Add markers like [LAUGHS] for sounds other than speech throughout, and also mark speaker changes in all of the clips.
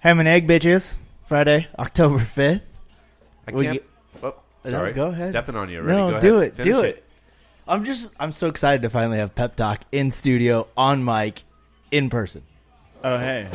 Speaker 1: Ham and egg bitches. Friday, [LAUGHS] October fifth.
Speaker 2: I
Speaker 1: Well,
Speaker 2: can't.
Speaker 1: you-
Speaker 2: oh,
Speaker 1: No,
Speaker 2: sorry.
Speaker 1: go ahead.
Speaker 2: Stepping on you already.
Speaker 1: No,
Speaker 2: go
Speaker 1: do
Speaker 2: ahead.
Speaker 1: it,
Speaker 2: Finish
Speaker 1: do it. I'm just I'm so excited to finally have pep talk in studio on mic in person.
Speaker 3: Oh hey,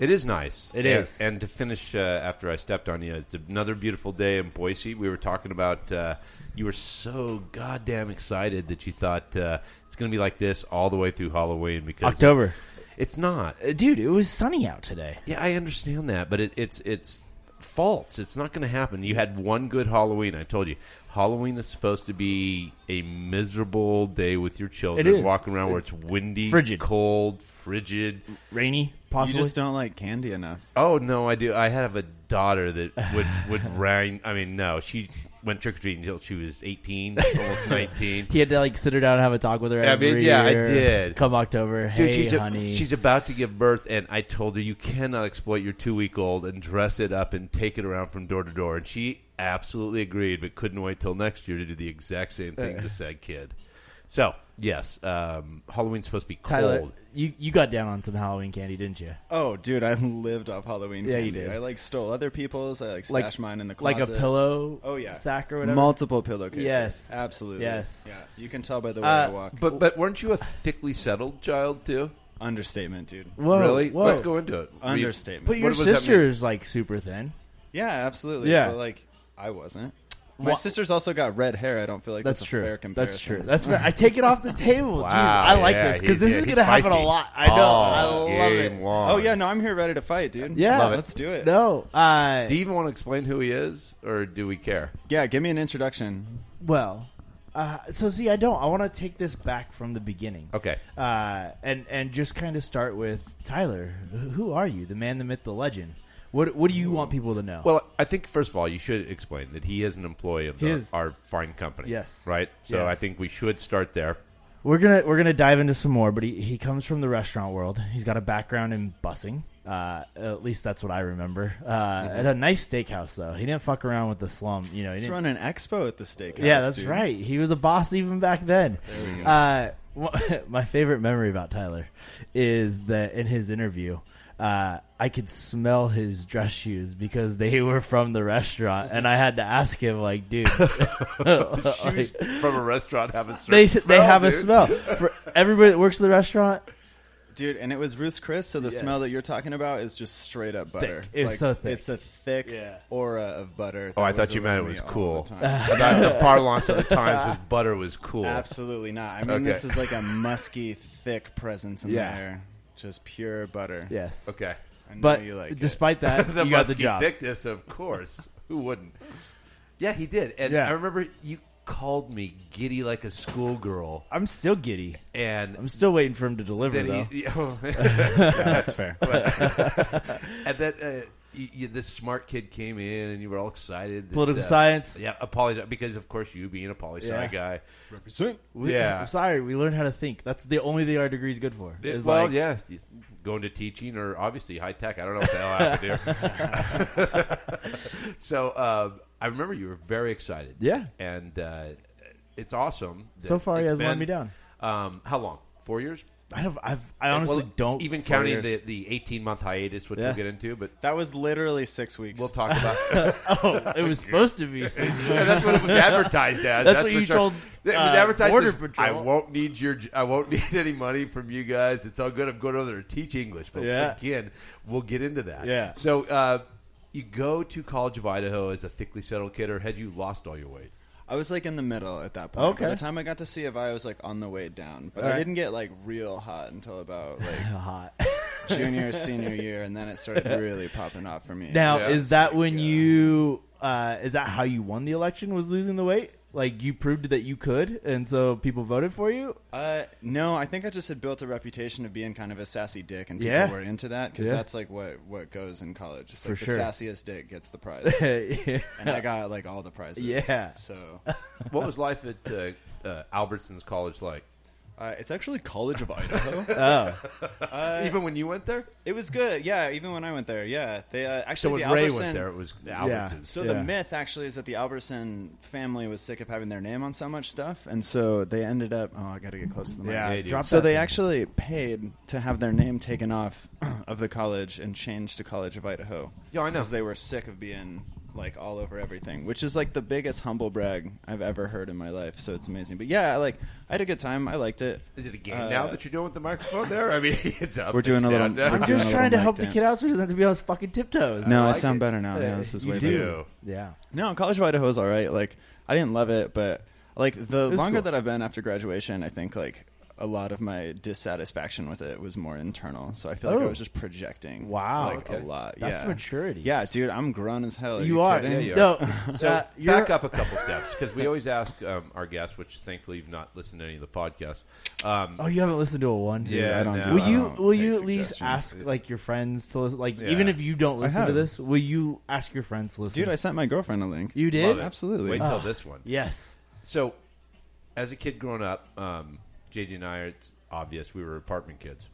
Speaker 2: It is nice.
Speaker 1: It
Speaker 2: It is. and,
Speaker 1: is.
Speaker 2: And to finish uh, after I stepped on you, it's another beautiful day in Boise. We were talking about uh, you were so goddamn excited that you thought uh, it's going to be like this all the way through Halloween because
Speaker 1: October.
Speaker 2: It's not.
Speaker 1: Uh, Dude, it was sunny out today.
Speaker 2: Yeah, I understand that, but it, it's it's false. It's not going to happen. You had one good Halloween. I told you, Halloween is supposed to be a miserable day with your children,
Speaker 1: It is.
Speaker 2: walking around where it's windy,
Speaker 1: Frigid.
Speaker 2: cold, frigid.
Speaker 1: Rainy,
Speaker 3: you
Speaker 1: possibly.
Speaker 3: just don't like candy enough.
Speaker 2: Oh no, I do. I have a daughter that
Speaker 1: [LAUGHS]
Speaker 2: would would rang. I mean, no, she went trick or treating until she was
Speaker 1: [LAUGHS]
Speaker 2: eighteen, almost nineteen.
Speaker 1: he had to like sit her down and have a talk with her.
Speaker 2: I mean,
Speaker 1: every
Speaker 2: yeah, I
Speaker 1: year.
Speaker 2: did.
Speaker 1: Come October,
Speaker 2: Dude,
Speaker 1: hey
Speaker 2: she's, a-
Speaker 1: honey.
Speaker 2: she's about to give birth, and I told her you cannot exploit your two week old and dress it up and take it around from door to door. And she absolutely agreed, but couldn't wait till next year to do the exact same thing
Speaker 1: Uh.
Speaker 2: to said kid. So yes, um, Halloween's supposed to be cold.
Speaker 1: Tyler, you you got down on some Halloween candy, didn't you?
Speaker 3: Oh, dude, I [LAUGHS] lived off Halloween
Speaker 1: Yeah,
Speaker 3: candy.
Speaker 1: you did.
Speaker 3: I like stole other people's. I like
Speaker 1: Like-
Speaker 3: stashed mine in the closet.
Speaker 1: Like a pillow.
Speaker 3: Oh yeah,
Speaker 1: sack or whatever.
Speaker 3: Multiple pillowcases.
Speaker 1: Yes.
Speaker 3: absolutely.
Speaker 1: Yes.
Speaker 3: yeah. You can tell by the way
Speaker 1: Uh,
Speaker 3: I walk.
Speaker 2: But but weren't you a thickly settled child too?
Speaker 3: Understatement, dude.
Speaker 1: Whoa,
Speaker 2: really?
Speaker 1: Oh, Whoa.
Speaker 2: Let's go into it. Re-
Speaker 3: Understatement.
Speaker 1: But your
Speaker 2: does that mean?
Speaker 1: sister is like super thin.
Speaker 3: yeah, absolutely.
Speaker 1: Yeah.
Speaker 3: but like I wasn't. My
Speaker 1: Wha-
Speaker 3: sister's also got red hair. I don't feel like that's,
Speaker 1: That's,
Speaker 3: a
Speaker 1: true.
Speaker 3: fair comparison.
Speaker 1: That's true. That's fair. I take it off the table. Jeez,
Speaker 2: Wow,
Speaker 1: I like
Speaker 2: yeah,
Speaker 1: this because
Speaker 2: he-
Speaker 1: this
Speaker 2: yeah,
Speaker 1: is
Speaker 2: he's
Speaker 1: going to happen a
Speaker 2: feisty.
Speaker 1: lot. I know. I
Speaker 2: All
Speaker 1: love
Speaker 2: game
Speaker 1: it.
Speaker 2: long.
Speaker 3: Oh yeah, no, I'm here ready to fight, dude.
Speaker 1: Yeah. Love it.
Speaker 3: let's do it.
Speaker 1: No, uh,
Speaker 2: Do you even want to explain who he is, or do we care?
Speaker 3: Yeah, give me an introduction.
Speaker 1: well, uh, so see, I don't. I want to take this back from the beginning.
Speaker 2: Okay.
Speaker 1: uh, and and just kind of start with Tyler. Wh- Who are you? The man, the myth, the legend. What what do you want people to know?
Speaker 2: Well, I think first of all, you should explain that he is an employee of
Speaker 1: He
Speaker 2: the,
Speaker 1: is.
Speaker 2: our fine company.
Speaker 1: Yes.
Speaker 2: right. So
Speaker 1: Yes.
Speaker 2: I think we should start there.
Speaker 1: We're gonna we're gonna dive into some more, but he, he comes from the restaurant world. He's got a background in bussing. Uh, at least that's what I remember. Uh, At a nice steakhouse, though, he didn't fuck around with the slum. You know, he
Speaker 3: Let's
Speaker 1: didn't,
Speaker 3: run an expo at the steakhouse.
Speaker 1: yeah, that's
Speaker 3: dude.
Speaker 1: right. He was a boss even back then. Uh, wh- [LAUGHS] my favorite memory about Tyler is that in his interview, uh, I could smell his dress shoes because they [LAUGHS] were from the restaurant, and I had to ask him, like, dude, [LAUGHS]
Speaker 2: Shoes
Speaker 1: like,
Speaker 2: from a
Speaker 1: [LAUGHS]
Speaker 2: restaurant have a certain
Speaker 1: they
Speaker 2: smell,
Speaker 1: they have a
Speaker 2: dude.
Speaker 1: smell for everybody that works in the restaurant.
Speaker 3: Dude, and it was Ruth's Chris, so the
Speaker 1: Yes.
Speaker 3: smell that you're talking about is just straight up butter.
Speaker 1: It was so thick.
Speaker 3: It's a thick
Speaker 1: Yeah.
Speaker 3: aura of butter.
Speaker 2: Oh, I
Speaker 3: that
Speaker 2: thought you meant it
Speaker 3: around
Speaker 2: was
Speaker 3: me all
Speaker 2: cool.
Speaker 3: the time.
Speaker 2: I thought
Speaker 1: [LAUGHS]
Speaker 2: the parlance of the times was butter was cool.
Speaker 3: Absolutely not. I mean,
Speaker 2: Okay.
Speaker 3: this is like a musky, thick presence in
Speaker 1: Yeah.
Speaker 3: the air. Just pure butter.
Speaker 1: Yes,
Speaker 2: Okay.
Speaker 3: I know
Speaker 1: but
Speaker 3: you like it.
Speaker 1: despite
Speaker 2: [LAUGHS]
Speaker 1: that, [LAUGHS]
Speaker 2: the
Speaker 1: you got the
Speaker 2: musky
Speaker 1: job.
Speaker 2: thickness, of course. Who wouldn't? Yeah, he did. And
Speaker 1: Yeah.
Speaker 2: I remember you called me giddy like a schoolgirl,
Speaker 1: I'm still giddy.
Speaker 2: and
Speaker 1: I'm still waiting for him to deliver, though.
Speaker 2: then he.
Speaker 3: Yeah, that's
Speaker 1: [LAUGHS]
Speaker 3: fair.
Speaker 2: [LAUGHS] and then uh, you, you, this smart kid came in, and you were all excited. that,
Speaker 1: Political
Speaker 2: uh,
Speaker 1: science.
Speaker 2: Yeah, apologize because of course you being a poli sci
Speaker 1: Yeah.
Speaker 2: guy.
Speaker 3: Represent.
Speaker 1: We,
Speaker 2: Yeah.
Speaker 1: I'm sorry. We learn how to think. That's the only thing our degree's good for.
Speaker 2: It-
Speaker 1: is
Speaker 2: well,
Speaker 1: like-
Speaker 2: yeah, you- going to teaching or obviously high tech. I don't know what the hell I have to
Speaker 1: [LAUGHS]
Speaker 2: do. [LAUGHS] so um, I remember you were very excited.
Speaker 1: Yeah.
Speaker 2: and uh, it's awesome. that
Speaker 1: So far, he
Speaker 2: it's
Speaker 1: hasn't let
Speaker 2: been-
Speaker 1: me down.
Speaker 2: Um, how long? Four years?
Speaker 1: I don't. I've, I honestly
Speaker 2: Well,
Speaker 1: don't
Speaker 2: even
Speaker 1: four
Speaker 2: counting
Speaker 1: years.
Speaker 2: the the eighteen month hiatus, which
Speaker 1: Yeah.
Speaker 2: we'll get into, but.
Speaker 3: That was literally six
Speaker 1: [LAUGHS]
Speaker 3: weeks.
Speaker 2: We'll talk about.
Speaker 1: [LAUGHS] Oh, it was supposed to
Speaker 2: [LAUGHS]
Speaker 1: be. six. [LAUGHS]
Speaker 2: Yeah, that's what it was advertised as.
Speaker 1: That's what
Speaker 2: for
Speaker 1: you
Speaker 2: sure.
Speaker 1: told,
Speaker 2: It was
Speaker 1: uh,
Speaker 2: advertised
Speaker 1: Border
Speaker 2: as,
Speaker 1: Patrol."
Speaker 2: I won't need your. I won't [LAUGHS] need any money from you guys. It's all good. I'm going over there to teach English. But
Speaker 1: Yeah.
Speaker 2: again, we'll get into that.
Speaker 1: Yeah.
Speaker 2: So uh, you go to College of Idaho as a thickly settled kid, or had you lost all your weight?
Speaker 3: I was like in the middle at that point. By
Speaker 1: Okay.
Speaker 3: the time I got to see if I was like on the way down, but I
Speaker 1: Alright.
Speaker 3: didn't get like real hot until about like
Speaker 1: hot.
Speaker 3: junior senior year, and then
Speaker 1: [LAUGHS]
Speaker 3: it started really popping off for me.
Speaker 1: Now,
Speaker 2: Yeah.
Speaker 1: is that when you? Uh, is that how you won the election? Was losing the weight? Like you proved that you could, and so people voted for you. [LAUGHS]
Speaker 3: Uh, no, I think I just had built a reputation of being kind of a sassy dick, and people
Speaker 1: Yeah.
Speaker 3: were into that because
Speaker 1: Yeah.
Speaker 3: that's like what what goes in college. It's like
Speaker 1: For
Speaker 3: the
Speaker 1: sure.
Speaker 3: sassiest dick gets
Speaker 1: [LAUGHS]
Speaker 3: the prize,
Speaker 1: Oh.
Speaker 3: and I got like all the prizes.
Speaker 1: Yeah.
Speaker 3: So
Speaker 2: What was life at uh, uh, Albertson's College like?
Speaker 3: Uh, it's actually College of Idaho.
Speaker 1: [LAUGHS] Oh,
Speaker 3: Uh,
Speaker 2: Even when you went there,
Speaker 3: It was good. Yeah, even when I went there. Yeah, they uh, actually
Speaker 2: so when
Speaker 3: the
Speaker 2: Ray
Speaker 3: Albertson,
Speaker 2: went there, it was the Albertsons.
Speaker 3: So
Speaker 1: Yeah.
Speaker 3: the myth actually is that the Albertson family was sick of having their name on so much stuff, and so they ended up. Oh, I got to get close to the mic.
Speaker 1: yeah.
Speaker 2: dude.
Speaker 1: drop
Speaker 3: So
Speaker 1: that
Speaker 3: they
Speaker 1: thing.
Speaker 3: actually paid to have their name taken off [CLEARS THROAT] of the college and changed to College of Idaho.
Speaker 2: Yeah, I know.
Speaker 3: Because they were sick of being like all over everything, which is like the biggest humble brag I've ever heard in my life. So it's amazing. But yeah, like I had a good time. I liked it.
Speaker 2: Is it a game
Speaker 3: Uh,
Speaker 2: now that you're doing with the microphone there? I mean, [LAUGHS] it's up.
Speaker 3: We're
Speaker 2: it's
Speaker 3: doing a
Speaker 2: down,
Speaker 3: little-
Speaker 2: down.
Speaker 3: we're
Speaker 1: I'm
Speaker 3: doing
Speaker 1: just
Speaker 3: a
Speaker 1: trying to
Speaker 3: little mic
Speaker 1: help the kid
Speaker 3: dance.
Speaker 1: out so he doesn't have to be on his fucking tiptoes.
Speaker 3: No, I,
Speaker 2: like
Speaker 3: sound
Speaker 2: it.
Speaker 3: better now.
Speaker 1: Uh,
Speaker 3: Yeah, this is
Speaker 1: you
Speaker 3: way
Speaker 1: do.
Speaker 3: better.
Speaker 1: Yeah.
Speaker 3: No, College of Idaho is all right. Like, I didn't love it, but like the
Speaker 1: was
Speaker 3: longer
Speaker 1: cool.
Speaker 3: that I've been after graduation, I think like a lot of my dissatisfaction with it was more internal. So I feel like
Speaker 1: Oh.
Speaker 3: I was just projecting.
Speaker 1: Wow.
Speaker 3: like
Speaker 2: Okay.
Speaker 3: a lot.
Speaker 1: That's
Speaker 3: yeah,
Speaker 1: maturity.
Speaker 3: Yeah, dude, I'm grown as hell.
Speaker 1: You are.
Speaker 3: kidding?
Speaker 2: Yeah, Oh, you
Speaker 1: No. [LAUGHS]
Speaker 2: So
Speaker 1: uh, you're-
Speaker 2: back up a couple steps because
Speaker 1: [LAUGHS]
Speaker 2: we always ask um, our guests, which thankfully you've not listened to any of the podcasts. Um,
Speaker 1: Oh, you haven't listened to a one. dude.
Speaker 2: Yeah,
Speaker 3: I don't
Speaker 2: no,
Speaker 3: do
Speaker 2: I
Speaker 1: Will you
Speaker 3: don't
Speaker 1: will
Speaker 3: take
Speaker 1: you at least
Speaker 3: suggestions.
Speaker 1: ask like your friends to listen? Like
Speaker 2: Yeah.
Speaker 1: even if you don't listen to
Speaker 3: have.
Speaker 1: this, will you ask your friends to listen?
Speaker 3: Dude, I sent my girlfriend a link.
Speaker 1: you
Speaker 2: love
Speaker 1: did.
Speaker 2: it.
Speaker 3: Absolutely.
Speaker 2: Wait until
Speaker 1: Ah.
Speaker 2: this one.
Speaker 1: Yes.
Speaker 2: So, as a kid growing up, um, JD and I, it's obvious we were apartment kids,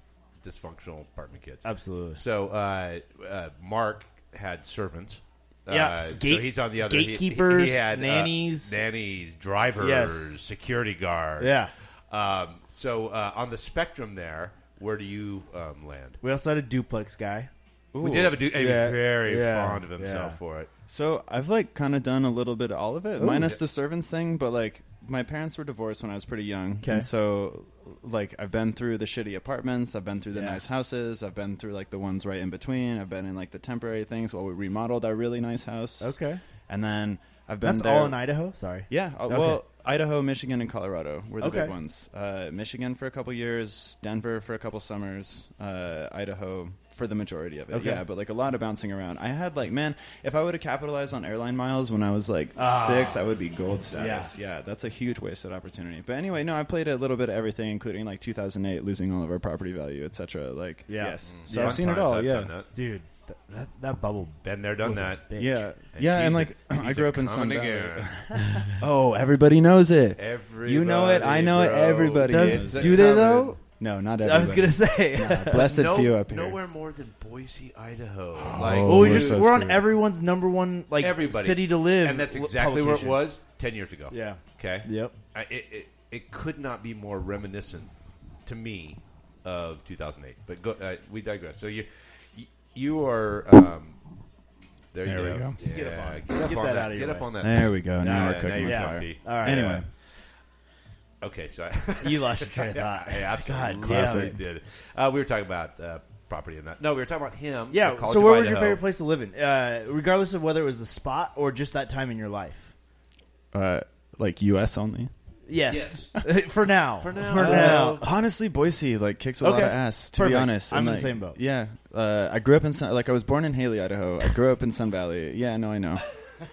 Speaker 2: dysfunctional apartment kids.
Speaker 1: Absolutely.
Speaker 2: So, uh, uh, Mark had servants.
Speaker 1: Yeah,
Speaker 2: Uh,
Speaker 1: gate-
Speaker 2: so he's on the other he- he-
Speaker 1: gatekeepers,
Speaker 2: he, had, uh,
Speaker 1: nannies.
Speaker 2: nannies, drivers,
Speaker 1: Yes.
Speaker 2: security guards.
Speaker 1: Yeah.
Speaker 2: Um, so uh, on the spectrum there, where do you um, land?
Speaker 1: We also had a duplex guy.
Speaker 2: We did have a dude. He
Speaker 1: Yeah,
Speaker 2: was very
Speaker 1: yeah,
Speaker 2: fond of himself
Speaker 1: yeah.
Speaker 2: for it.
Speaker 3: So I've like kind of done a little bit of all of it, minus
Speaker 2: Yeah.
Speaker 3: the servants thing. But like my parents were divorced when I was pretty young,
Speaker 1: 'Kay.
Speaker 3: and so like I've been through the shitty apartments, I've been through the
Speaker 1: Yeah.
Speaker 3: nice houses, I've been through like the ones right in between. I've been in like the temporary things while we remodeled our really nice house.
Speaker 1: Okay.
Speaker 3: and then I've been
Speaker 1: That's
Speaker 3: there-
Speaker 1: all in Idaho. Sorry.
Speaker 3: Yeah, uh,
Speaker 1: Okay.
Speaker 3: well, Idaho, Michigan, and Colorado were the
Speaker 1: Okay.
Speaker 3: big ones. Uh, Michigan for a couple years, Denver for a couple summers, uh, Idaho for the majority of it.
Speaker 1: Okay.
Speaker 3: Yeah, but like a lot of bouncing around. I had like, man, if I would have capitalized on airline miles when I was like
Speaker 1: Ah.
Speaker 3: six, I would be gold status. Yeah. that's a huge wasted opportunity. But anyway, no, I played a little bit of everything, including like 2008, losing all of our property value, etc. Like,
Speaker 1: Yeah.
Speaker 3: yes,
Speaker 1: Mm.
Speaker 3: so
Speaker 2: Fun
Speaker 3: I've seen it
Speaker 2: times,
Speaker 3: all.
Speaker 2: I've
Speaker 3: yeah.
Speaker 2: done that.
Speaker 1: Dude, th- that that bubble.
Speaker 2: been there, done
Speaker 1: was a
Speaker 2: that.
Speaker 1: bitch.
Speaker 3: Yeah,
Speaker 2: And
Speaker 3: yeah,
Speaker 2: he's
Speaker 3: and like [CLEARS THROAT]
Speaker 2: a-
Speaker 3: I
Speaker 2: he's
Speaker 3: grew
Speaker 2: a
Speaker 3: up in Sun
Speaker 2: coming
Speaker 3: Valley.
Speaker 2: again.
Speaker 3: Oh, everybody
Speaker 1: [LAUGHS]
Speaker 3: knows it.
Speaker 2: Everybody,
Speaker 3: you know it. I know it.
Speaker 2: bro.
Speaker 3: Everybody
Speaker 1: Does-
Speaker 3: knows it.
Speaker 1: do they, though?
Speaker 3: No, not
Speaker 1: I
Speaker 3: everybody.
Speaker 1: was gonna say. [LAUGHS]
Speaker 3: Nah, Uh, blessed
Speaker 2: No-
Speaker 3: few up here.
Speaker 2: Nowhere more than Boise, Idaho. Like,
Speaker 1: well, we
Speaker 3: Oh, We're
Speaker 1: just
Speaker 3: so
Speaker 1: we're on
Speaker 3: screwed.
Speaker 1: everyone's number one like
Speaker 2: everybody
Speaker 1: city to live,
Speaker 2: and that's
Speaker 1: li-
Speaker 2: exactly where it
Speaker 1: publication.
Speaker 2: was ten years ago.
Speaker 1: Yeah.
Speaker 2: Okay.
Speaker 1: Yep.
Speaker 2: I, it, it it could not be more reminiscent to me of 2008. But go, uh, we digress. So you you, you are. Um, there,
Speaker 3: There
Speaker 2: you
Speaker 3: we go.
Speaker 1: Just get up on it.
Speaker 2: Get, up
Speaker 1: Get
Speaker 2: on
Speaker 1: that
Speaker 2: that.
Speaker 1: out of your
Speaker 2: Get up
Speaker 1: way.
Speaker 2: on that.
Speaker 3: There we go. Now
Speaker 1: Yeah,
Speaker 3: we're
Speaker 2: now
Speaker 3: cooking
Speaker 2: you're
Speaker 3: with
Speaker 1: Yeah.
Speaker 3: fire.
Speaker 2: coffee.
Speaker 1: All right.
Speaker 3: Anyway,
Speaker 1: [LAUGHS]
Speaker 2: Okay. So I,
Speaker 1: you lost your
Speaker 2: [LAUGHS]
Speaker 1: train of thought.
Speaker 2: I absolutely
Speaker 1: God damn
Speaker 2: really
Speaker 1: it.
Speaker 2: did. Uh, we were talking about uh, property and that. No, we were talking about him. the
Speaker 1: Yeah.
Speaker 2: College
Speaker 1: So,
Speaker 2: of
Speaker 1: where was your
Speaker 2: Idaho.
Speaker 1: favorite place to live in, uh, regardless of whether it was the spot or just that time in your life?
Speaker 3: uh, like U.S. only.
Speaker 1: Yes. [LAUGHS] For now.
Speaker 2: For now.
Speaker 1: For now.
Speaker 3: Uh, honestly, Boise like kicks a lot
Speaker 1: Okay.
Speaker 3: of ass. To
Speaker 1: Perfect.
Speaker 3: be honest,
Speaker 1: I'm in
Speaker 3: And,
Speaker 1: the
Speaker 3: like,
Speaker 1: same boat.
Speaker 3: Yeah, uh, I grew up in Sun, like I was born in Haley, Idaho. I grew up in Sun Valley. Yeah, no,
Speaker 1: [LAUGHS]
Speaker 3: I know.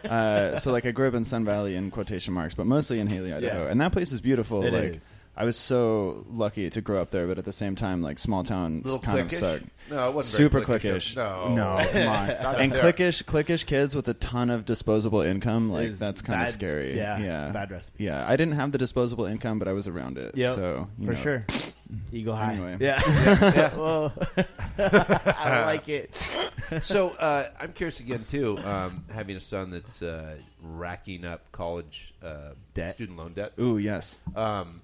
Speaker 3: Uh, so like I grew up in Sun Valley in quotation marks, but mostly in Haley, Idaho,
Speaker 1: Yeah.
Speaker 3: and that place is beautiful.
Speaker 1: It
Speaker 3: like
Speaker 1: is.
Speaker 3: I was so lucky to grow up there, but at the same time, like small town
Speaker 2: Little
Speaker 3: kind
Speaker 2: cliquish?
Speaker 3: of suck.
Speaker 2: No, it wasn't
Speaker 3: super
Speaker 2: very
Speaker 3: clickish.
Speaker 2: No, [LAUGHS]
Speaker 3: no, come on.
Speaker 2: Not
Speaker 3: and
Speaker 2: up there.
Speaker 3: clickish, clickish kids with a ton of disposable income, like
Speaker 1: Is
Speaker 3: that's kind
Speaker 1: bad-
Speaker 3: of scary.
Speaker 1: yeah,
Speaker 3: yeah,
Speaker 1: bad recipe.
Speaker 3: Yeah, I didn't have the disposable income, but I was around it.
Speaker 1: Yep,
Speaker 3: so you
Speaker 1: For
Speaker 3: know.
Speaker 1: sure. Eagle High.
Speaker 3: Anyway.
Speaker 1: Yeah. [LAUGHS] Whoa. I like it.
Speaker 2: so uh, I'm curious again too. Um, having a son that's uh, racking up college uh,
Speaker 1: Debt.
Speaker 2: student loan debt.
Speaker 3: Ooh, yes.
Speaker 2: Um,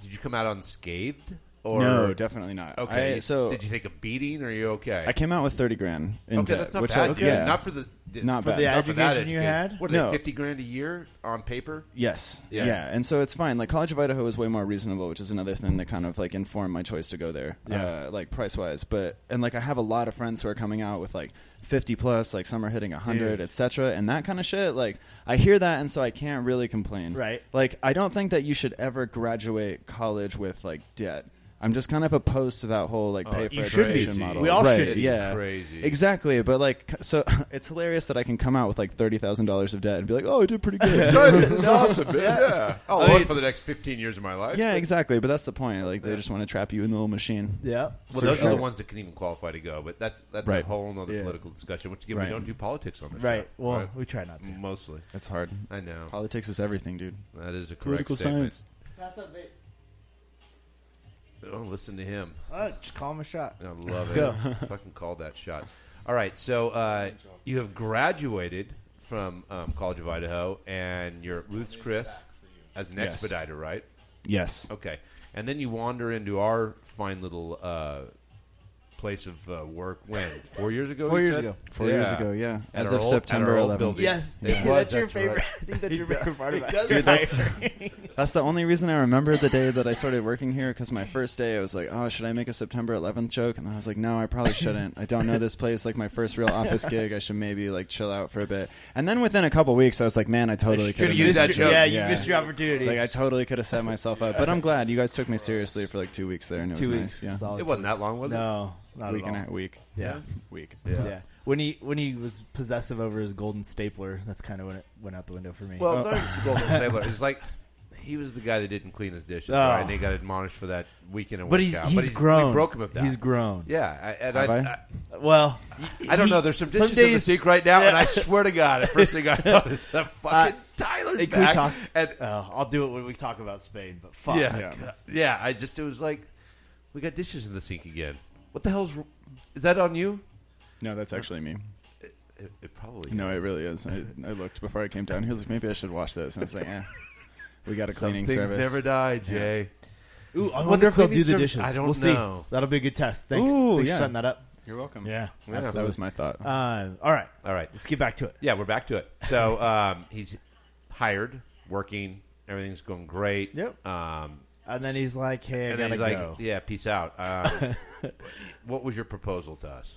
Speaker 2: did you come out unscathed? Or
Speaker 3: no, definitely not.
Speaker 2: okay.
Speaker 3: I- so
Speaker 2: did you take a beating? Or are you okay?
Speaker 3: I came out with thirty grand in
Speaker 2: okay,
Speaker 3: debt,
Speaker 2: that's not
Speaker 3: which
Speaker 2: bad.
Speaker 3: I,
Speaker 2: dude.
Speaker 3: yeah,
Speaker 2: Not for the d-
Speaker 3: Not
Speaker 2: for
Speaker 3: bad.
Speaker 2: the
Speaker 1: The
Speaker 2: not for that
Speaker 1: education you had?
Speaker 2: What are they,
Speaker 3: No.
Speaker 2: fifty grand a year on
Speaker 3: [LAUGHS]
Speaker 2: paper?
Speaker 3: Yes.
Speaker 2: Yeah.
Speaker 3: Yeah. And so it's fine. Like College of Idaho is way more reasonable, which is another thing that kind of like informed my choice to go there,
Speaker 1: Yeah.
Speaker 3: uh, like price wise. But and like I have a lot of friends who are coming out with like fifty plus, like some are hitting
Speaker 1: Dude.
Speaker 3: hundred, etc. And that kind of shit. Like I hear that, and so I can't really complain.
Speaker 1: Right.
Speaker 3: Like I don't think that you should ever graduate college with like debt. I'm just kind of opposed to that whole like
Speaker 1: Oh,
Speaker 3: pay for
Speaker 2: you should be.
Speaker 3: graduation model.
Speaker 1: We all
Speaker 3: right,
Speaker 1: should be.
Speaker 3: Yeah,
Speaker 2: Crazy.
Speaker 3: Exactly. But like, c- so [LAUGHS] it's hilarious that I can come out with like thirty thousand dollars of debt and be like, oh, I did pretty good.
Speaker 2: That's awesome, man. Yeah. I'll
Speaker 1: I
Speaker 2: loan
Speaker 1: mean-
Speaker 2: for the next 15 years of my life.
Speaker 3: [LAUGHS] Yeah, exactly. But that's the point. Like they just want to trap you in the little machine.
Speaker 1: Yeah.
Speaker 2: Well, those are
Speaker 3: Sure.
Speaker 2: the ones that can even qualify to go, but that's that's
Speaker 3: Right.
Speaker 2: a whole other
Speaker 1: Yeah.
Speaker 2: political discussion. Which again, we
Speaker 3: Right.
Speaker 2: don't do politics on this.
Speaker 1: Right.
Speaker 2: show.
Speaker 1: Well,
Speaker 2: Right.
Speaker 1: we try not to.
Speaker 2: mostly.
Speaker 3: That's hard.
Speaker 2: I know
Speaker 3: Politics is everything, dude.
Speaker 2: that is a correct
Speaker 3: Political
Speaker 2: statement.
Speaker 3: science.
Speaker 2: Oh, listen to him.
Speaker 1: Uh, just call him a shot.
Speaker 2: I love it.
Speaker 1: go.
Speaker 2: [LAUGHS] Fucking call that shot. All right, so uh, you have graduated from um, College of Idaho, and you're at Ruth's Chris as an
Speaker 3: Yes.
Speaker 2: expediter, right?
Speaker 3: Yes.
Speaker 2: Okay, and then you wander into our fine little uh, place of uh, work when four years ago.
Speaker 1: Four
Speaker 2: you
Speaker 1: years
Speaker 2: said?
Speaker 1: ago.
Speaker 3: Four years ago, yeah.
Speaker 2: At
Speaker 3: As
Speaker 2: our
Speaker 3: of
Speaker 2: old- at our
Speaker 3: September
Speaker 2: old
Speaker 3: 11th.
Speaker 2: building.
Speaker 1: Yes,
Speaker 2: It
Speaker 1: [LAUGHS] that's
Speaker 2: was,
Speaker 1: your
Speaker 2: [LAUGHS] that's
Speaker 1: favorite.
Speaker 2: right.
Speaker 1: I think that's [LAUGHS] your favorite part about it.
Speaker 2: Dude,
Speaker 3: that's- That's the only reason I remember the day that I started working here because my first day I was like, oh, should I make a September 11th joke? And then I was like, no, I probably shouldn't. I don't know this place. Like my first real
Speaker 1: [LAUGHS]
Speaker 3: office gig, I should maybe like chill out for a bit. And then within a couple weeks, I was like, man, I [LAUGHS] totally could
Speaker 2: should've
Speaker 3: have
Speaker 2: used that joke.
Speaker 1: Yeah, you
Speaker 3: Yeah.
Speaker 1: missed your opportunity.
Speaker 3: Like I totally could have set myself up. But I'm glad you guys took me seriously for like two weeks there, and it
Speaker 1: two
Speaker 3: was
Speaker 1: weeks.
Speaker 3: nice.
Speaker 1: That's all
Speaker 2: It wasn't that long, was it?
Speaker 1: No, not
Speaker 3: week
Speaker 1: at
Speaker 3: and
Speaker 1: all.
Speaker 3: a week.
Speaker 1: Yeah.
Speaker 3: week.
Speaker 1: yeah, When he when he was possessive over his golden stapler, that's kind of when it went out the window for me.
Speaker 2: Well, it's not Golden Stabler.
Speaker 1: [LAUGHS]
Speaker 2: It's like he was the guy that didn't clean his dishes,
Speaker 1: Oh.
Speaker 2: right? And he got admonished for that weekend. And
Speaker 1: but he's,
Speaker 2: workout.
Speaker 1: he's
Speaker 2: but he's
Speaker 1: grown.
Speaker 2: We broke him of that.
Speaker 1: He's grown.
Speaker 2: Yeah, I, and
Speaker 3: Have
Speaker 2: I,
Speaker 3: I?
Speaker 2: I,
Speaker 1: Well,
Speaker 2: I don't
Speaker 1: he-
Speaker 2: know. There's some dishes in the
Speaker 1: days-
Speaker 2: sink right now, and
Speaker 1: Yeah. Uh,
Speaker 2: I swear to God, the
Speaker 1: [LAUGHS]
Speaker 2: first thing I noticed, that fucking Tyler's
Speaker 1: Hey, can we
Speaker 2: back.
Speaker 1: talk- [LAUGHS]
Speaker 2: And
Speaker 1: uh, I'll do it when we talk about Spain. But fuck,
Speaker 2: yeah,
Speaker 3: Yeah.
Speaker 2: God. yeah, I just it was like, we got dishes in the sink again. What the hell's? Is that on you?
Speaker 3: No, that's actually me.
Speaker 2: It, it probably.
Speaker 3: No, it really is. I, I looked before I came down here. I was like, maybe I should wash those. And I was like, eh. We got a
Speaker 2: Some
Speaker 3: cleaning
Speaker 2: things
Speaker 3: service.
Speaker 2: never die, Jay.
Speaker 1: Ooh, I
Speaker 2: Well,
Speaker 1: wonder
Speaker 2: the
Speaker 1: if they'll do
Speaker 2: cleaning
Speaker 1: the
Speaker 2: service-
Speaker 1: dishes.
Speaker 2: I don't
Speaker 1: we'll see.
Speaker 2: know.
Speaker 1: That'll be a good test. Thanks.
Speaker 3: Ooh,
Speaker 1: Thanks
Speaker 3: yeah.
Speaker 1: for setting that up.
Speaker 3: You're welcome.
Speaker 1: Yeah.
Speaker 2: Yeah.
Speaker 3: That was my thought.
Speaker 1: Uh, all right.
Speaker 2: All right.
Speaker 1: Let's get back to it.
Speaker 2: Yeah, we're back to it.
Speaker 1: [LAUGHS]
Speaker 2: So um, he's hired, working. Everything's going great.
Speaker 1: Yep.
Speaker 2: Um,
Speaker 1: And then he's like, "Hey, I
Speaker 2: and
Speaker 1: gotta
Speaker 2: then he's like,
Speaker 1: go."
Speaker 2: "Yeah,
Speaker 1: [LAUGHS]
Speaker 2: peace out." Um, what was your proposal to us?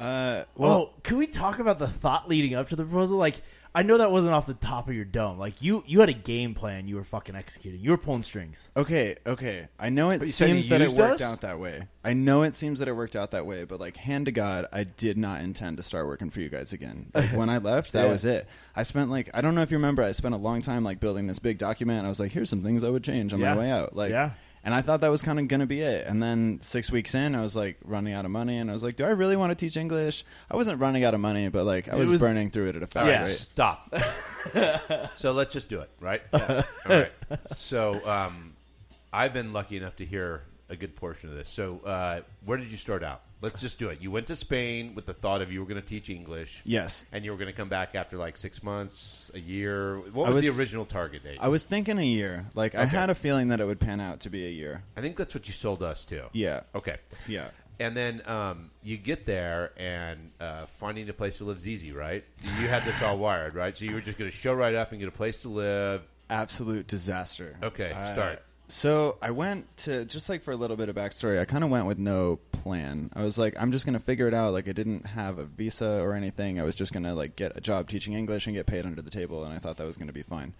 Speaker 3: Uh, well,
Speaker 1: Well, oh, can we talk about the thought leading up to the proposal? Like, I know that wasn't off the top of your dome. Like, you you had a game plan. You were fucking executing. You were pulling strings.
Speaker 3: okay, okay. I know it
Speaker 2: you said you
Speaker 3: seems that it
Speaker 2: used
Speaker 3: worked
Speaker 2: us?
Speaker 3: out that way. I know it seems that it worked out that way, but like, hand to God, I did not intend to start working for you guys again. Like, when I left, that
Speaker 1: Yeah.
Speaker 3: was it. I spent like, I don't know if you remember, I spent a long time like building this big document. I was like, here's some things I would change on
Speaker 1: Yeah.
Speaker 3: my way out. Like,
Speaker 1: Yeah.
Speaker 3: And I thought that was kind of going to be it. And then six weeks in, I was like running out of money, and I was like, "Do I really want to teach English?" I wasn't running out of money, but like I was,
Speaker 1: was-
Speaker 3: burning through it at a fast
Speaker 1: Yeah.
Speaker 3: rate.
Speaker 2: Stop.
Speaker 1: [LAUGHS]
Speaker 2: so let's just do it, right? All right. So um, I've been lucky enough to hear a good portion of this. So uh, where did you start out? Let's just do it. You went to Spain with the thought of you were going to teach English.
Speaker 3: Yes.
Speaker 2: And you were going to come back after like six months, a year. What
Speaker 3: I
Speaker 2: was,
Speaker 3: was-
Speaker 2: the original target date?
Speaker 3: I was thinking a year. Like I
Speaker 2: Okay.
Speaker 3: had a feeling that it would pan out to be a year.
Speaker 2: I think that's what you sold us to.
Speaker 3: Yeah.
Speaker 2: Okay.
Speaker 3: Yeah.
Speaker 2: And then um, you get there, and uh, finding a place to live's easy, right? You had this all wired, right? So you were just going to show right up and get a place to live.
Speaker 3: Absolute disaster.
Speaker 2: Okay,
Speaker 3: I-
Speaker 2: start.
Speaker 3: So I went to just like for a little bit of backstory. I kind of went with no plan. I was like, I'm just gonna figure it out. Like I didn't have a visa or anything. I was just gonna like get a job teaching English and get paid under the table, and I thought that was gonna be fine.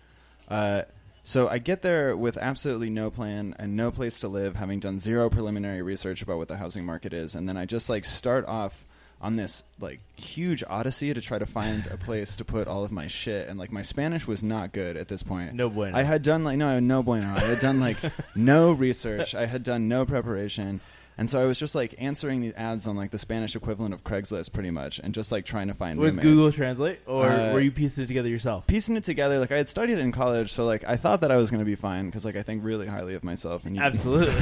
Speaker 3: Uh, so I get there with absolutely no plan and no place to live, having done zero preliminary research about what the housing market is, and then I just like start off on this like huge odyssey to try to find a place to put all of my shit and like my Spanish was not good at this point.
Speaker 1: No bueno.
Speaker 3: I had done like no no bueno. I had done
Speaker 1: [LAUGHS]
Speaker 3: like no research. I had done no preparation. And so I was just like answering these ads on like the Spanish equivalent of Craigslist pretty much and just like trying to find
Speaker 1: With
Speaker 3: roommates
Speaker 1: Google Translate, or
Speaker 3: Uh,
Speaker 1: were you piecing it together yourself?
Speaker 3: piecing it together. Like I had studied it in college, so like I thought that I was going to be fine because like I think really highly of myself, and you- [LAUGHS]
Speaker 1: Absolutely.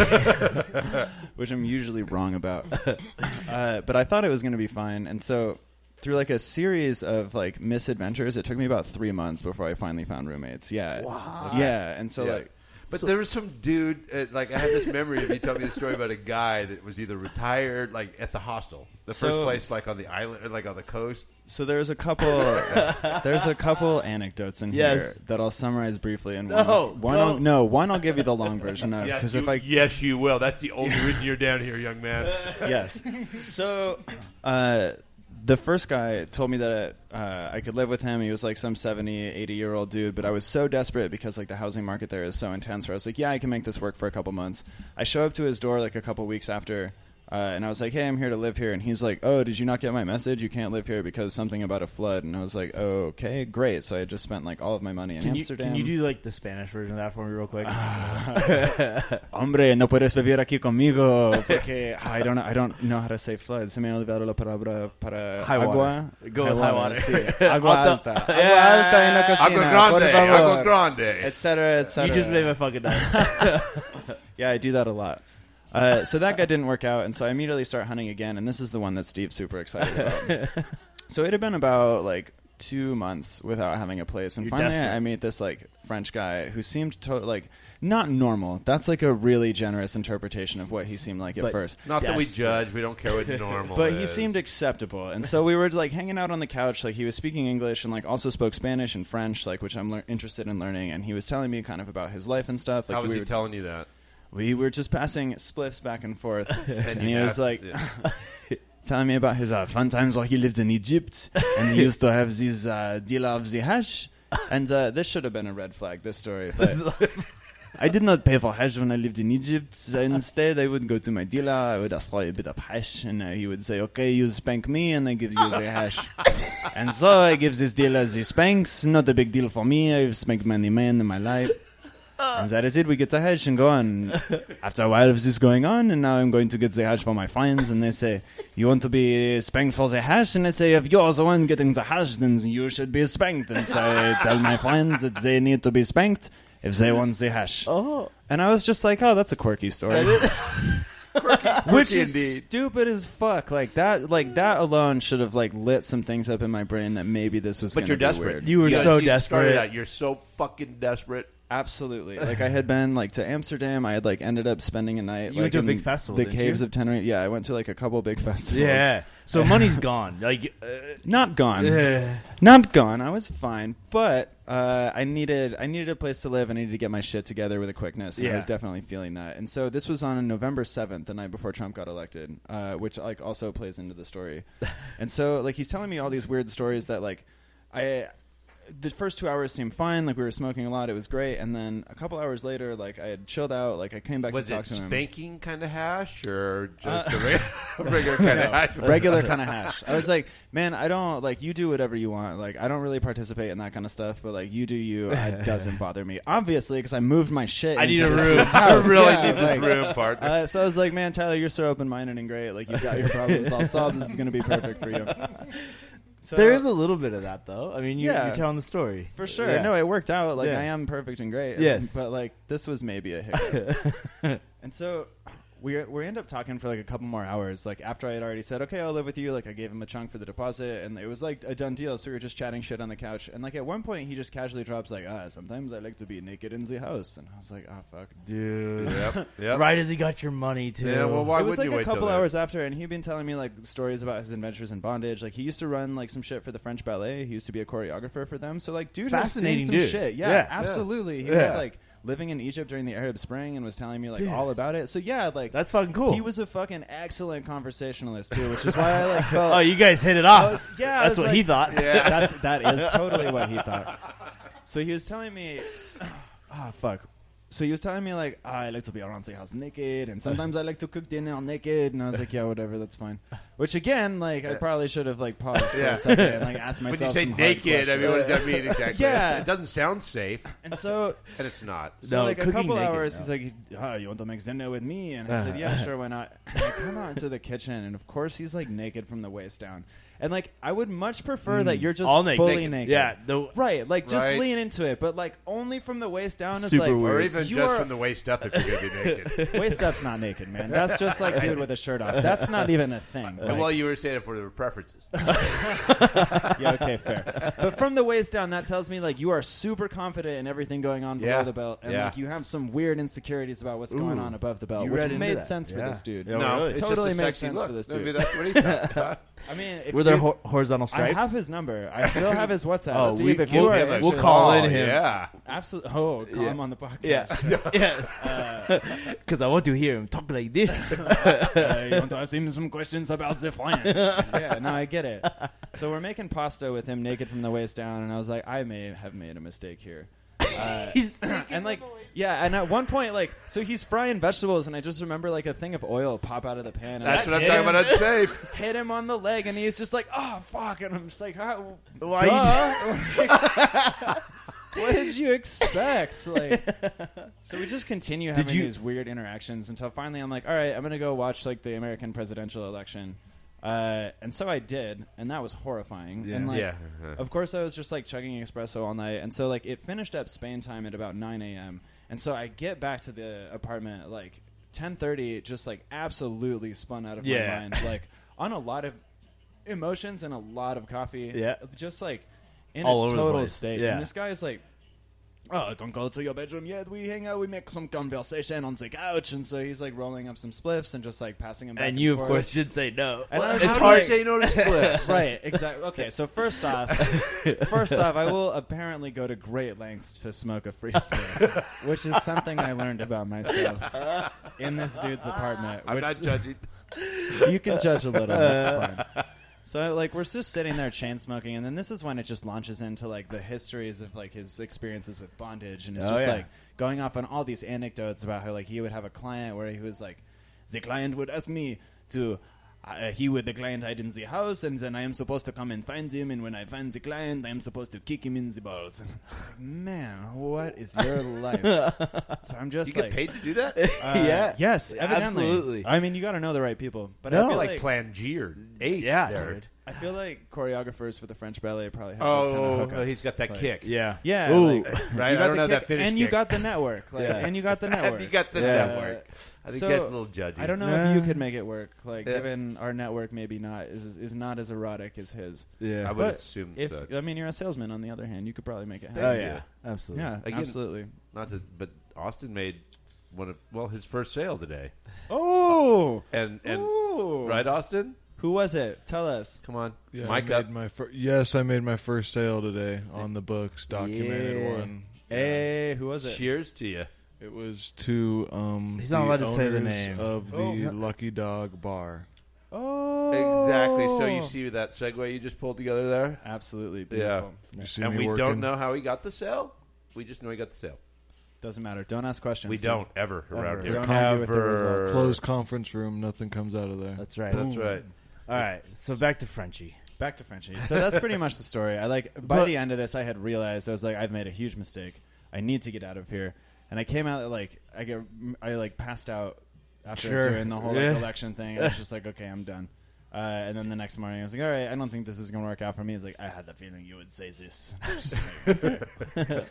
Speaker 3: which I'm usually
Speaker 1: [LAUGHS]
Speaker 3: wrong about. uh, but I thought it was going to be fine, and so through like a series of like misadventures, it took me about three months before I finally found roommates. Yeah, yeah, and so
Speaker 2: Yeah.
Speaker 3: like.
Speaker 2: But there was some dude, uh, like I have this memory of you telling me the story about a guy that was either retired, like at the hostel, the first
Speaker 3: So-
Speaker 2: place, like on the island, or like on the coast.
Speaker 3: So there's a couple,
Speaker 1: [LAUGHS]
Speaker 3: there's a couple anecdotes in
Speaker 1: Yes.
Speaker 3: here that I'll summarize briefly, and
Speaker 1: No,
Speaker 3: one, one I'll,
Speaker 1: don't.
Speaker 3: no, one I'll give you the long
Speaker 1: [LAUGHS]
Speaker 3: version of because Uh, if I
Speaker 2: yes, you will. That's the only reason you're down here, young man.
Speaker 3: yes. So, uh, the first guy told me that uh, I could live with him. He was like some 70, 80 year old dude, but I was so desperate because like the housing market there is so intense. Where I was like, yeah, I can make this work for a couple months. I show up to his door like a couple weeks after. Uh, and I was like, "Hey, I'm here to live here." And he's like, "Oh, did you not get my message? You can't live here because something about a flood." And I was like, "Oh, okay, great." So I had just spent like all of my money in
Speaker 1: can you
Speaker 3: Amsterdam.
Speaker 1: can you do like the Spanish version of that for me real
Speaker 3: [SIGHS]
Speaker 1: quick?
Speaker 3: Hombre, no puedes vivir aquí conmigo porque ah, I don't know, I don't know how to say flood. Se me ha olvidado la palabra para
Speaker 1: High
Speaker 3: agua.
Speaker 1: water. Go with high water. [LAUGHS]
Speaker 3: sí. Agua
Speaker 1: Alto.
Speaker 3: alta. Agua alta en la
Speaker 2: Agua
Speaker 3: cocina.
Speaker 2: grande,
Speaker 3: por favor.
Speaker 2: agua grande.
Speaker 3: Et cetera, et
Speaker 1: you
Speaker 3: cetera. [LAUGHS]
Speaker 1: just made my fucking night.
Speaker 3: yeah, I do that a lot. Uh, so that guy didn't work out, and so I immediately start hunting again, and this is the one that Steve's super excited about.
Speaker 2: [LAUGHS]
Speaker 3: so it had been about like two months without having a place, and
Speaker 1: You're
Speaker 3: finally
Speaker 1: desperate.
Speaker 3: I, I meet this like French guy who seemed to like not normal. That's like a really generous interpretation of what he seemed like at
Speaker 1: But-
Speaker 3: first.
Speaker 2: Not that we
Speaker 1: Desperate.
Speaker 2: judge. We don't care
Speaker 3: [LAUGHS]
Speaker 2: what normal.
Speaker 3: But he
Speaker 2: is.
Speaker 3: seemed acceptable,
Speaker 2: [LAUGHS]
Speaker 3: and so we were like hanging out on the couch. Like he was speaking English and like also spoke Spanish and French, like which I'm lear interested in learning. And he was telling me kind of about his life and stuff. Like
Speaker 2: How was
Speaker 3: we
Speaker 2: he
Speaker 3: were
Speaker 2: telling you [LAUGHS] that?
Speaker 3: we were just passing spliffs back and forth, and,
Speaker 2: you
Speaker 3: he was
Speaker 2: asked-
Speaker 3: like
Speaker 2: yeah.
Speaker 3: telling me about his uh, fun times while he lived in Egypt,
Speaker 2: [LAUGHS]
Speaker 3: and he used to have these uh, dealer of the hash. And uh, this should have been a red flag. This story, but I did not pay for hash when I lived in Egypt. So instead, I would go to my dealer. I would ask for a bit of hash, and uh, he would say, "Okay, you spank me, and I give you the hash." and so I give this dealer the spanks. Not a big deal for me. I've spanked many men in my life. And that is it. We get the hash and go
Speaker 2: [LAUGHS]
Speaker 3: on. After a while of this going on, and now I'm going to get the hash for my friends, and they say, "You want to be spanked for the hash?" And I say, "If you're the one getting the hash, then you should be spanked." And
Speaker 2: [LAUGHS]
Speaker 3: so I tell my friends that they need to be spanked if they want the hash.
Speaker 1: Oh,
Speaker 3: And I was just like, "Oh, that's a quirky story." [LAUGHS] Which is stupid as fuck. Like that. Like that alone should have like lit some things up in my brain that maybe this was.
Speaker 2: But
Speaker 3: gonna
Speaker 2: you're
Speaker 3: be
Speaker 2: desperate.
Speaker 3: weird.
Speaker 1: You were
Speaker 2: Yeah,
Speaker 1: so
Speaker 2: you started
Speaker 1: desperate.
Speaker 2: out, You're so fucking desperate.
Speaker 3: Absolutely.
Speaker 1: [LAUGHS]
Speaker 3: Like I had been like to Amsterdam. I had like ended up spending a night.
Speaker 1: You went
Speaker 3: like,
Speaker 1: to a
Speaker 3: in
Speaker 1: big festival,
Speaker 3: The
Speaker 1: didn't
Speaker 3: caves
Speaker 1: you?
Speaker 3: of Tenerife. Yeah, I went to like a couple big [LAUGHS]
Speaker 1: [LAUGHS]
Speaker 3: festivals.
Speaker 1: yeah. So money's gone. Like,
Speaker 3: [LAUGHS]
Speaker 1: uh,
Speaker 3: Not gone.
Speaker 1: eh.
Speaker 3: Not gone. I was fine, but uh, I needed I needed a place to live. I needed to get my shit together with a quickness. And I
Speaker 1: Yeah.
Speaker 3: was definitely feeling that. And so this was on November seventh, the night before Trump got elected, uh, which like also plays into
Speaker 2: [LAUGHS]
Speaker 3: the story. and so like he's telling me all these weird stories that like I the first two hours seemed fine. Like we were smoking a lot. It was great. And then a couple hours later, like I had chilled out. Like I came back
Speaker 2: Was
Speaker 3: to talk
Speaker 2: it
Speaker 3: to him. Uh,
Speaker 2: spanking kind of hash or just [LAUGHS] a
Speaker 3: [LAUGHS]
Speaker 2: regular, regular kind
Speaker 1: [LAUGHS]
Speaker 2: of hash? [LAUGHS]
Speaker 3: regular [LAUGHS] kind of hash. I was like, man, I don't like you do whatever you want. Like I don't really participate in that kind of stuff, but like you do
Speaker 1: [LAUGHS]
Speaker 3: you. It doesn't bother me, obviously, because I moved my shit.
Speaker 1: I need
Speaker 3: into
Speaker 1: a
Speaker 3: this
Speaker 1: room.
Speaker 3: [LAUGHS]
Speaker 2: [LAUGHS]
Speaker 3: dude's
Speaker 2: I
Speaker 3: house.
Speaker 2: really
Speaker 3: Yeah,
Speaker 2: need this
Speaker 3: like,
Speaker 2: room, partner.
Speaker 3: Uh, so I was like, man, Tyler, you're so open minded and great. Like you've got your problems all solved. This is gonna be perfect
Speaker 1: [LAUGHS]
Speaker 3: for you.
Speaker 1: [SIGHS]
Speaker 3: So,
Speaker 1: there is a little bit of that though. I mean, you,
Speaker 3: Yeah.
Speaker 1: you're telling the story
Speaker 3: for sure.
Speaker 1: Yeah.
Speaker 3: No, it worked out. Like
Speaker 1: Yeah.
Speaker 3: I am perfect and great.
Speaker 1: Yes.
Speaker 3: but like this was maybe a hiccup. and so we we end up talking for like a couple more hours. Like after I had already said, okay, I'll live with you. Like I gave him a chunk for the deposit, and it was like a done deal. So we were just chatting shit on the couch, and like at one point he just casually drops like, ah, sometimes I like to be naked in the house, and I was like, ah, fuck.
Speaker 1: [LAUGHS] dude.
Speaker 2: Yep. Yep.
Speaker 3: [LAUGHS]
Speaker 1: Right as he got your money too.
Speaker 2: Yeah, well, why
Speaker 3: it
Speaker 2: wouldn't
Speaker 3: was like
Speaker 2: you
Speaker 3: a
Speaker 2: wait till
Speaker 3: couple
Speaker 2: then?
Speaker 3: hours after, and he'd been telling me like stories about his adventures in bondage. Like he used to run like some shit for the French ballet. He used to be a choreographer for them. So like, dude, has seen
Speaker 1: Fascinating
Speaker 3: some
Speaker 1: dude.
Speaker 3: shit. Yeah,
Speaker 1: Yeah.
Speaker 3: absolutely. He
Speaker 1: Yeah.
Speaker 3: was like living in Egypt during the Arab Spring and was telling me like
Speaker 1: Dude.
Speaker 3: all about it. So yeah, like
Speaker 1: That's fucking cool.
Speaker 3: He was a fucking excellent conversationalist too, which is why I
Speaker 2: [LAUGHS]
Speaker 3: like felt.
Speaker 1: Oh, you guys hit it
Speaker 3: uh, I
Speaker 1: off.
Speaker 3: was- yeah, I
Speaker 1: that's
Speaker 3: was
Speaker 1: what
Speaker 3: like-
Speaker 1: he thought.
Speaker 2: Yeah.
Speaker 3: That's that is totally what he thought. So he was telling me, [SIGHS] ah, fuck. So he was telling me like "Ah, I like to be around the house naked, and sometimes I like to cook dinner naked, and I was like, yeah, whatever, that's fine. Which again, like I probably should have like paused for
Speaker 2: Yeah.
Speaker 3: a second and like asked
Speaker 2: [LAUGHS] When
Speaker 3: myself.
Speaker 2: you say
Speaker 3: some hard
Speaker 2: naked, I mean, what
Speaker 3: questions.
Speaker 2: does that mean exactly?
Speaker 3: [LAUGHS] Yeah.
Speaker 2: It doesn't sound safe,
Speaker 3: and so
Speaker 2: and it's not.
Speaker 3: So
Speaker 1: No,
Speaker 3: like a
Speaker 1: cooking
Speaker 3: couple
Speaker 1: naked,
Speaker 3: hours,
Speaker 1: no.
Speaker 3: he's like, "Oh, you want to make dinner with me?" And I said,
Speaker 1: Uh-huh.
Speaker 3: "Yeah, sure, why not?" And I come out into the kitchen, and of course, he's like naked from the waist down. And like, I would much prefer that you're just
Speaker 1: Mm. All naked.
Speaker 3: fully
Speaker 2: Naked.
Speaker 3: naked.
Speaker 1: Yeah, the-
Speaker 3: right. Like, just
Speaker 2: Right.
Speaker 3: lean into it, but like only from the waist down is
Speaker 1: Super
Speaker 3: like
Speaker 1: weird.
Speaker 2: Or even
Speaker 3: you
Speaker 2: just
Speaker 3: are-
Speaker 2: from the waist up if you're going to be naked.
Speaker 3: [LAUGHS] waist up's not naked, man. That's just
Speaker 1: [LAUGHS]
Speaker 3: like dude with a shirt off. That's not even a thing.
Speaker 2: And
Speaker 3: Like,
Speaker 2: well, you were saying it for the preferences.
Speaker 3: yeah, okay, fair. But from the waist down, that tells me like you are super confident in everything going on below
Speaker 2: Yeah.
Speaker 3: the belt, and
Speaker 2: Yeah.
Speaker 3: like you have some weird insecurities about what's going
Speaker 1: Ooh.
Speaker 3: on above the belt,
Speaker 1: You
Speaker 3: which
Speaker 1: read into
Speaker 3: made
Speaker 1: that.
Speaker 3: sense for
Speaker 1: Yeah.
Speaker 3: this dude.
Speaker 1: Yeah,
Speaker 2: no,
Speaker 1: really?
Speaker 2: it's
Speaker 3: Totally
Speaker 2: just a
Speaker 3: makes
Speaker 2: sexy
Speaker 3: sense
Speaker 2: look.
Speaker 3: for this
Speaker 2: Maybe
Speaker 3: dude.
Speaker 2: that's what he
Speaker 3: [LAUGHS]
Speaker 2: thought.
Speaker 3: I mean, if
Speaker 1: Were there
Speaker 3: dude-
Speaker 1: hor- horizontal
Speaker 3: I
Speaker 1: stripes?
Speaker 3: have his number. I still have his WhatsApp.
Speaker 1: [LAUGHS] Oh,
Speaker 3: Steve,
Speaker 1: we-
Speaker 3: if you
Speaker 1: we'll-
Speaker 3: are
Speaker 1: yeah,
Speaker 2: but-
Speaker 1: we'll
Speaker 3: interested-
Speaker 1: call in him.
Speaker 2: Yeah.
Speaker 3: Absolutely.
Speaker 1: [LAUGHS]
Speaker 3: Oh, call
Speaker 1: Yeah.
Speaker 3: him on the podcast. [LAUGHS]
Speaker 1: Yeah. [LAUGHS] yes. Because I want to hear him talk like this. [LAUGHS]
Speaker 3: [LAUGHS] uh, you want to ask him some questions about the French? yeah, no, I get it. So we're making pasta with him naked from the waist down, and I was like, I may have made a mistake here. Uh, and like, yeah, and at one point, like, so he's frying vegetables, and I just remember like a thing of oil pop out of the pan. And
Speaker 2: That's
Speaker 3: that
Speaker 2: what I'm
Speaker 3: hit
Speaker 2: talking
Speaker 3: him-
Speaker 2: about. Unsafe.
Speaker 3: [LAUGHS] Hit him on the leg, and he's just like, "Oh fuck!" And I'm just like, "How?
Speaker 1: Why
Speaker 3: [LAUGHS] duh." what did you expect?" Like, [LAUGHS] so we just continue having
Speaker 1: you-
Speaker 3: these weird interactions until finally I'm like, "All right, I'm gonna go watch like the American presidential election," uh, and so I did, and that was horrifying.
Speaker 1: Yeah.
Speaker 3: And like,
Speaker 2: Yeah.
Speaker 3: of course, I was just like chugging espresso all night, and so like it finished up Spain time at about 9 a.m. And so I get back to the apartment like 10:30 just like absolutely spun out of
Speaker 1: Yeah.
Speaker 3: my mind, like on a lot of emotions and a lot of coffee.
Speaker 1: Yeah.
Speaker 3: just like in
Speaker 1: All
Speaker 3: a
Speaker 1: over the
Speaker 3: total
Speaker 1: place.
Speaker 3: state.
Speaker 1: Yeah.
Speaker 3: And this guy's like. Oh, don't go to your bedroom yet. We hang out. We make some conversation on the couch, and so he's like rolling up some spliffs and just like passing him.
Speaker 1: [LAUGHS]
Speaker 3: Back
Speaker 1: and you of
Speaker 3: forth.
Speaker 1: course did say no.
Speaker 3: And I was
Speaker 2: How
Speaker 3: just
Speaker 2: do
Speaker 3: like-
Speaker 2: you say no
Speaker 1: [LAUGHS]
Speaker 2: to splits?
Speaker 3: right, exactly. Okay, so first off, first off, I will apparently go to great lengths to smoke a free smoke, which is something I learned about myself in this dude's apartment.
Speaker 2: I'm
Speaker 3: Which
Speaker 2: not judging.
Speaker 3: you can judge a little.
Speaker 1: Uh.
Speaker 3: That's fine. So like we're just sitting there chain smoking, and then this is when it just launches into like the histories of like his experiences with bondage, and it's
Speaker 1: Oh,
Speaker 3: just
Speaker 1: yeah.
Speaker 3: like going off on all these anecdotes about how like he would have a client where he was like, the client would ask me to. Uh, he would the client hide in the house, and then I am supposed to come and find him. And when I find the client, I am supposed to kick him in the balls. [LAUGHS] And I was like, Man, what is your
Speaker 1: [LAUGHS]
Speaker 3: life? so I'm just
Speaker 2: You get
Speaker 3: like,
Speaker 2: paid to do that?
Speaker 3: uh,
Speaker 1: Yeah.
Speaker 3: yes, evidently.
Speaker 1: Absolutely.
Speaker 3: I mean, you got to know the right people. But I
Speaker 1: No.
Speaker 2: I
Speaker 3: feel
Speaker 2: feel
Speaker 3: like,
Speaker 2: like Plangier. Eight.
Speaker 1: Yeah,
Speaker 2: There.
Speaker 1: dude.
Speaker 3: I feel like choreographers for the French ballet probably have those kind
Speaker 2: Oh,
Speaker 3: of
Speaker 2: oh,
Speaker 3: hookups.
Speaker 2: he's got that
Speaker 3: Like-
Speaker 2: kick. [LAUGHS]
Speaker 1: Yeah.
Speaker 3: Yeah,
Speaker 1: Ooh. [LAUGHS]
Speaker 3: like,
Speaker 2: Right?
Speaker 3: you
Speaker 2: I
Speaker 3: got
Speaker 2: don't
Speaker 3: the
Speaker 2: know that
Speaker 3: kick,
Speaker 2: finish
Speaker 3: And you
Speaker 2: kick.
Speaker 3: got the network, like,
Speaker 1: Yeah.
Speaker 3: and you got the network.
Speaker 2: [LAUGHS] you got the
Speaker 1: Yeah.
Speaker 2: network. I think
Speaker 3: so,
Speaker 2: that's a little judgy.
Speaker 3: I don't know
Speaker 1: Yeah.
Speaker 3: if you could make it work. Like,
Speaker 2: Yeah.
Speaker 3: given our network, maybe not is is not as erotic as his.
Speaker 1: Yeah.
Speaker 2: I would
Speaker 3: But
Speaker 2: assume
Speaker 3: If
Speaker 2: so.
Speaker 3: I mean, you're a salesman. On the other hand, you could probably make it happen.
Speaker 1: oh
Speaker 2: you.
Speaker 1: yeah. Absolutely.
Speaker 3: Yeah,
Speaker 2: Again-
Speaker 3: absolutely.
Speaker 2: Not to, but Austin made one of well his first sale today,
Speaker 3: Oh,
Speaker 2: and and
Speaker 3: Ooh.
Speaker 2: right, Austin,
Speaker 3: Who was it? Tell us.
Speaker 2: come on,
Speaker 4: Yeah, I
Speaker 2: mic
Speaker 4: made
Speaker 2: up.
Speaker 4: My fir- yes, I made my first sale today on the books, documented
Speaker 1: Yeah.
Speaker 4: one.
Speaker 3: Hey, who was it?
Speaker 2: Cheers to you.
Speaker 4: It was to um,
Speaker 1: He's not
Speaker 4: the
Speaker 1: allowed to say the
Speaker 4: owners
Speaker 1: name.
Speaker 4: of the
Speaker 3: Oh, yeah.
Speaker 4: Lucky Dog Bar.
Speaker 3: Oh,
Speaker 2: Exactly. So you see that segue you just pulled together there,
Speaker 3: absolutely
Speaker 2: Yeah.
Speaker 3: beautiful.
Speaker 4: You see
Speaker 2: and
Speaker 4: me
Speaker 2: we don't
Speaker 4: working?
Speaker 2: know how he got the sale. We just know he got the sale.
Speaker 3: Doesn't matter. Don't ask questions.
Speaker 2: We
Speaker 3: dude.
Speaker 2: don't ever around
Speaker 1: Ever.
Speaker 2: here.
Speaker 3: Don't argue with the results.
Speaker 4: Closed conference room. Nothing comes out of there.
Speaker 1: That's right.
Speaker 2: That's right.
Speaker 1: All right. So back to Frenchie.
Speaker 3: Back to Frenchie. So that's pretty much the story. I like by
Speaker 1: But-
Speaker 3: the end of this, I had realized I was like, I've made a huge mistake. I need to get out of here. And I came out like I get I like passed out after
Speaker 1: Sure.
Speaker 3: doing the whole like,
Speaker 1: Yeah.
Speaker 3: election thing. I was just like, okay, I'm done. Uh, and then the next morning, I was like, all right, I don't think this is gonna work out for me. He's like, I had the feeling you would say this. [LAUGHS] Just like,
Speaker 1: [LAUGHS]
Speaker 3: okay.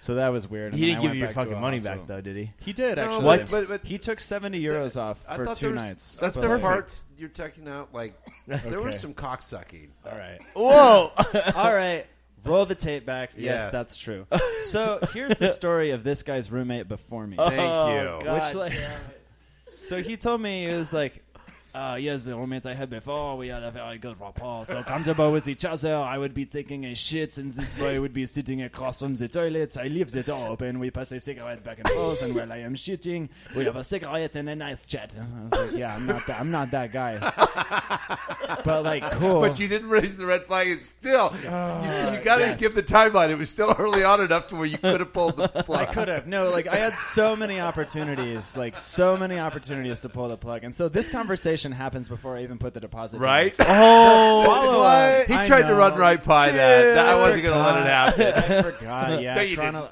Speaker 3: so that was weird. And
Speaker 1: He
Speaker 3: then
Speaker 1: didn't
Speaker 3: I
Speaker 1: give
Speaker 3: went
Speaker 1: you your
Speaker 3: back to
Speaker 1: fucking
Speaker 3: a
Speaker 1: money
Speaker 3: hospital.
Speaker 1: back though, did he?
Speaker 3: [LAUGHS] He did
Speaker 2: No,
Speaker 3: actually.
Speaker 2: What? but- but-
Speaker 3: he took seventy euros off
Speaker 2: I
Speaker 3: for
Speaker 2: thought
Speaker 3: two
Speaker 2: there was-
Speaker 3: nights.
Speaker 2: That's
Speaker 3: But,
Speaker 2: the
Speaker 3: like,
Speaker 2: parts you're checking out. Like there was
Speaker 1: Okay.
Speaker 2: some cocksucking.
Speaker 3: All right.
Speaker 1: Whoa.
Speaker 3: All right. Roll the tape back. Yes,
Speaker 2: Yes. [LAUGHS]
Speaker 3: that's true. So here's the story of this guy's roommate before me.
Speaker 2: Thank
Speaker 1: Oh,
Speaker 2: you.
Speaker 1: God.
Speaker 3: which like So he told me he was like uh, yes, the roommates I had before, we had a very good rapport, so comfortable with each other. I would be taking a shit, and this boy would be sitting across from the toilet. I leave the door open, we pass a cigarette back and forth, and while I am shitting, we have a cigarette and a nice chat. And I was like, yeah, I'm not that, I'm not
Speaker 2: [LAUGHS]
Speaker 3: that guy. but like, cool.
Speaker 2: But you didn't raise the red flag, and still, you, you got to
Speaker 3: yes.
Speaker 2: give the timeline. It was still early on enough to where you could have pulled the
Speaker 3: I
Speaker 2: plug.
Speaker 3: could have. No, like I had so many opportunities, like so many opportunities to pull the plug. And so this conversation happens before I even put the deposit down.
Speaker 2: right?
Speaker 1: [LAUGHS] oh.
Speaker 3: Follow up.
Speaker 2: [LAUGHS] He
Speaker 3: I
Speaker 2: tried to
Speaker 3: know.
Speaker 2: run right by that. I wasn't going to let it [LAUGHS] happen.
Speaker 3: I forgot. Yeah.
Speaker 2: No, you
Speaker 3: chrono-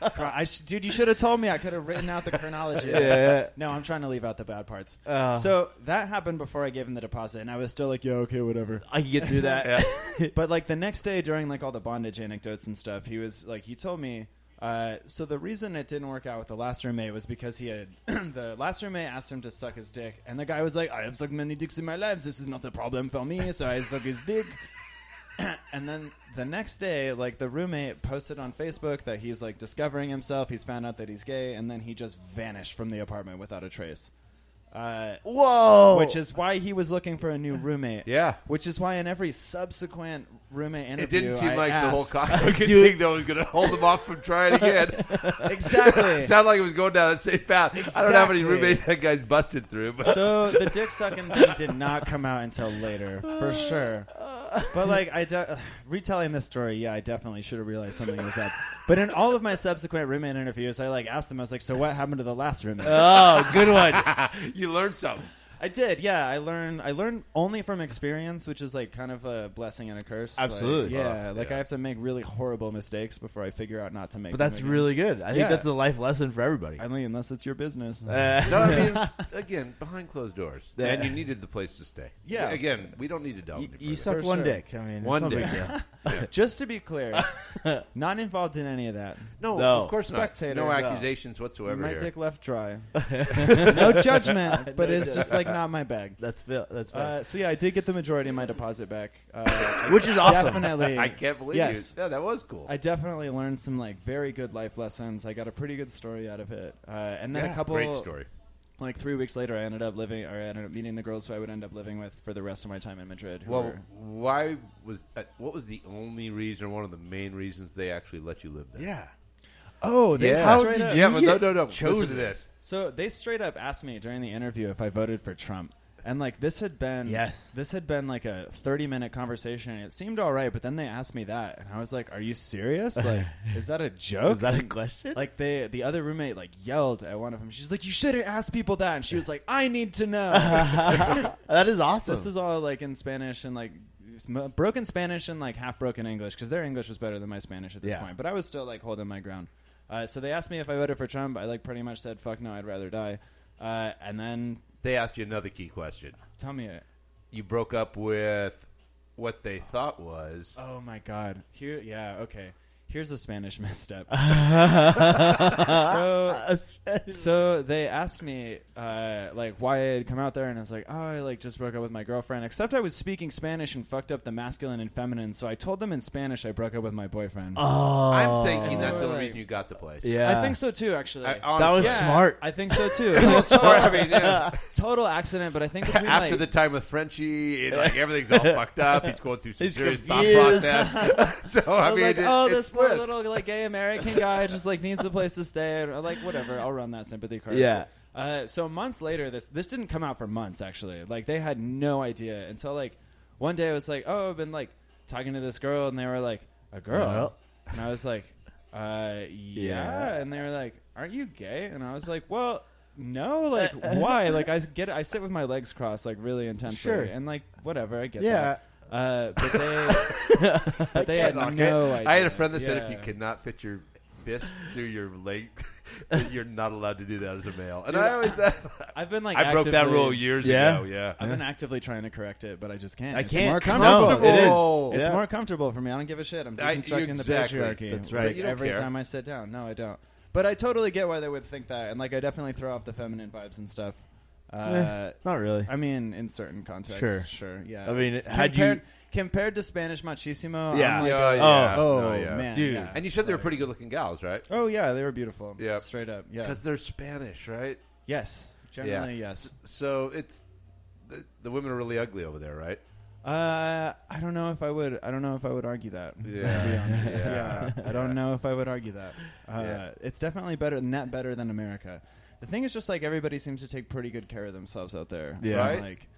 Speaker 3: Chron- I sh- dude, you should have told me. I could have written out the chronology. [LAUGHS]
Speaker 1: Yeah.
Speaker 3: No, I'm trying to leave out the bad parts.
Speaker 1: Uh.
Speaker 3: so that happened before I gave him the deposit, and I was still like, yeah, okay, whatever.
Speaker 1: I can get through that.
Speaker 3: but like the next day during like all the bondage anecdotes and stuff he was like he told me uh, so the reason it didn't work out with the last roommate was because he had [CLEARS THROAT] the last roommate asked him to suck his dick and the guy was like i have sucked many dicks in my life this is not a problem for me so i suck his dick [CLEARS THROAT] and then the next day like the roommate posted on facebook that he's like discovering himself he's found out that he's gay and then he just vanished from the apartment without a trace uh,
Speaker 1: Whoa.
Speaker 3: which is why he was looking for a new roommate.
Speaker 2: Yeah.
Speaker 3: Which is why in every subsequent roommate
Speaker 2: It
Speaker 3: interview,
Speaker 2: didn't seem
Speaker 3: I
Speaker 2: like the whole
Speaker 3: asked-
Speaker 2: cocksucking thing, though, was going to hold him off from trying again. [LAUGHS]
Speaker 3: exactly.
Speaker 2: it sounded like it was going down that same path. I don't know how many
Speaker 3: Exactly.
Speaker 2: roommates that guy's busted through, but
Speaker 3: so the dick sucking thing did not come out until later, for sure. But like I de- [SIGHS] retelling this story, yeah, I definitely should have realized something was up. But in all of my subsequent roommate interviews, I like asked them, I was like, "So what happened to the last roommate?"
Speaker 2: Uh.
Speaker 1: Oh, good one.
Speaker 3: [LAUGHS]
Speaker 2: you learned something.
Speaker 3: I did, yeah. I learned. I learned only from experience, which is like kind of a blessing and a curse. Like,
Speaker 1: Absolutely.
Speaker 3: yeah.
Speaker 2: Oh,
Speaker 3: like
Speaker 2: yeah.
Speaker 3: I have to make really horrible mistakes before I figure out not to make.
Speaker 1: But
Speaker 3: them
Speaker 1: that's
Speaker 3: again.
Speaker 1: really good. I think
Speaker 3: Yeah.
Speaker 1: that's a life lesson for everybody.
Speaker 3: I mean, unless it's
Speaker 1: [LAUGHS]
Speaker 3: your business.
Speaker 1: Uh,
Speaker 2: No, I mean, again, behind closed doors.
Speaker 1: Yeah.
Speaker 2: And you needed the place to stay.
Speaker 3: Yeah.
Speaker 2: Again, we don't need to delve
Speaker 1: you, you
Speaker 2: any further.
Speaker 1: suck
Speaker 3: For
Speaker 1: one
Speaker 3: sure.
Speaker 1: dick. I mean, it's
Speaker 2: One
Speaker 1: no
Speaker 2: dick.
Speaker 3: [LAUGHS]
Speaker 1: big deal.
Speaker 3: Just to
Speaker 2: [LAUGHS]
Speaker 3: be clear, not involved in any of that.
Speaker 2: No,
Speaker 1: No.
Speaker 2: of course
Speaker 3: Spectator.
Speaker 2: not. No
Speaker 3: No.
Speaker 2: accusations whatsoever.
Speaker 3: my
Speaker 2: here.
Speaker 3: dick
Speaker 2: [LAUGHS]
Speaker 3: left dry. no judgment, but
Speaker 1: No
Speaker 3: it's just like not
Speaker 2: [LAUGHS]
Speaker 3: my bag.
Speaker 1: That's Phil. That's fine.
Speaker 3: Uh, so yeah, I did get the majority of my deposit back,
Speaker 2: [LAUGHS]
Speaker 3: uh,
Speaker 1: which is awesome.
Speaker 3: Definitely,
Speaker 2: I can't believe
Speaker 3: yes.
Speaker 2: you. Yeah, that was cool.
Speaker 3: I definitely learned some like very good life lessons. I got a pretty good story out of it, uh, and then
Speaker 2: Yeah,
Speaker 3: a couple
Speaker 2: great story.
Speaker 3: like three weeks later, I ended up living, or I ended up meeting the girls who I would end up living with for the rest of my time in Madrid. Who
Speaker 2: Well,
Speaker 3: were,
Speaker 2: why was uh, what was the only reason, or one of the main reasons they actually let you live there?
Speaker 3: [LAUGHS]
Speaker 1: yeah.
Speaker 3: oh, they
Speaker 2: yeah.
Speaker 3: straight up-
Speaker 2: yeah, but no,
Speaker 1: get
Speaker 2: no, no. Listen to
Speaker 1: chosen?
Speaker 2: this.
Speaker 3: So they straight up asked me during the interview if I voted for Trump. And like this had been
Speaker 1: Yes.
Speaker 3: this had been like a 30 minute conversation and it seemed all right, but then they asked me that and I was like, "Are
Speaker 1: [LAUGHS]
Speaker 3: you serious? Like is that a joke?"
Speaker 1: Is that a question?
Speaker 3: like they the other roommate like yelled at one of them. She's like, "You shouldn't ask people that." And she was like, "I need
Speaker 1: [LAUGHS]
Speaker 3: to know."
Speaker 1: that is awesome. [LAUGHS]
Speaker 3: this is all like in Spanish and like sm- broken Spanish and like half broken English because their English was better than my Spanish at this
Speaker 1: Yeah.
Speaker 3: point. But I was still like holding my ground. Uh, so they asked me if I voted for Trump. I like pretty much said, "Fuck no, I'd rather die." Uh, and then
Speaker 2: They asked you another key question.
Speaker 3: tell me it.
Speaker 2: You broke up with what they thought was.
Speaker 3: Oh my god. Here, yeah, okay. Here's a Spanish [LAUGHS] misstep. so so they asked me uh, like why I had come out there, and I was like, oh, I like just broke up with my girlfriend. Except I was speaking Spanish and fucked up the masculine and feminine, so I told them in Spanish I broke up with my boyfriend.
Speaker 1: oh,
Speaker 2: I'm thinking that's the only
Speaker 3: Like-
Speaker 2: reason you got the place.
Speaker 1: yeah.
Speaker 3: I think so too, actually.
Speaker 2: I,
Speaker 1: That
Speaker 2: honestly,
Speaker 1: was
Speaker 3: Yeah,
Speaker 1: smart.
Speaker 3: I think so
Speaker 2: [LAUGHS]
Speaker 3: too.
Speaker 2: that
Speaker 3: Like,
Speaker 2: was smart. I mean, yeah.
Speaker 3: total accident, but I think between,
Speaker 2: after
Speaker 3: like,
Speaker 2: the time with Frenchie, it, like
Speaker 3: [LAUGHS]
Speaker 2: everything's all fucked up. He's going through some
Speaker 1: He's
Speaker 2: serious
Speaker 1: confused.
Speaker 2: thought
Speaker 3: [LAUGHS]
Speaker 2: process. so
Speaker 3: I
Speaker 2: I
Speaker 3: was
Speaker 2: mean,
Speaker 3: like,
Speaker 2: it,
Speaker 3: oh,
Speaker 2: it
Speaker 3: this poor
Speaker 2: slips.
Speaker 3: little like gay American guy just like needs a place to stay. Or, like, whatever, I'll run that sympathy card.
Speaker 1: Yeah.
Speaker 3: Uh, so months later, this this didn't come out for months actually. Like they had no idea until like one day I was like, oh, I've been like talking to this girl, and they were like, a girl,
Speaker 1: Well.
Speaker 3: and I was like, uh, yeah. and they were like, aren't you gay? And I was like, well. No, like why? Like I get, I sit with my legs crossed, like really intensely,
Speaker 1: Sure.
Speaker 3: and like whatever, I get
Speaker 1: Yeah.
Speaker 3: that. Uh, but they, but they had
Speaker 2: Cannot get-
Speaker 3: no idea.
Speaker 2: I had a friend that said if
Speaker 3: Yeah.
Speaker 2: you cannot fit your fist through your leg, [LAUGHS] that you're not allowed to do that as a male. And
Speaker 3: Dude,
Speaker 2: I always that,
Speaker 3: I've been [LAUGHS] like
Speaker 2: I broke that
Speaker 3: actively-
Speaker 2: rule years
Speaker 1: Yeah.
Speaker 2: ago. Yeah.
Speaker 3: I've been actively trying to correct it, but I just can't.
Speaker 1: I
Speaker 3: It's
Speaker 1: can't.
Speaker 3: more
Speaker 1: No,
Speaker 3: comfortable.
Speaker 1: it is.
Speaker 2: Comfortable.
Speaker 3: It's
Speaker 1: Yeah.
Speaker 3: more comfortable for me. I don't give a shit. I'm
Speaker 2: I-
Speaker 3: deconstructing
Speaker 2: exactly.
Speaker 3: the patriarchy.
Speaker 1: That's right.
Speaker 3: Like,
Speaker 2: You don't
Speaker 3: every
Speaker 2: care.
Speaker 3: time I sit down, no, I don't. But I totally get why they would think that, and like I definitely throw off the feminine vibes and stuff. Uh,
Speaker 1: Eh, not really.
Speaker 3: I mean, in certain contexts,
Speaker 1: Sure.
Speaker 3: sure, yeah.
Speaker 1: I mean, had [LAUGHS]
Speaker 3: compared,
Speaker 1: you-
Speaker 3: compared to Spanish machismo,
Speaker 1: Yeah.
Speaker 3: I'm like,
Speaker 2: Yeah,
Speaker 3: uh,
Speaker 2: yeah.
Speaker 3: oh,
Speaker 2: No, yeah.
Speaker 3: man,
Speaker 1: Dude.
Speaker 3: yeah.
Speaker 2: And you said they were pretty good looking gals, right?
Speaker 3: oh yeah, they were beautiful.
Speaker 2: Yeah.
Speaker 3: straight up, yeah,
Speaker 2: Because they're Spanish, right?
Speaker 3: yes, generally yes.
Speaker 2: So it's the, the women are really ugly over there, right?
Speaker 3: Uh, I don't know if I would. I don't know if I would argue that. To be
Speaker 2: Yeah.
Speaker 3: honest,
Speaker 2: Yeah.
Speaker 3: yeah. I don't know if I would argue that. Uh,
Speaker 2: Yeah.
Speaker 3: It's definitely better, net better than America. The thing is, just like everybody seems to take pretty good care of themselves out there.
Speaker 1: Yeah.
Speaker 2: Right.
Speaker 3: Like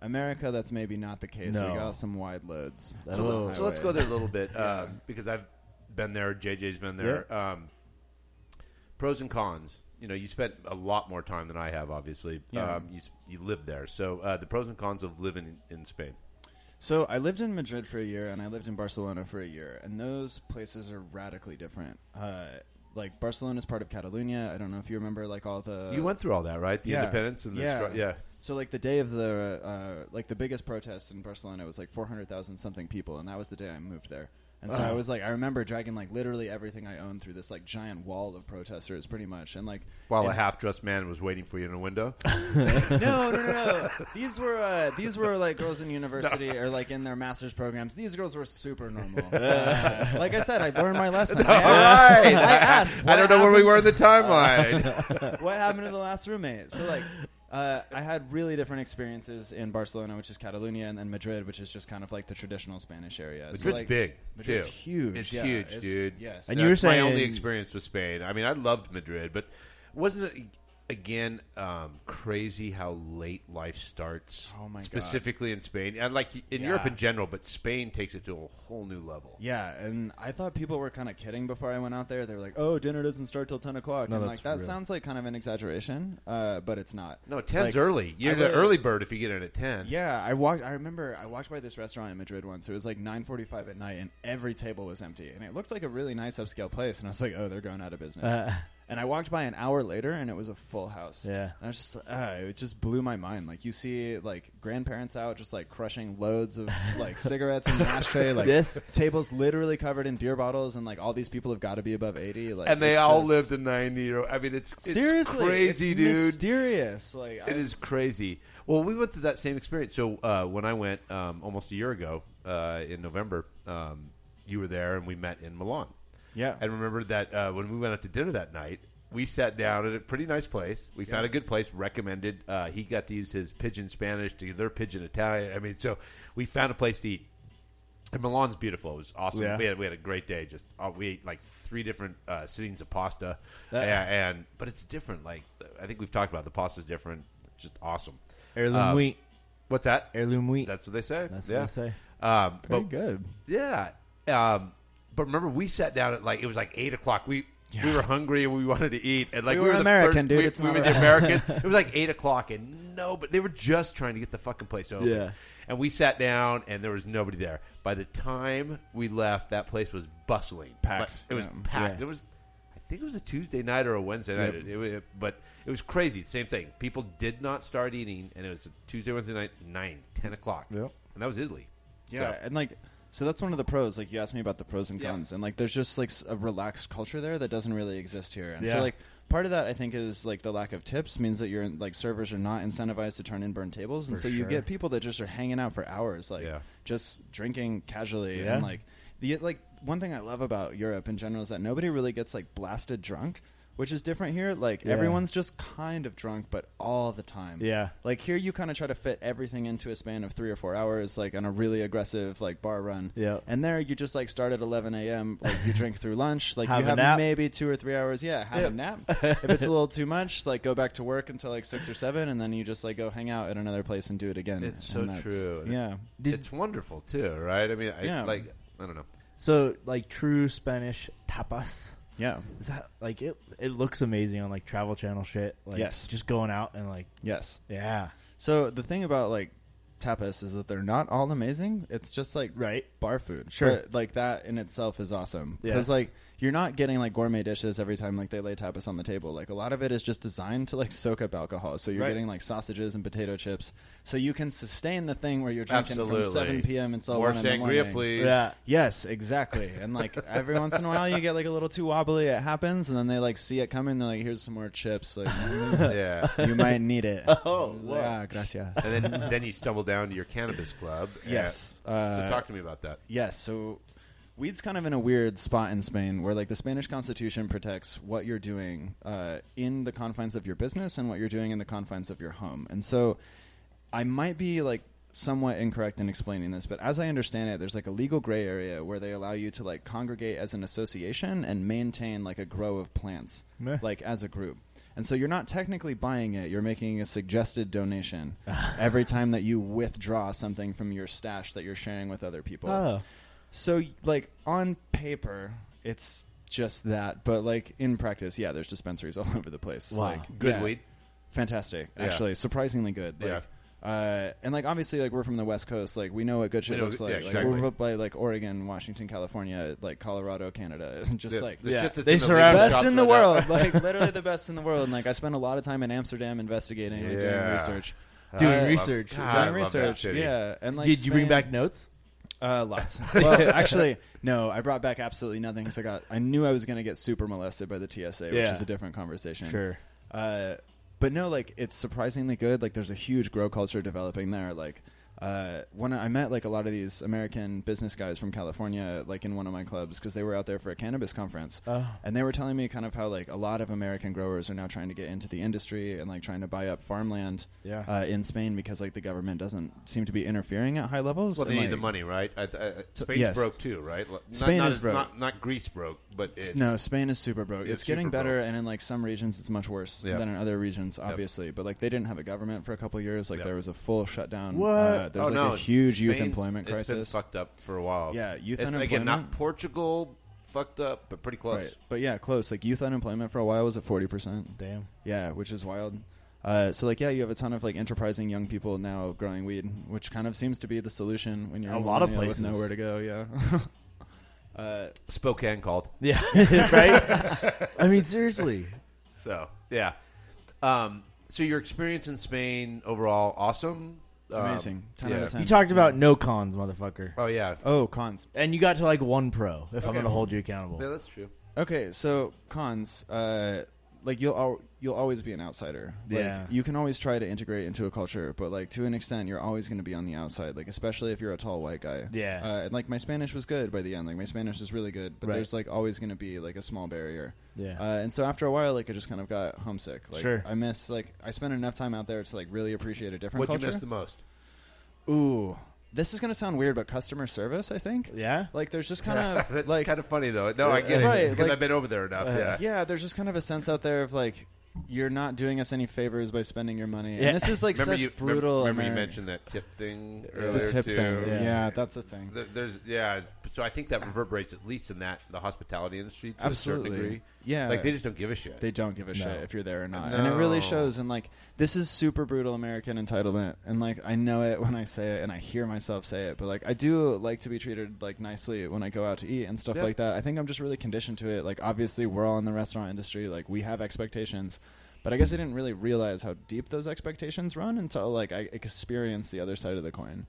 Speaker 3: America, that's maybe not the case.
Speaker 1: No.
Speaker 3: We got some wide loads.
Speaker 1: That
Speaker 2: So,
Speaker 1: Oh.
Speaker 2: let- so let's go
Speaker 3: there.
Speaker 2: there a little bit uh, because I've been there. JJ's been there. Um, pros and cons. You know, you spent a lot more time than I have. Obviously,
Speaker 3: Yeah.
Speaker 2: um, you s- you live there. So uh, the pros and cons of living in, in Spain.
Speaker 3: So I lived in Madrid for a year, and I lived in Barcelona for a year, and those places are radically different. Uh, like Barcelona is part of Catalonia. I don't know if you remember, like all the
Speaker 2: you went through all that, right? The
Speaker 3: Uh, yeah.
Speaker 2: independence and the
Speaker 3: Yeah.
Speaker 2: str- yeah.
Speaker 3: So like the day of the uh, like the biggest protest in Barcelona was like four hundred thousand something people, and that was the day I moved there. And so I was like, I remember dragging like literally everything I owned through this like giant wall of protesters, pretty much, and like
Speaker 2: While
Speaker 3: it-
Speaker 2: a half dressed man was waiting for you in a
Speaker 3: [LAUGHS]
Speaker 2: window.
Speaker 3: no, no, no, no. These were uh, these were like girls in university or like in their master's programs. These girls were super normal. Uh, like I said, I learned my lesson. I
Speaker 2: all
Speaker 3: asked-
Speaker 2: right.
Speaker 3: I asked.
Speaker 2: [LAUGHS] I don't
Speaker 3: what
Speaker 2: know where we
Speaker 3: happened-
Speaker 2: were in the timeline.
Speaker 3: what happened to the last roommate? So like, uh, I had really different experiences in Barcelona, which is Catalonia, and then Madrid, which is just kind of like the traditional Spanish area.
Speaker 2: Madrid's
Speaker 3: so, like,
Speaker 2: big.
Speaker 3: Madrid's
Speaker 2: too.
Speaker 3: huge,
Speaker 2: It's
Speaker 3: yeah.
Speaker 2: huge,
Speaker 3: It's-
Speaker 2: dude.
Speaker 3: yes.
Speaker 1: And
Speaker 2: That's
Speaker 1: you were
Speaker 2: my only
Speaker 1: saying-
Speaker 2: experience with Spain. I mean, I loved Madrid, but wasn't it again um, crazy how late life starts?
Speaker 3: Oh, my God.
Speaker 2: specifically in Spain, and like in
Speaker 3: Yeah.
Speaker 2: Europe in general, but Spain takes it to a whole new level.
Speaker 3: Yeah, and I thought people were kind of kidding before I went out there. They were like, "Oh, dinner doesn't start till ten o'clock."
Speaker 1: No,
Speaker 3: and
Speaker 1: that's
Speaker 3: like that
Speaker 1: real.
Speaker 3: sounds like kind of an exaggeration, uh, but it's not.
Speaker 2: No, ten's
Speaker 3: Like,
Speaker 2: early. You're
Speaker 3: I
Speaker 2: the
Speaker 3: really-
Speaker 2: early bird if you get in at ten.
Speaker 3: Yeah, I walked. I remember I walked by this restaurant in Madrid once. It was like nine forty-five at night, and every table was empty. And it looked like a really nice upscale place. And I was like, "Oh, they're going out of business." And I walked by an hour later, and it was a full house.
Speaker 1: Uh-huh. Uh, Yeah.
Speaker 3: and I was just, uh, it just blew my mind. Like you see, like grandparents out, just like crushing loads of like cigarettes in an ashtray, like
Speaker 1: Yes.
Speaker 3: tables literally covered in beer bottles, and like all these people have got to be above eighty. Like,
Speaker 2: and they
Speaker 3: it's
Speaker 2: all
Speaker 3: just-
Speaker 2: lived a ninety year old. I mean, it's, it's
Speaker 3: seriously
Speaker 2: crazy,
Speaker 3: it's
Speaker 2: dude.
Speaker 3: Mysterious, like I-
Speaker 2: It is crazy. Well, we went through that same experience. So uh, when I went um, almost a year ago uh, in November, um, you were there and we met in Milan.
Speaker 3: Yeah.
Speaker 2: And remember that uh, when we went out to dinner that night, we sat down at a pretty nice place. We found a good place, recommended. Uh, he got to use his pigeon Spanish to their pigeon Italian. I mean, so we found a place to eat. And Milan's beautiful. It was awesome.
Speaker 1: Yeah.
Speaker 2: We, had, we had a great day. Just uh, we ate like three different uh, sittings of pasta,
Speaker 1: That-
Speaker 2: Yeah, and but it's different. Like I think we've talked about, it. the pasta's different. Just awesome.
Speaker 1: Heirloom
Speaker 3: Uh,
Speaker 2: Um,
Speaker 1: wheat.
Speaker 2: What's that?
Speaker 1: Heirloom wheat.
Speaker 2: That's what they say.
Speaker 1: That's
Speaker 2: yeah.
Speaker 1: what they say.
Speaker 2: Um, but
Speaker 3: pretty good.
Speaker 2: yeah. Um, but remember, we sat down at like it was like eight o'clock. We we were hungry and we wanted to eat. And like
Speaker 3: We
Speaker 2: we,
Speaker 3: were
Speaker 2: the first-
Speaker 3: American, dude.
Speaker 2: We,
Speaker 3: It's
Speaker 2: we
Speaker 3: not
Speaker 2: were the
Speaker 3: right.
Speaker 2: American.
Speaker 3: [LAUGHS]
Speaker 2: It was like eight o'clock, and no, but they were just trying to get the fucking place open.
Speaker 1: Yeah.
Speaker 2: And we sat down, and there was nobody there. By the time we left, that place was bustling.
Speaker 3: Packed.
Speaker 2: But It was
Speaker 3: Yeah.
Speaker 2: packed.
Speaker 1: Yeah.
Speaker 2: It was. I think it was a Tuesday night or a Wednesday night.
Speaker 1: Yep.
Speaker 2: It- it- but it was crazy. Same thing. People did not start eating, and it was Tuesday, Wednesday night, 9, 10 o'clock.
Speaker 1: Yep.
Speaker 2: And that was Italy.
Speaker 3: Yeah,
Speaker 2: So-
Speaker 3: and like so that's one of the pros. Like you asked me about the pros and
Speaker 2: Yeah.
Speaker 3: cons, and like there's just like s- a relaxed culture there that doesn't really exist here. And
Speaker 1: Yeah.
Speaker 3: so like part of that I think is like the lack of tips means that you're like servers are not incentivized to turn in burned tables, and
Speaker 1: For
Speaker 3: so you
Speaker 1: sure.
Speaker 3: get people that just are hanging out for hours, like
Speaker 2: Yeah.
Speaker 3: just drinking casually
Speaker 1: Yeah.
Speaker 3: and like the like one thing I love about Europe in general is that nobody really gets like blasted drunk. Which is different here. Like
Speaker 1: Yeah.
Speaker 3: everyone's just kind of drunk, but all the time.
Speaker 1: Yeah.
Speaker 3: Like here, you kind of try to fit everything into a span of three or four hours, like on a really aggressive like bar run.
Speaker 1: Yeah.
Speaker 3: And there, you just like start at 11 a.m. Like you drink through lunch. Like
Speaker 1: Have
Speaker 3: you
Speaker 1: a
Speaker 3: have
Speaker 1: nap.
Speaker 3: maybe two or three hours. Yeah, have
Speaker 2: Yeah. [LAUGHS]
Speaker 3: a nap. if it's a little too much, like go back to work until like six or seven, and then you just like go hang out at another place and do it again.
Speaker 2: It's so
Speaker 3: And that's-
Speaker 2: true. And
Speaker 3: Yeah.
Speaker 1: Did-
Speaker 2: it's wonderful too, right? I mean, I,
Speaker 3: Yeah.
Speaker 2: like I don't know.
Speaker 1: So like true Spanish tapas.
Speaker 3: Yeah.
Speaker 1: Is that like it? It looks amazing on like Travel Channel shit. Like,
Speaker 3: Yes.
Speaker 1: Just going out and like
Speaker 3: Yes.
Speaker 1: yeah.
Speaker 3: So the thing about like tapas is that they're not all amazing. It's just like
Speaker 1: Right.
Speaker 3: bar food.
Speaker 1: Sure.
Speaker 3: But, like that in itself is awesome
Speaker 1: Yes.
Speaker 3: because like you're not getting like gourmet dishes every time like they lay tapas on the table. Like a lot of it is just designed to like soak up alcohol. So you're
Speaker 1: Right.
Speaker 3: getting like sausages and potato chips. So you can sustain the thing where you're drinking from 7 p.m. until
Speaker 2: more
Speaker 3: 1 in the
Speaker 2: sangria,
Speaker 3: morning.
Speaker 2: please.
Speaker 1: Yeah.
Speaker 3: Yes, exactly. And like every once in a while, you get like a little too wobbly. It happens, and then they like see it coming. They're like, "Here's some more chips. Like [LAUGHS]
Speaker 2: yeah.
Speaker 3: you might need it." Oh, ah, gracias.
Speaker 2: And then then you stumble down to your cannabis club.
Speaker 3: Yes.
Speaker 2: Yeah.
Speaker 3: Uh,
Speaker 2: so talk to me about that.
Speaker 3: Yes. So weed's kind of in a weird spot in Spain where like the Spanish constitution protects what you're doing uh, in the confines of your business and what you're doing in the confines of your home. And so I might be like somewhat incorrect in explaining this, but as I understand it, there's like a legal gray area where they allow you to like congregate as an association and maintain like a grow of plants
Speaker 1: Meh.
Speaker 3: like as a group. And so you're not technically buying it, you're making a
Speaker 1: [LAUGHS]
Speaker 3: suggested donation every time that you withdraw something from your stash that you're sharing with other people.
Speaker 1: Oh.
Speaker 3: So, like on paper, it's just that, but like in practice, yeah, there's dispensaries [LAUGHS] all over the place.
Speaker 1: Wow.
Speaker 3: Like
Speaker 2: Good
Speaker 3: yeah.
Speaker 2: weed.
Speaker 3: fantastic,
Speaker 2: Yeah.
Speaker 3: actually, surprisingly good. Like, Uh, and like obviously, like we're from the West Coast, like we know what good shit
Speaker 2: We know-
Speaker 3: looks
Speaker 2: yeah,
Speaker 3: like.
Speaker 2: exactly.
Speaker 3: Like we're up by like Oregon, Washington, California, like Colorado, Canada, [LAUGHS] and just
Speaker 2: The-
Speaker 3: like
Speaker 2: the
Speaker 1: yeah.
Speaker 2: shit that's
Speaker 1: They
Speaker 2: in the
Speaker 1: surround-
Speaker 2: legal
Speaker 3: best
Speaker 2: shop
Speaker 3: in the
Speaker 2: right now. [LAUGHS]
Speaker 3: world, like literally the best in the world. And like I spent a lot of time in Amsterdam investigating, like, doing
Speaker 2: Yeah.
Speaker 3: research,
Speaker 1: Doing
Speaker 2: I love-
Speaker 1: research.
Speaker 2: God, I
Speaker 3: doing
Speaker 2: love that
Speaker 3: research.
Speaker 2: city.
Speaker 3: Yeah, and like
Speaker 1: Did you bring
Speaker 3: Spain-
Speaker 1: back notes?
Speaker 3: uh,
Speaker 1: [LAUGHS]
Speaker 3: lots. Well, actually, no. I brought back absolutely nothing because I got. I knew I was going to get super molested by the TSA, which
Speaker 1: Yeah.
Speaker 3: is a different conversation. Uh, but no, like it's surprisingly good. Like there's a huge grow culture developing there. Like uh, when I met like a lot of these American business guys from California, like in one of my clubs, because they were out there for a cannabis conference,
Speaker 1: Oh.
Speaker 3: and they were telling me kind of how like a lot of American growers are now trying to get into the industry and like trying to buy up farmland.
Speaker 1: Yeah.
Speaker 3: Uh, in Spain, because like the government doesn't seem to be interfering at high levels.
Speaker 2: Well, they
Speaker 3: and,
Speaker 2: need the
Speaker 3: like-
Speaker 2: money, right? I, I, Spain's
Speaker 3: yes.
Speaker 2: broke too, right? Not-
Speaker 3: Spain
Speaker 2: not,
Speaker 3: is broke.
Speaker 2: Not, not Greece broke, but it's,
Speaker 3: no, uh, Spain is super broke. It's,
Speaker 2: It's
Speaker 3: getting
Speaker 2: super
Speaker 3: better,
Speaker 2: broke.
Speaker 3: and in like some regions, it's much worse
Speaker 2: Yeah.
Speaker 3: than in other regions, obviously. But like they didn't have a government for a couple of years. Like
Speaker 2: Yeah.
Speaker 3: there was a full shutdown.
Speaker 1: What?
Speaker 3: Uh, there
Speaker 2: oh
Speaker 3: was like
Speaker 2: no,
Speaker 3: a huge youth
Speaker 2: Spain's-
Speaker 3: employment crisis.
Speaker 2: It's been fucked up for a while.
Speaker 3: Yeah, youth
Speaker 2: it's, Again, not
Speaker 3: unemployment.
Speaker 2: Portugal fucked up, but pretty close.
Speaker 3: Right. But yeah, close. Like youth unemployment for a while was at forty percent.
Speaker 1: Damn.
Speaker 3: Yeah, which is wild. Uh, so like yeah, you have a ton of like enterprising young people now growing weed, which kind of seems to be the solution when you're
Speaker 1: A
Speaker 3: in
Speaker 1: lot of
Speaker 3: millennia with
Speaker 1: places.
Speaker 3: nowhere to go. Yeah, [LAUGHS] Uh,
Speaker 2: Spokane called.
Speaker 1: [LAUGHS] Yeah, right. I mean, seriously.
Speaker 2: So yeah. Um, so your experience in Spain overall awesome, Um,
Speaker 3: Amazing. 10 out of 10.
Speaker 1: You talked about no cons, motherfucker,
Speaker 2: Oh yeah.
Speaker 3: oh, cons.
Speaker 1: and you got to like one pro. If I'm
Speaker 2: Okay.
Speaker 1: going to hold you
Speaker 2: Yeah,
Speaker 1: accountable,
Speaker 2: that's true.
Speaker 3: Okay, so cons. Uh, like you'll al- you'll always be an outsider. Like,
Speaker 1: Yeah.
Speaker 3: You can always try to integrate into a culture, but like to an extent, you're always going to be on the outside. Like especially if you're a tall white guy.
Speaker 1: Yeah.
Speaker 3: Uh, and like my Spanish was good by the end. Like my Spanish is really good, but
Speaker 1: Right.
Speaker 3: there's like always going to be like a small barrier.
Speaker 1: Yeah.
Speaker 3: Uh, and so after a while, like I just kind of got homesick. Like,
Speaker 1: Sure.
Speaker 3: I miss like I spent enough time out there to like really appreciate a different
Speaker 2: What you
Speaker 3: culture.
Speaker 2: miss the most?
Speaker 3: Ooh. This is going to sound weird, but customer service, I think.
Speaker 1: yeah.
Speaker 3: Like there's just kind of
Speaker 1: [LAUGHS]
Speaker 2: that's
Speaker 3: like uh,
Speaker 2: kind of funny though. No, I get
Speaker 3: Right,
Speaker 2: it because
Speaker 3: like-
Speaker 2: I've been over there enough.
Speaker 1: Uh,
Speaker 2: yeah.
Speaker 3: yeah, there's just kind of a sense out there of like you're not doing us any favors by spending your money.
Speaker 1: Yeah.
Speaker 3: And this is like
Speaker 2: remember
Speaker 3: such
Speaker 2: you,
Speaker 3: brutal.
Speaker 2: Remember you
Speaker 3: Ameri-
Speaker 2: mentioned that tip thing
Speaker 3: the
Speaker 2: earlier
Speaker 3: tip
Speaker 2: too.
Speaker 3: thing.
Speaker 1: Yeah.
Speaker 3: Yeah. that's a thing.
Speaker 2: There- There's yeah, it's- so I think that reverberates at least in that the hospitality industry to a certain
Speaker 3: Absolutely.
Speaker 2: degree.
Speaker 3: Yeah.
Speaker 2: like they just don't give a shit.
Speaker 3: They don't give a shit if you're there or not, and it
Speaker 2: No.
Speaker 3: really shows. And like this is super brutal American entitlement, and like I know it when I say it, and I hear myself say it, but like I do like to be treated like nicely when I go out to eat and stuff
Speaker 2: Yeah.
Speaker 3: like that. I think I'm just really conditioned to it. Like obviously we're all in the restaurant industry, like we have expectations. But I guess I didn't really realize how deep those expectations run until like I experienced the other side of the coin,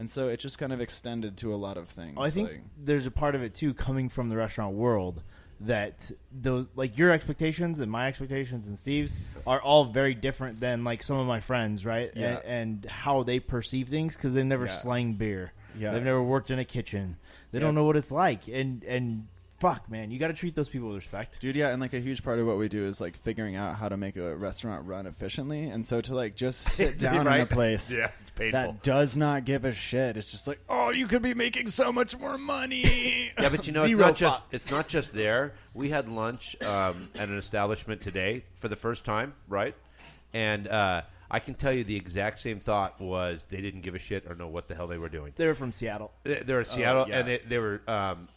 Speaker 3: and so it just kind of extended to a lot of things.
Speaker 1: Well, I think
Speaker 3: like-
Speaker 1: there's a part of it too coming from the restaurant world that those like your expectations and my expectations and Steve's are all very different than like some of my friends, right?
Speaker 3: Yeah.
Speaker 1: A- And, how they perceive things because they've never
Speaker 3: Yeah.
Speaker 1: slang beer.
Speaker 3: Yeah.
Speaker 1: They've never worked in a kitchen. They don't
Speaker 3: Yep.
Speaker 1: know what it's like. And and fuck, man, you got to treat those people with respect.
Speaker 3: Dude, yeah, and like a huge part of what we do is like figuring out how to make a restaurant run efficiently. And so to
Speaker 2: [LAUGHS]
Speaker 3: like just sit down in a
Speaker 2: Right?
Speaker 3: place
Speaker 2: [LAUGHS] Yeah, it's painful.
Speaker 3: that does not give a shit, it's just like, oh, you could be making so much
Speaker 2: [LAUGHS]
Speaker 3: more money. [LAUGHS]
Speaker 2: Yeah, but you know, it's
Speaker 1: Zero
Speaker 2: not just
Speaker 1: bucks.
Speaker 2: it's not just there. We had lunch um, at an establishment today for the first time, right? And uh, I can tell you the exact same thought was they didn't give a shit or know what the hell they were doing.
Speaker 1: They're from Seattle.
Speaker 2: They- They're in
Speaker 1: Oh,
Speaker 2: Seattle,
Speaker 3: yeah.
Speaker 2: and they, they were um,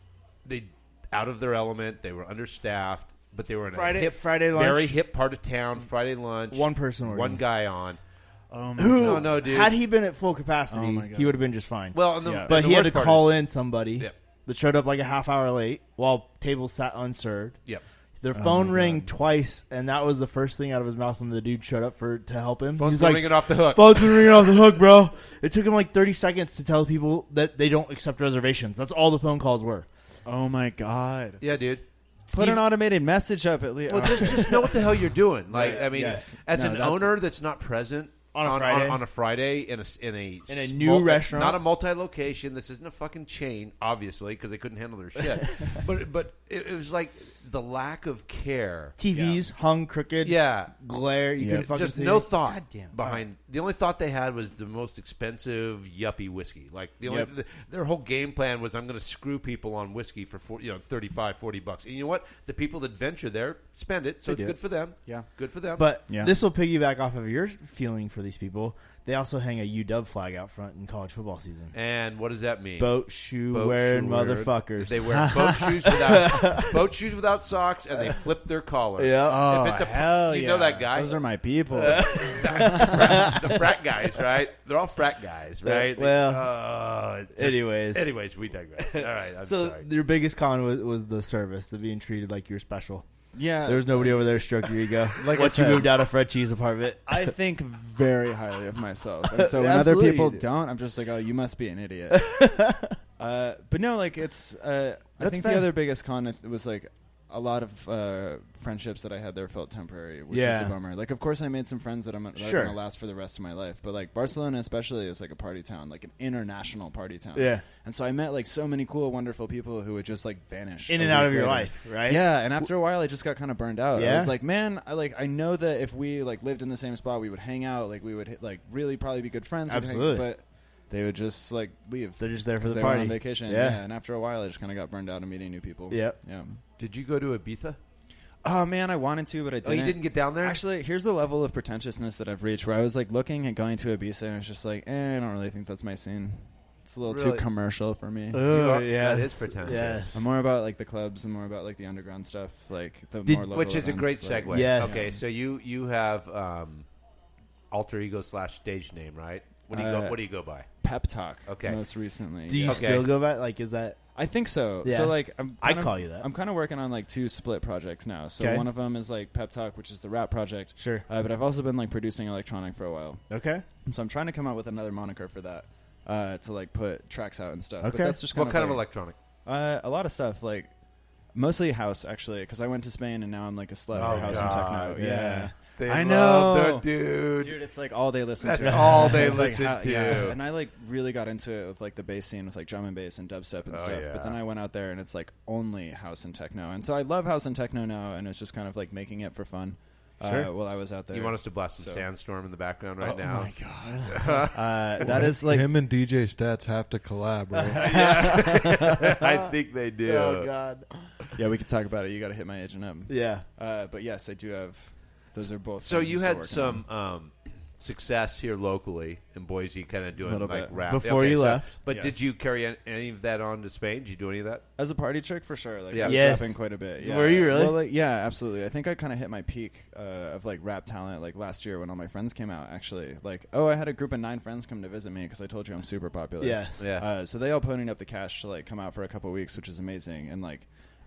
Speaker 2: they out of their element. They were understaffed, but they were in
Speaker 1: Friday-
Speaker 2: a hip,
Speaker 1: Friday lunch.
Speaker 2: very hip part of town. Friday lunch,
Speaker 1: One person ordered.
Speaker 2: one guy on.
Speaker 1: Who,
Speaker 2: Oh No, no, dude.
Speaker 1: Had he been at full capacity,
Speaker 4: Oh my God.
Speaker 1: he would have been just fine.
Speaker 2: Well, and the,
Speaker 3: Yeah.
Speaker 2: and
Speaker 1: but
Speaker 2: the
Speaker 1: he had to
Speaker 2: worst part
Speaker 1: call
Speaker 2: is-
Speaker 1: in somebody
Speaker 2: Yep.
Speaker 1: that showed up like a half hour late while tables sat unserved.
Speaker 2: Yep.
Speaker 1: Their phone rang twice, and that was the first thing out of his mouth when the dude showed up for to help him.
Speaker 2: Phone's
Speaker 1: He's
Speaker 2: been
Speaker 1: like,
Speaker 2: ringing off the hook.
Speaker 1: "Phone's been ringing off the hook, bro." It took him like thirty seconds to tell people that they don't accept reservations. That's all the phone calls were.
Speaker 3: oh my god.
Speaker 2: Yeah, dude.
Speaker 3: Put an automated message up at least.
Speaker 2: Well, just just know what the hell
Speaker 1: [LAUGHS]
Speaker 2: you're doing. Like, I mean,
Speaker 1: Uh, Yes.
Speaker 2: as
Speaker 3: No,
Speaker 2: an
Speaker 3: that's-
Speaker 2: owner that's not present
Speaker 1: On a Friday.
Speaker 2: on, a Friday in a s- in a
Speaker 1: In a
Speaker 2: small-
Speaker 1: new restaurant.
Speaker 2: not a multi-location. This isn't a fucking chain, obviously, because they couldn't handle
Speaker 1: [LAUGHS]
Speaker 2: their shit. but but it, it was like the lack of care.
Speaker 1: TVs hung crooked.
Speaker 2: Yeah.
Speaker 1: glare. You couldn't fucking
Speaker 2: Just
Speaker 1: see.
Speaker 2: no thought
Speaker 1: Goddamn.
Speaker 2: behind. The only thought they had was the most expensive yuppie whiskey. Like the only
Speaker 3: Yep.
Speaker 2: th- their whole game plan was, I'm going to screw people on whiskey for four, you know 35, 40 bucks. And you know what? The people that venture there spend it, so
Speaker 1: They
Speaker 2: it's
Speaker 1: do.
Speaker 2: good for them.
Speaker 3: Yeah.
Speaker 2: good for them.
Speaker 1: But
Speaker 3: Yeah.
Speaker 1: this will piggyback off of your feeling for these people. They also hang a UW flag out front in college football season.
Speaker 2: And what does that mean?
Speaker 1: Boat shoe
Speaker 2: Boat
Speaker 1: wearing
Speaker 2: shoe wearing-
Speaker 1: motherfuckers.
Speaker 2: They wear
Speaker 1: [LAUGHS]
Speaker 2: boat shoes without boat shoes without socks, and they flip their collar.
Speaker 1: yeah.
Speaker 3: oh,
Speaker 2: if it's a pu-
Speaker 3: hell
Speaker 2: you
Speaker 3: yeah.
Speaker 2: know that guy.
Speaker 3: Those are
Speaker 2: [LAUGHS]
Speaker 3: my people.
Speaker 2: the frat guys, right? They're all frat guys, right?
Speaker 1: Well,
Speaker 2: Uh, just-
Speaker 1: anyways.
Speaker 2: anyways, we digress. All right, I'm
Speaker 1: so
Speaker 2: sorry.
Speaker 1: your biggest con was, was the service, the being treated like you're special.
Speaker 3: [LAUGHS] yeah.
Speaker 1: There was nobody over there to stroke your ego.
Speaker 3: [LAUGHS] Like I
Speaker 1: once you
Speaker 3: said-
Speaker 1: moved out of Fred Cheese apartment,
Speaker 3: I think very highly of myself, and so when other
Speaker 1: Absolutely
Speaker 3: people
Speaker 1: you do.
Speaker 3: don't, I'm just like, oh, you must be
Speaker 1: [LAUGHS]
Speaker 3: an idiot. uh, but no, like it's. Uh, I
Speaker 1: That's
Speaker 3: think
Speaker 1: fair.
Speaker 3: the other biggest con was like a lot of uh, friendships that I had there felt temporary, which is
Speaker 1: Yeah.
Speaker 3: a bummer. Like, of course, I made some friends that I'm that are
Speaker 1: Sure.
Speaker 3: gonna last for the rest of my life, but like Barcelona, especially, is like a party town, like an international party town.
Speaker 1: Yeah.
Speaker 3: and so I met like so many cool, wonderful people who would just like vanish
Speaker 1: in
Speaker 3: a
Speaker 1: and
Speaker 3: week
Speaker 1: out of your
Speaker 3: later.
Speaker 1: life, right?
Speaker 3: Yeah, and after a while, I just got kind of burned out.
Speaker 1: Yeah?
Speaker 3: I was like, man, I like I know that if we like lived in the same spot, we would hang out, like we would hit, like really probably be good friends. we'd hang-
Speaker 1: Absolutely.
Speaker 3: but they would just like leave.
Speaker 1: They're just there for
Speaker 3: 'Cause
Speaker 1: the
Speaker 3: they were
Speaker 1: party.
Speaker 3: on vacation.
Speaker 1: Yeah.
Speaker 3: Yeah. and after a while, I just kind of got burned out of meeting new people.
Speaker 1: Yep.
Speaker 3: yeah.
Speaker 2: Did you go to Ibiza?
Speaker 3: Oh man, I wanted to, but I didn't.
Speaker 2: Oh, you didn't get down there.
Speaker 3: Actually, here's the level of pretentiousness that I've reached, where I was like looking at going to Ibiza, and I was just like, eh, I don't really think that's my scene. It's a little too
Speaker 2: Really?
Speaker 3: commercial for me.
Speaker 1: Ugh,
Speaker 2: You are-
Speaker 1: yeah,
Speaker 2: that is pretentious.
Speaker 1: Yeah.
Speaker 3: I'm more about like the clubs and more about like the underground stuff, like the
Speaker 1: Did-
Speaker 3: more local
Speaker 2: which is a great
Speaker 3: events, like-
Speaker 2: segue.
Speaker 1: Yes.
Speaker 2: Okay, so you you have um, alter ego slash stage name, right? What do you go?
Speaker 3: Uh,
Speaker 2: What do you go by?
Speaker 3: Pep Talk.
Speaker 2: Okay.
Speaker 3: Most recently.
Speaker 1: Do you
Speaker 3: yeah.
Speaker 2: Okay.
Speaker 1: still go back? Like, is that
Speaker 3: I think so.
Speaker 1: Yeah.
Speaker 3: So like I'm
Speaker 1: I'd
Speaker 3: kind of-
Speaker 1: call you that.
Speaker 3: I'm kind of working on like two split projects now. So
Speaker 1: Okay.
Speaker 3: one of them is like Pep Talk, which is the rap project.
Speaker 1: sure?
Speaker 3: Uh, but I've also been like producing electronic for a while.
Speaker 1: Okay,
Speaker 3: And so I'm trying to come up with another moniker for that. Uh, to like put tracks out and stuff.
Speaker 1: Okay.
Speaker 3: But that's just kind
Speaker 2: What kind of
Speaker 3: like-
Speaker 2: electronic?
Speaker 3: Uh, a lot of stuff, like mostly house actually, because I went to Spain and now I'm like a slut
Speaker 2: Oh,
Speaker 3: for house
Speaker 2: God,
Speaker 3: and techno. Yeah.
Speaker 2: They
Speaker 3: I know.
Speaker 2: love their dude.
Speaker 3: Dude, it's like all they listen
Speaker 2: That's
Speaker 3: to.
Speaker 2: all
Speaker 3: [LAUGHS]
Speaker 2: they
Speaker 3: It's, like,
Speaker 2: listen
Speaker 3: how-
Speaker 2: to.
Speaker 3: Yeah. And I like really got into it with like the bass scene with like drum and bass and dubstep and
Speaker 2: Oh,
Speaker 3: stuff.
Speaker 2: yeah.
Speaker 3: But then I went out there and it's like only house and techno. And so I love house and techno now, and it's just kind of like making it for fun. Uh,
Speaker 1: Sure.
Speaker 3: while I was out there,
Speaker 2: You want us to blast some
Speaker 3: So-
Speaker 2: sandstorm in the background right
Speaker 3: Oh
Speaker 2: now?
Speaker 3: my
Speaker 2: [LAUGHS]
Speaker 3: uh, that is like
Speaker 4: him and DJ Stats have to collab, bro.
Speaker 3: [LAUGHS]
Speaker 2: Yeah. [LAUGHS] I think they do.
Speaker 1: Oh God,
Speaker 3: yeah, we could talk about it. You got to hit my agent up.
Speaker 1: yeah.
Speaker 3: Uh, but yes, I do have. Those are both.
Speaker 2: So
Speaker 3: things
Speaker 2: you
Speaker 3: I'm
Speaker 2: had
Speaker 3: still working
Speaker 2: some um, success here locally in Boise, kind of doing
Speaker 3: Little
Speaker 2: like
Speaker 3: bit.
Speaker 2: rap
Speaker 1: Before you left.
Speaker 2: But
Speaker 3: Yes.
Speaker 2: did you carry an- any of that on to Spain? Did you do any of that?
Speaker 3: on. as a party trick for sure. Like
Speaker 2: Yeah.
Speaker 3: I was
Speaker 1: Yes.
Speaker 3: rapping quite a bit. Yeah.
Speaker 1: Were you really?
Speaker 3: Well, like, yeah, absolutely. I think I kind of hit my peak uh, of like rap talent like last year when all my friends came out. Actually, like oh, I had a group of nine friends come to visit me because I told you I'm super popular.
Speaker 1: Yes.
Speaker 2: Yeah.
Speaker 3: Uh, so they all ponied up the cash to like come out for a couple weeks, which is amazing. And like,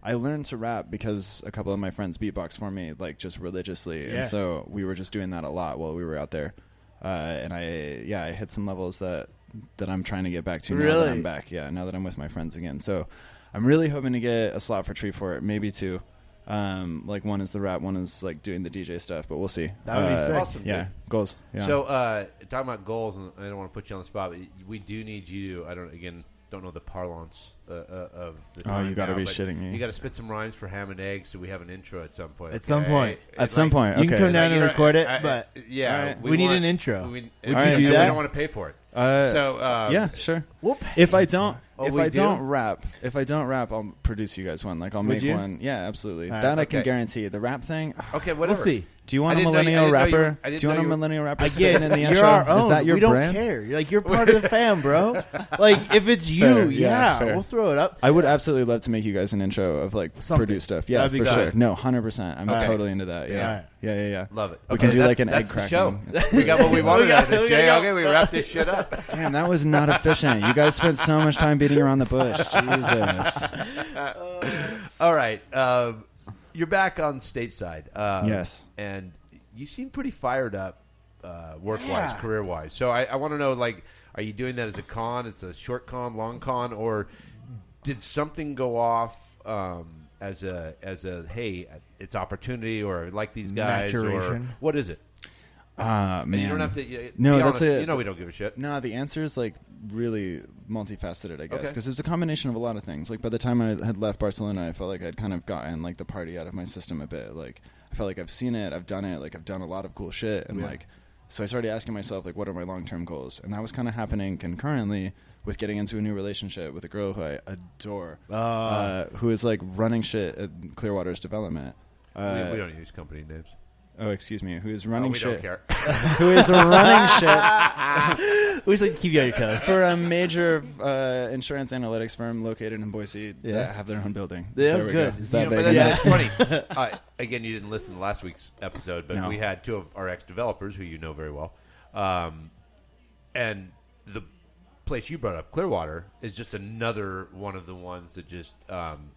Speaker 3: I learned to rap because a couple of my friends beatbox for me, like just religiously.
Speaker 1: Yeah.
Speaker 3: And so we were just doing that a lot while we were out there. Uh, and I, yeah, I hit some levels that that I'm trying to get back to now
Speaker 1: Really?
Speaker 3: that I'm back. Yeah, now that I'm with my friends again. So I'm really hoping to get a slot for Tree Fort, maybe two. Um, like one is the rap, one is like doing the DJ stuff, but we'll see. Uh,
Speaker 1: That would be sick.
Speaker 2: Awesome,
Speaker 3: Yeah,
Speaker 2: dude.
Speaker 3: goals. Yeah.
Speaker 2: So uh, talking about goals, and I don't want to put you on the spot, but we do need you. I don't again don't know the parlance uh, uh, of the.
Speaker 3: Oh,
Speaker 2: time
Speaker 3: you gotta
Speaker 2: now,
Speaker 3: be
Speaker 2: but
Speaker 3: shitting me.
Speaker 2: You got to spit some rhymes for ham and eggs, so we have an intro at some point.
Speaker 1: At some
Speaker 2: okay?
Speaker 1: point.
Speaker 2: It's
Speaker 3: at some
Speaker 2: like-
Speaker 3: point,
Speaker 1: you
Speaker 3: okay.
Speaker 1: can come down
Speaker 2: you
Speaker 1: and
Speaker 2: know,
Speaker 1: record it,
Speaker 2: I- I-
Speaker 1: but
Speaker 2: yeah,
Speaker 3: All right.
Speaker 1: we, need
Speaker 2: want-
Speaker 1: an intro.
Speaker 2: We,
Speaker 1: Would
Speaker 3: you do
Speaker 2: we
Speaker 1: that?
Speaker 2: don't want to pay for it.
Speaker 3: Uh,
Speaker 2: so um,
Speaker 3: yeah, sure.
Speaker 1: we'll pay.
Speaker 3: if I don't,
Speaker 2: Oh,
Speaker 3: if
Speaker 2: we
Speaker 3: I
Speaker 2: do?
Speaker 3: not rap, if I don't rap, I'll produce you guys one. Like I'll
Speaker 1: Would
Speaker 3: make
Speaker 1: you?
Speaker 3: one. Yeah, absolutely.
Speaker 1: All right,
Speaker 3: that I can
Speaker 2: okay.
Speaker 3: guarantee. The rap thing. ah,
Speaker 2: Okay, whatever.
Speaker 1: we'll see.
Speaker 3: Do
Speaker 2: I
Speaker 3: you want a
Speaker 2: didn't know you- I didn't
Speaker 3: millennial
Speaker 2: know you-
Speaker 3: rapper?
Speaker 2: I
Speaker 3: Do
Speaker 2: didn't
Speaker 3: you want
Speaker 2: know
Speaker 3: a
Speaker 2: you-
Speaker 3: millennial rapper spitting
Speaker 1: Again,
Speaker 3: in the
Speaker 1: you're
Speaker 3: intro?
Speaker 1: our own.
Speaker 3: Is that your
Speaker 1: we don't
Speaker 3: brand?
Speaker 1: care. You're like
Speaker 3: [LAUGHS]
Speaker 1: you're part of the fam, bro. Like if it's you,
Speaker 3: Fair, yeah,
Speaker 1: yeah,
Speaker 3: fair.
Speaker 1: we'll throw it up.
Speaker 3: I would absolutely love to make you guys an intro of like
Speaker 1: Something.
Speaker 3: produce stuff. Yeah,
Speaker 1: That'd be
Speaker 3: for
Speaker 1: good.
Speaker 3: sure. No, hundred percent. I'm
Speaker 1: Okay.
Speaker 3: totally into that. Yeah,
Speaker 1: All right.
Speaker 3: yeah, yeah, yeah.
Speaker 2: Love it.
Speaker 3: We
Speaker 2: Okay,
Speaker 3: can do
Speaker 2: that's-
Speaker 3: like an egg
Speaker 2: that's the show.
Speaker 3: cracking.
Speaker 2: we got
Speaker 1: [LAUGHS]
Speaker 2: what we wanted out of
Speaker 1: We
Speaker 2: this,
Speaker 1: gotta
Speaker 2: Jay.
Speaker 1: go.
Speaker 2: Okay, we wrap this shit up.
Speaker 3: Damn, that was not efficient. You guys spent so much time beating around the
Speaker 2: [LAUGHS]
Speaker 3: bush. Jesus.
Speaker 2: All right, um, you're back on stateside. Um,
Speaker 3: Yes.
Speaker 2: and you seem pretty fired up, uh, work-wise,
Speaker 1: Yeah.
Speaker 2: career-wise. So I, I want to know, like, are you doing that as a con? It's a short con, long con, or did something go off um, as a as a hey, it's opportunity, or like these guys,
Speaker 1: Maturation.
Speaker 2: or what is it?
Speaker 3: Ah man.
Speaker 2: You don't have to. You,
Speaker 3: No,
Speaker 2: be honest.
Speaker 3: that's it.
Speaker 2: You know, we don't give a shit.
Speaker 3: No, the answer is like really multifaceted, I guess,
Speaker 2: Okay.
Speaker 3: because it was a combination of a lot of things. Like by the time I had left Barcelona, I felt like I'd kind of gotten like the party out of my system a bit. Like I felt like I've seen it, I've done it, like I've done a lot of cool shit, and
Speaker 2: Yeah.
Speaker 3: like so I started asking myself like, what are my long term goals? And that was kind of happening concurrently with getting into a new relationship with a girl who I adore,
Speaker 1: Oh.
Speaker 3: uh, who is like running shit at Clearwater's development. Uh,
Speaker 2: we, we don't use company names.
Speaker 3: oh, excuse me. Who is
Speaker 2: Oh,
Speaker 3: running
Speaker 2: we don't
Speaker 3: shit?
Speaker 2: care.
Speaker 3: [LAUGHS] Who is
Speaker 2: [LAUGHS]
Speaker 3: running shit?
Speaker 1: We just like to keep you on your toes.
Speaker 3: for a major uh, insurance analytics firm located in Boise
Speaker 1: Yeah.
Speaker 3: that have their own building.
Speaker 1: Yeah,
Speaker 3: There we
Speaker 1: good.
Speaker 3: go. Is
Speaker 2: You
Speaker 3: that
Speaker 2: know,
Speaker 3: big
Speaker 2: but
Speaker 3: enough?
Speaker 2: that- that's funny.
Speaker 3: [LAUGHS]
Speaker 2: Uh, again, you didn't listen to last week's episode, but
Speaker 3: No.
Speaker 2: we had two of our ex developers who you know very well. Um, and the place you brought up, Clearwater, is just another one of the ones that just um,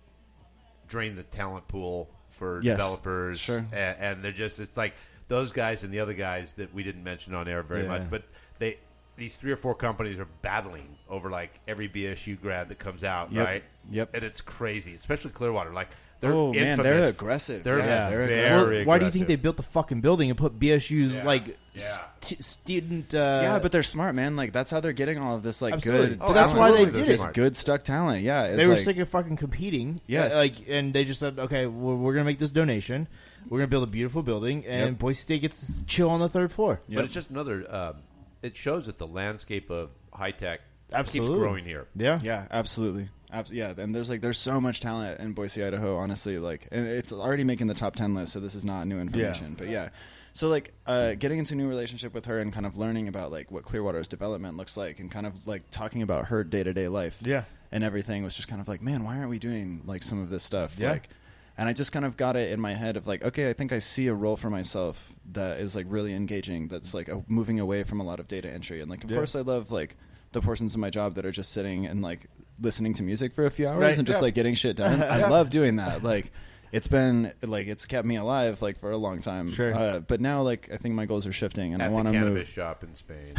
Speaker 2: drain the talent pool for
Speaker 3: Yes,
Speaker 2: developers.
Speaker 3: sure.
Speaker 2: A- And, they're just, it's like those guys and the other guys that we didn't mention on air very
Speaker 1: Yeah.
Speaker 2: much, but they. These three or four companies are battling over like every BSU grad that comes out,
Speaker 3: Yep,
Speaker 2: right?
Speaker 3: yep.
Speaker 2: And it's crazy, especially Clearwater. Like they're
Speaker 3: Oh, man,
Speaker 2: infamous.
Speaker 3: they're aggressive.
Speaker 2: They're,
Speaker 3: Yeah,
Speaker 2: very
Speaker 3: they're
Speaker 1: Well, why do you think they
Speaker 2: aggressive.
Speaker 1: built the fucking building and put BSU's
Speaker 2: Yeah.
Speaker 1: like
Speaker 2: Yeah.
Speaker 1: st- student? Uh,
Speaker 3: yeah, but they're smart, man. Like that's how they're getting all of this like
Speaker 1: Absolutely.
Speaker 3: good.
Speaker 1: Oh,
Speaker 2: that's
Speaker 3: talent.
Speaker 2: why they did
Speaker 3: This
Speaker 2: it.
Speaker 3: good stuck talent. Yeah, it's
Speaker 1: they were
Speaker 3: like-
Speaker 1: sick of fucking competing.
Speaker 3: Yes.
Speaker 1: Uh, like, and they just said, okay, well, we're gonna make this donation. We're gonna build a beautiful building, and
Speaker 3: Yep.
Speaker 1: Boise State gets to chill on the third floor.
Speaker 2: But it's just another. Um, it shows that the landscape of high tech keeps
Speaker 1: Absolutely.
Speaker 2: growing here.
Speaker 1: Yeah,
Speaker 3: Yeah, absolutely. Ab- yeah, and there's like there's so much talent in Boise, Idaho. Honestly, like, and it's already making the top ten list, so this is not new information. But yeah, so like uh, getting into a new relationship with her and kind of learning about like what Clearwater's development looks like, and kind of like talking about her day to day life,
Speaker 1: Yeah.
Speaker 3: and everything was just kind of like, man, why aren't we doing like some of this stuff?
Speaker 1: Yeah.
Speaker 3: Like, And I just kind of got it in my head of like, okay, I think I see a role for myself that is like really engaging. That's like a, moving away from a lot of data entry. And like, of
Speaker 1: Yeah.
Speaker 3: course, I love like the portions of my job that are just sitting and like listening to music for a few hours
Speaker 1: Right,
Speaker 3: and just
Speaker 1: yeah.
Speaker 3: like getting
Speaker 1: [LAUGHS]
Speaker 3: shit done. I love doing that. Like, it's been like it's kept me alive like for a long time.
Speaker 1: Sure.
Speaker 3: Uh, but now like I think my goals are shifting and I
Speaker 2: At
Speaker 3: want
Speaker 2: the
Speaker 3: to
Speaker 2: cannabis
Speaker 3: move.
Speaker 2: shop
Speaker 1: [LAUGHS]
Speaker 2: in Spain.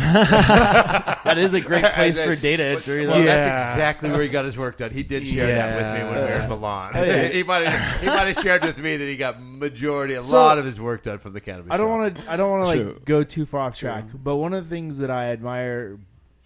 Speaker 1: that is a great place
Speaker 2: As
Speaker 1: for
Speaker 2: [LAUGHS] I-
Speaker 1: data entry.
Speaker 2: Well,
Speaker 1: though.
Speaker 2: that's
Speaker 4: Yeah.
Speaker 2: exactly where he got his work done. He did share that with me when we were in Milan.
Speaker 1: yeah.
Speaker 2: [LAUGHS] he might have, he might have shared with me that he got majority, a lot of his work done from the cannabis.
Speaker 1: I don't
Speaker 2: shop.
Speaker 1: want to. I don't want to
Speaker 3: True.
Speaker 1: like go too far off track. But one of the things that I admire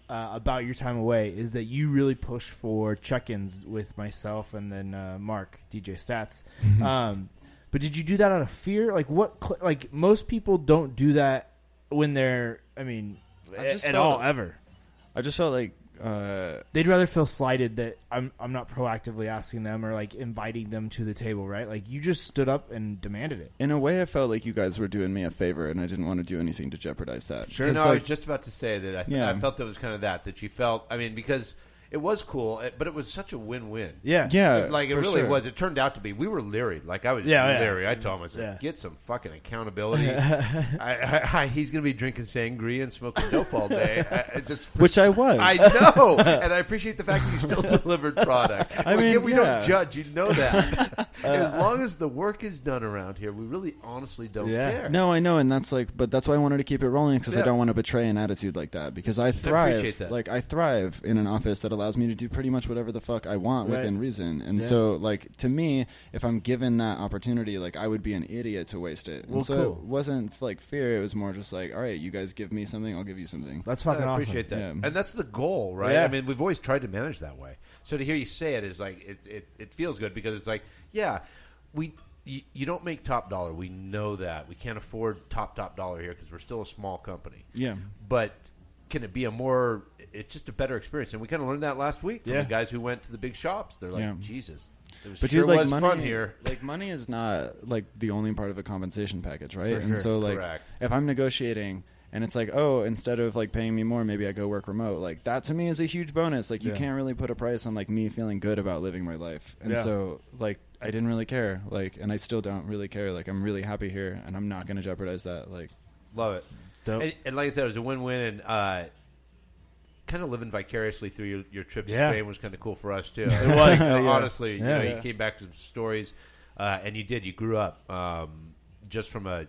Speaker 1: uh, about your time away is that you really push for check-ins with myself and then uh, Mark DJ Stats.
Speaker 3: Mm-hmm.
Speaker 1: um, but did you do that out of fear? Like what? Cl- like most people don't do that when they're. I mean,
Speaker 3: I
Speaker 1: a-
Speaker 3: just
Speaker 1: at all
Speaker 3: felt-
Speaker 1: ever.
Speaker 3: I just felt like. Uh,
Speaker 1: They'd rather feel slighted that I'm I'm not proactively asking them or like inviting them to the table, right? Like you just stood up and demanded it.
Speaker 3: in a way, I felt like you guys were doing me a favor, and I didn't want to do anything to jeopardize that.
Speaker 2: You
Speaker 3: 'Cause,
Speaker 2: know, I [LAUGHS] was
Speaker 3: like,
Speaker 2: just about to say that I,
Speaker 3: Yeah.
Speaker 2: I felt it was kind of that that she felt. I mean, because it was cool, eh, but it was such a win-win.
Speaker 1: Yeah.
Speaker 3: yeah,
Speaker 2: Like it
Speaker 3: for
Speaker 2: really
Speaker 3: sure.
Speaker 2: was. It turned out to be. We were leery. Like I was
Speaker 1: Yeah, yeah.
Speaker 2: leery. I told him, I said,
Speaker 1: Yeah.
Speaker 2: "Get some fucking
Speaker 3: [LAUGHS]
Speaker 2: accountability." I, I, I, he's going to be drinking sangria and smoking dope all day. I, I just
Speaker 3: [LAUGHS] Which I was.
Speaker 2: I know, and I appreciate the fact that you still [LAUGHS] delivered product.
Speaker 3: I
Speaker 2: Again,
Speaker 3: mean,
Speaker 2: we
Speaker 3: yeah.
Speaker 2: don't judge. You know that.
Speaker 3: [LAUGHS]
Speaker 2: as long as the work is done around here, we really honestly don't
Speaker 1: Yeah.
Speaker 2: care.
Speaker 3: No, I know, and that's like, but that's why I wanted to keep it rolling because
Speaker 2: Yeah.
Speaker 3: I don't want to betray an attitude like that because I thrive.
Speaker 2: appreciate that.
Speaker 3: Like I thrive in an office that allows me to do pretty much whatever the fuck I want
Speaker 1: Right.
Speaker 3: within reason. And
Speaker 1: Yeah.
Speaker 3: so, like to me, if I'm given that opportunity, like I would be an idiot to waste it. And
Speaker 1: Well,
Speaker 3: so
Speaker 1: cool.
Speaker 3: it wasn't like fear; it was more just like, all right, you guys give me something, I'll give you something.
Speaker 1: That's fucking
Speaker 2: I
Speaker 1: awesome.
Speaker 2: appreciate that,
Speaker 3: Yeah.
Speaker 2: and that's the goal, right?
Speaker 1: Yeah.
Speaker 2: I mean, we've always tried to manage that way. So to hear you say it is like it it, it feels good because it's like, yeah, we you, you don't make top dollar. We know that we can't afford top top dollar here because we're still a small company.
Speaker 3: Yeah.
Speaker 2: but can it be a more? It's just a better experience, and we kind of learned that last week from
Speaker 1: Yeah.
Speaker 2: the guys who went to the big shops. They're like,
Speaker 3: Yeah.
Speaker 2: Jesus, it was,
Speaker 3: But
Speaker 2: sure
Speaker 3: dude, like
Speaker 2: was
Speaker 3: money,
Speaker 2: fun here.
Speaker 3: like money is not like the only part of a compensation package, right?
Speaker 1: For sure.
Speaker 3: And so like
Speaker 2: Correct.
Speaker 3: if I'm negotiating and it's like, oh, instead of like paying me more, maybe I go work remote. Like that to me is a huge bonus. Like you
Speaker 1: Yeah.
Speaker 3: can't really put a price on like me feeling good about living my life. And
Speaker 1: Yeah.
Speaker 3: so like I didn't really care. Like and I still don't really care. Like I'm really happy here and I'm not gonna jeopardize that. Like
Speaker 2: Love it.
Speaker 1: It's dope.
Speaker 2: And, and like I said, it was a win-win, and uh, kind of living vicariously through your, your trip to
Speaker 1: Yeah.
Speaker 2: Spain was kind of cool for us
Speaker 3: [LAUGHS]
Speaker 2: too. It was
Speaker 1: Yeah.
Speaker 2: honestly, you know,
Speaker 1: Yeah.
Speaker 2: you came back to some stories, uh, and you did. You grew up um, just from a,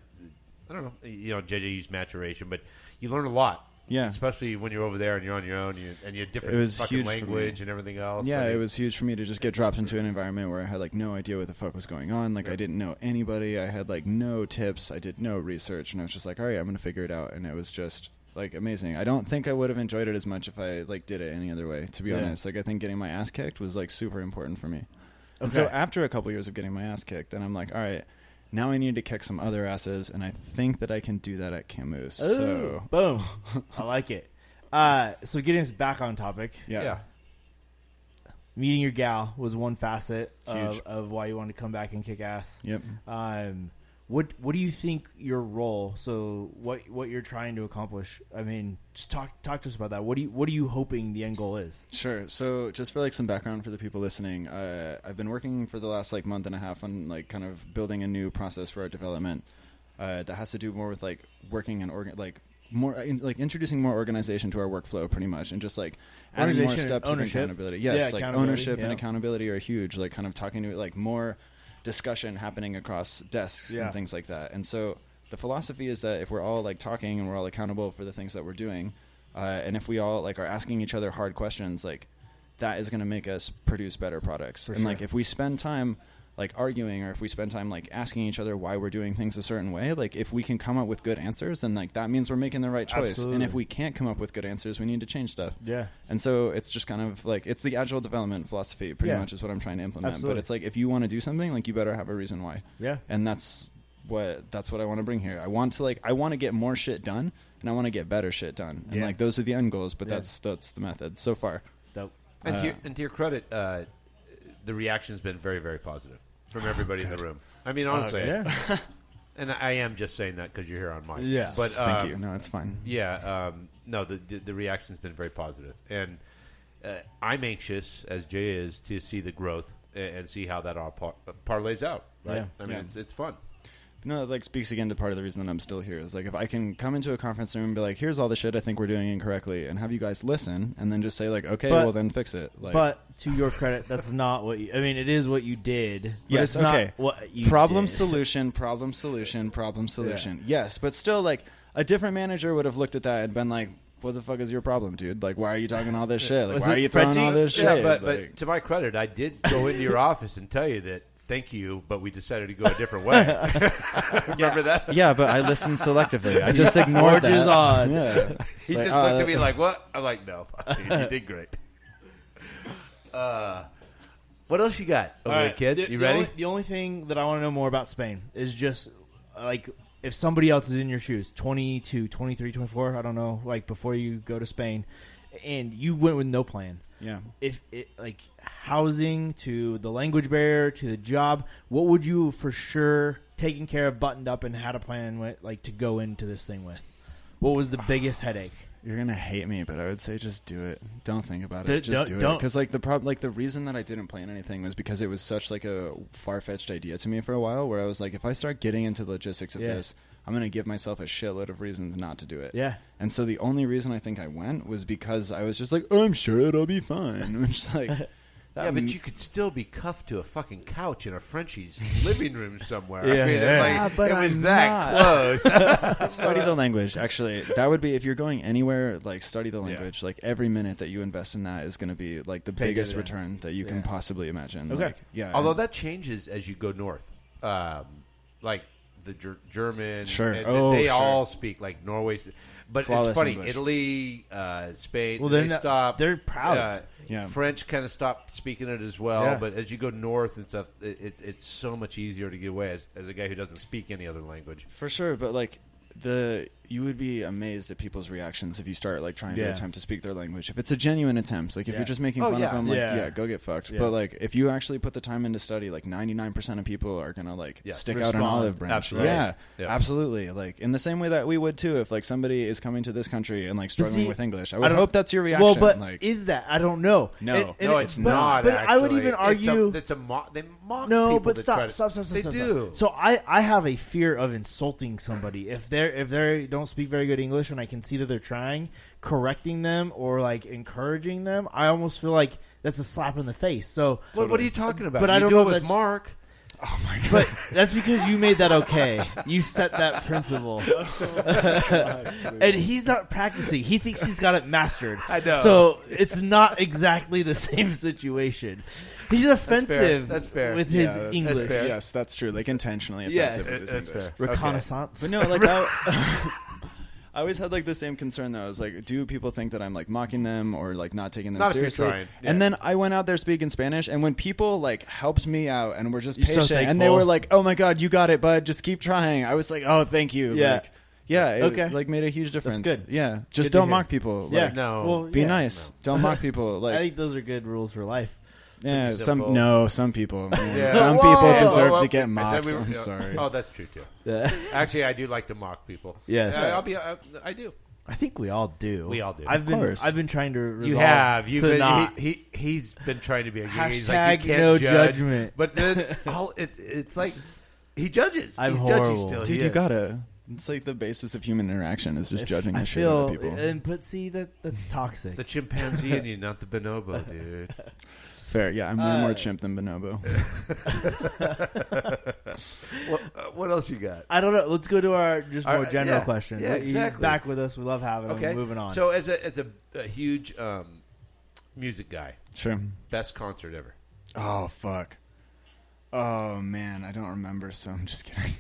Speaker 2: I don't know, you know, JJ used maturation, but you learn a lot.
Speaker 3: Yeah.
Speaker 2: especially when you're over there and you're on your own, you, and you have different
Speaker 3: It was
Speaker 2: fucking
Speaker 3: huge for me.
Speaker 2: language and everything else.
Speaker 3: Yeah,
Speaker 2: Like,
Speaker 3: it was huge for me to just get dropped into an environment where I had like no idea what the fuck was going on. Like I didn't know anybody. I had like no tips. I did no research, and I was just like, all right, I'm gonna figure it out. And it was just like amazing. I don't think I would have enjoyed it as much if I like did it any other way. To be
Speaker 1: Yeah.
Speaker 3: honest, like I think getting my ass kicked was like super important for me. And so
Speaker 1: Okay.
Speaker 3: after a couple years of getting my ass kicked, then I'm like, all right. Now I need to kick some other asses, and I think that I can do that at Camus.
Speaker 1: Ooh,
Speaker 3: So,
Speaker 1: boom, [LAUGHS] I like it. Uh, so getting us back on topic,
Speaker 3: yeah.
Speaker 2: yeah.
Speaker 1: meeting your gal was one facet of,
Speaker 3: Huge.
Speaker 1: of why you wanted to come back and kick ass.
Speaker 3: Yep.
Speaker 1: Um, what what do you think your role? So what what you're trying to accomplish? I mean, just talk talk to us about that. What do you what are you hoping the end goal is?
Speaker 3: Sure. So, just for like some background for the people listening, uh, I've been working for the last like month and a half on like kind of building a new process for our development uh, that has to do more with like working and organ like more in, like introducing more organization to our workflow, pretty much, and just like adding more
Speaker 1: Organization and
Speaker 3: steps of
Speaker 1: ownership.
Speaker 3: accountability. Yes,
Speaker 1: Yeah,
Speaker 3: like
Speaker 1: accountability,
Speaker 3: ownership and
Speaker 1: yeah.
Speaker 3: accountability are huge. Like kind of talking to like more discussion happening across desks
Speaker 1: Yeah.
Speaker 3: and things like that. And so the philosophy is that if we're all like talking and we're all accountable for the things that we're doing, uh, and if we all like are asking each other hard questions, like that is going to make us produce better products. and like
Speaker 1: sure.
Speaker 3: if we spend time like arguing or if we spend time like asking each other why we're doing things a certain way, like if we can come up with good answers, then like that means we're making the right choice. And
Speaker 1: Absolutely.
Speaker 3: if we can't come up with good answers, we need to change stuff.
Speaker 1: Yeah,
Speaker 3: And so it's just kind of like it's the agile development philosophy, pretty
Speaker 1: Yeah.
Speaker 3: much, is what I'm trying to implement.
Speaker 1: Absolutely.
Speaker 3: But it's like if you want to do something, like you better have a reason why.
Speaker 1: yeah,
Speaker 3: And that's what that's what I want to bring here. I want to like I want to get more shit done, and I want to get better shit done. And
Speaker 1: Yeah.
Speaker 3: like those are the end goals, but
Speaker 1: Yeah.
Speaker 3: that's that's the method so far.
Speaker 1: dope.
Speaker 2: And, to
Speaker 3: Uh,
Speaker 2: your, and to your credit, uh, the reaction has been very, very positive
Speaker 3: Oh,
Speaker 2: from everybody in the room. I mean, honestly,
Speaker 1: yeah,
Speaker 2: [LAUGHS] and I am just saying that because you're here on mic.
Speaker 1: Yes.
Speaker 2: but
Speaker 3: Thank
Speaker 2: um,
Speaker 3: you. No, it's fine.
Speaker 2: Yeah, um, no, the, the the reaction's been very positive, and uh, I'm anxious as Jay is to see the growth and, and see how that all par- uh, parlays out. Right?
Speaker 1: Yeah.
Speaker 2: I mean,
Speaker 3: Yeah.
Speaker 2: it's it's fun.
Speaker 3: No, it like speaks again to part of the reason that I'm still here is like if I can come into a conference room and be like, here's all the shit I think we're doing incorrectly, and have you guys listen, and then just say like, okay,
Speaker 1: But-
Speaker 3: well then fix it. Like,
Speaker 1: but to your credit, that's not what you. I mean, it is what you did. But
Speaker 3: Yes,
Speaker 1: it's not
Speaker 3: okay.
Speaker 1: what you
Speaker 2: [LAUGHS]
Speaker 3: problem
Speaker 1: did.
Speaker 3: solution, problem solution, problem solution. Yes, but still like a different manager would have looked at that and been like, what the fuck is your problem, dude? Like, why are you talking
Speaker 2: [LAUGHS]
Speaker 3: all this shit? Like,
Speaker 1: Was
Speaker 3: why
Speaker 1: it
Speaker 3: are you throwing
Speaker 1: Frenchie?
Speaker 3: all this
Speaker 2: Yeah,
Speaker 3: shit?
Speaker 2: but, but
Speaker 3: Like,
Speaker 2: to my credit, I did go into
Speaker 3: [LAUGHS]
Speaker 2: your office and tell you that thank you, but we decided to go a different
Speaker 3: [LAUGHS]
Speaker 2: way. [LAUGHS] Remember that?
Speaker 3: yeah, but I listened selectively.
Speaker 2: [LAUGHS]
Speaker 3: I just ignored
Speaker 1: Forges
Speaker 3: that.
Speaker 1: on.
Speaker 3: Yeah. It's
Speaker 2: He
Speaker 3: like,
Speaker 2: just
Speaker 3: oh,
Speaker 2: looked
Speaker 3: that-
Speaker 2: at me like, "What?" I'm like, "No, dude, you did great." [LAUGHS] Uh, what else you got, over
Speaker 1: All
Speaker 2: there,
Speaker 1: right.
Speaker 2: kid?
Speaker 1: The-
Speaker 2: you
Speaker 1: the
Speaker 2: ready?
Speaker 1: Only, the only thing that I want to know more about Spain is just like if somebody else is in your shoes, 22, 23, 24, I don't know, like before you go to Spain and you went with no plan.
Speaker 3: yeah.
Speaker 1: If it like housing to the language barrier to the job, what would you for sure taken care of, buttoned up, and had a plan with, like to go into this thing with? What was the biggest headache?
Speaker 3: You're gonna hate me, but I would say just do it. Don't think about
Speaker 1: Don't-
Speaker 3: it. Just
Speaker 1: don't-
Speaker 3: do it.
Speaker 1: don't.
Speaker 3: Because like the problem, like the reason that I didn't plan anything was because it was such like a far fetched idea to me for a while. Where I was like, if I start getting into the logistics of
Speaker 1: Yeah.
Speaker 3: this, I'm gonna give myself a shitload of reasons not to do it.
Speaker 1: Yeah.
Speaker 3: And so the only reason I think I went was because I was just like, I'm sure it'll be fine. [LAUGHS] Which like, that
Speaker 2: yeah,
Speaker 3: m-
Speaker 2: but you could still be cuffed to a fucking couch in a [LAUGHS] Frenchie's living room somewhere.
Speaker 1: Yeah,
Speaker 2: I mean,
Speaker 1: yeah.
Speaker 2: Like,
Speaker 3: Ah, but
Speaker 2: it was
Speaker 3: I'm
Speaker 2: that close.
Speaker 3: [LAUGHS] study the language. Actually, that would be if you're going anywhere. Like study the language. Like every minute that you invest in that is gonna be like the
Speaker 1: Pay
Speaker 3: biggest
Speaker 1: dividends.
Speaker 3: return that you can
Speaker 1: Yeah.
Speaker 3: possibly imagine.
Speaker 1: Okay.
Speaker 3: Like, yeah.
Speaker 2: Although
Speaker 3: and-
Speaker 2: that changes as you go north, um, like the ger- German,
Speaker 3: Sure.
Speaker 2: and
Speaker 3: Oh,
Speaker 2: they
Speaker 3: sure.
Speaker 2: all speak like Norway, but
Speaker 3: Flawless
Speaker 2: it's funny.
Speaker 3: English.
Speaker 2: Italy, uh, Spain,
Speaker 1: Well, they're
Speaker 2: they
Speaker 1: not-
Speaker 2: stop. uh,
Speaker 1: they're proud.
Speaker 3: Yeah.
Speaker 2: French kind of stopped speaking it as well.
Speaker 1: Yeah.
Speaker 2: But as you go north and stuff, it, it, it's so much easier to get away as, as a guy who doesn't speak any other language.
Speaker 3: For sure, but like the you would be amazed at people's reactions if you start like trying
Speaker 1: Yeah.
Speaker 3: to attempt to speak their language. If it's a genuine attempt, like if
Speaker 1: Yeah.
Speaker 3: you're just making
Speaker 2: Oh,
Speaker 3: fun
Speaker 2: yeah.
Speaker 3: of them, like
Speaker 1: Yeah.
Speaker 3: yeah. go get fucked.
Speaker 1: Yeah.
Speaker 3: But like if you actually put the time into study, like 99% of people are gonna like
Speaker 2: Yeah.
Speaker 3: stick out an
Speaker 1: Respond.
Speaker 3: olive branch.
Speaker 2: Absolutely.
Speaker 3: Yeah,
Speaker 2: Yeah.
Speaker 3: absolutely. Like in the same way that we would too, if like somebody is coming to this country and like struggling
Speaker 1: see,
Speaker 3: with English, I
Speaker 1: I
Speaker 3: would
Speaker 1: don't-
Speaker 3: hope that's your reaction.
Speaker 1: well, but
Speaker 3: like
Speaker 1: is that I don't know.
Speaker 3: No.
Speaker 2: no, it's
Speaker 1: but-
Speaker 2: not.
Speaker 1: But I would
Speaker 2: actually.
Speaker 1: even
Speaker 2: It's a-
Speaker 1: argue
Speaker 2: it's a, mock. They mock.
Speaker 1: No,
Speaker 2: people
Speaker 1: but
Speaker 2: that
Speaker 1: stop,
Speaker 2: try to-
Speaker 1: stop, stop, stop.
Speaker 2: They
Speaker 1: stop, stop.
Speaker 2: do.
Speaker 1: So I, I have a fear of insulting somebody if they're if they don't speak very good English and I can see that they're trying, correcting them or like encouraging them. I almost feel like that's a slap in the face. So,
Speaker 2: What, what are you talking about?
Speaker 1: But I
Speaker 2: You
Speaker 1: don't
Speaker 2: do
Speaker 1: know
Speaker 2: it with
Speaker 1: that-
Speaker 2: Mark.
Speaker 1: but that's because you made that okay. You set that
Speaker 2: [LAUGHS]
Speaker 1: principle,
Speaker 2: Oh
Speaker 1: and he's not practicing. He thinks he's got it mastered.
Speaker 2: I know.
Speaker 1: So it's not exactly the [LAUGHS] same situation. He's offensive.
Speaker 2: That's fair.
Speaker 1: with
Speaker 3: Yeah,
Speaker 1: his
Speaker 3: that's- that's
Speaker 1: English.
Speaker 2: fair.
Speaker 3: yes, that's true. Like intentionally
Speaker 1: Yes.
Speaker 3: offensive. with
Speaker 2: It-
Speaker 3: his
Speaker 2: it's
Speaker 3: English.
Speaker 2: fair.
Speaker 1: Reconnaissance.
Speaker 3: But
Speaker 2: [LAUGHS]
Speaker 3: no, like I, [LAUGHS] I always had like the same concern though. I was like, do people think that I'm like mocking them or like not taking them
Speaker 2: Not if you're
Speaker 3: seriously?
Speaker 2: trying, yeah.
Speaker 3: And then I went out there speaking Spanish, and when people like helped me out and were just
Speaker 1: You're so
Speaker 3: patient, and they
Speaker 1: thankful.
Speaker 3: were like, "Oh my god, you got it, bud. Just keep trying." I was like, "Oh, thank you."
Speaker 1: Yeah.
Speaker 3: Like, yeah. It,
Speaker 1: Okay.
Speaker 3: Like made a huge difference.
Speaker 1: good.
Speaker 3: Yeah. Just
Speaker 1: Good to
Speaker 3: don't
Speaker 1: hear.
Speaker 3: mock people.
Speaker 1: Yeah.
Speaker 3: Like,
Speaker 2: No.
Speaker 1: Well,
Speaker 3: Be
Speaker 1: yeah.
Speaker 3: nice.
Speaker 2: [LAUGHS]
Speaker 3: Don't mock people.
Speaker 1: I
Speaker 3: Like,
Speaker 1: think those are good rules for life.
Speaker 3: yeah,
Speaker 2: pretty simple.
Speaker 3: some no, some people, man.
Speaker 2: Yeah.
Speaker 3: some
Speaker 2: Whoa!
Speaker 3: people deserve
Speaker 2: Whoa,
Speaker 3: to get
Speaker 2: whoa. I
Speaker 3: mocked.
Speaker 2: said we were-
Speaker 3: I'm
Speaker 2: yeah.
Speaker 3: sorry.
Speaker 2: Oh, that's true too.
Speaker 3: [LAUGHS]
Speaker 1: I
Speaker 2: Actually, I do like to mock people.
Speaker 1: Yes.
Speaker 2: I, will be. I, I do.
Speaker 1: think we all do.
Speaker 2: We all do.
Speaker 1: I've been
Speaker 3: course.
Speaker 1: I've been trying to resolve
Speaker 2: You have. You've
Speaker 1: to
Speaker 2: been.
Speaker 1: not.
Speaker 2: He, he has been trying to be a good. He's
Speaker 1: Hashtag
Speaker 2: like you can't
Speaker 1: no
Speaker 2: judge,
Speaker 1: judgment.
Speaker 2: But
Speaker 3: [LAUGHS]
Speaker 2: then all it, it's like he judges.
Speaker 1: I'm
Speaker 2: He's judgy
Speaker 1: horrible.
Speaker 2: still.
Speaker 3: Dude,
Speaker 2: He
Speaker 3: you
Speaker 2: is.
Speaker 3: gotta. It's like the basis of human interaction is just
Speaker 1: If-
Speaker 3: judging the
Speaker 1: I
Speaker 3: shit out
Speaker 1: feel
Speaker 3: of people.
Speaker 1: and but see that that's toxic.
Speaker 2: It's the chimpanzee in you, not the bonobo,
Speaker 3: [LAUGHS]
Speaker 2: dude.
Speaker 3: Fair, yeah. I'm
Speaker 1: Uh,
Speaker 3: way more chimp than bonobo.
Speaker 2: what, uh, what else you got?
Speaker 1: I don't know. Let's go to our just
Speaker 2: All
Speaker 1: more
Speaker 2: right,
Speaker 1: general
Speaker 2: yeah.
Speaker 1: question.
Speaker 2: Yeah,
Speaker 1: He's
Speaker 2: exactly.
Speaker 1: back with us. We love having him.
Speaker 2: Okay,
Speaker 1: Moving on.
Speaker 2: So as a as a, a huge um, music guy,
Speaker 3: Sure.
Speaker 2: best concert ever.
Speaker 3: Oh fuck. Oh man, I don't remember, so I'm just
Speaker 2: [LAUGHS]
Speaker 3: kidding.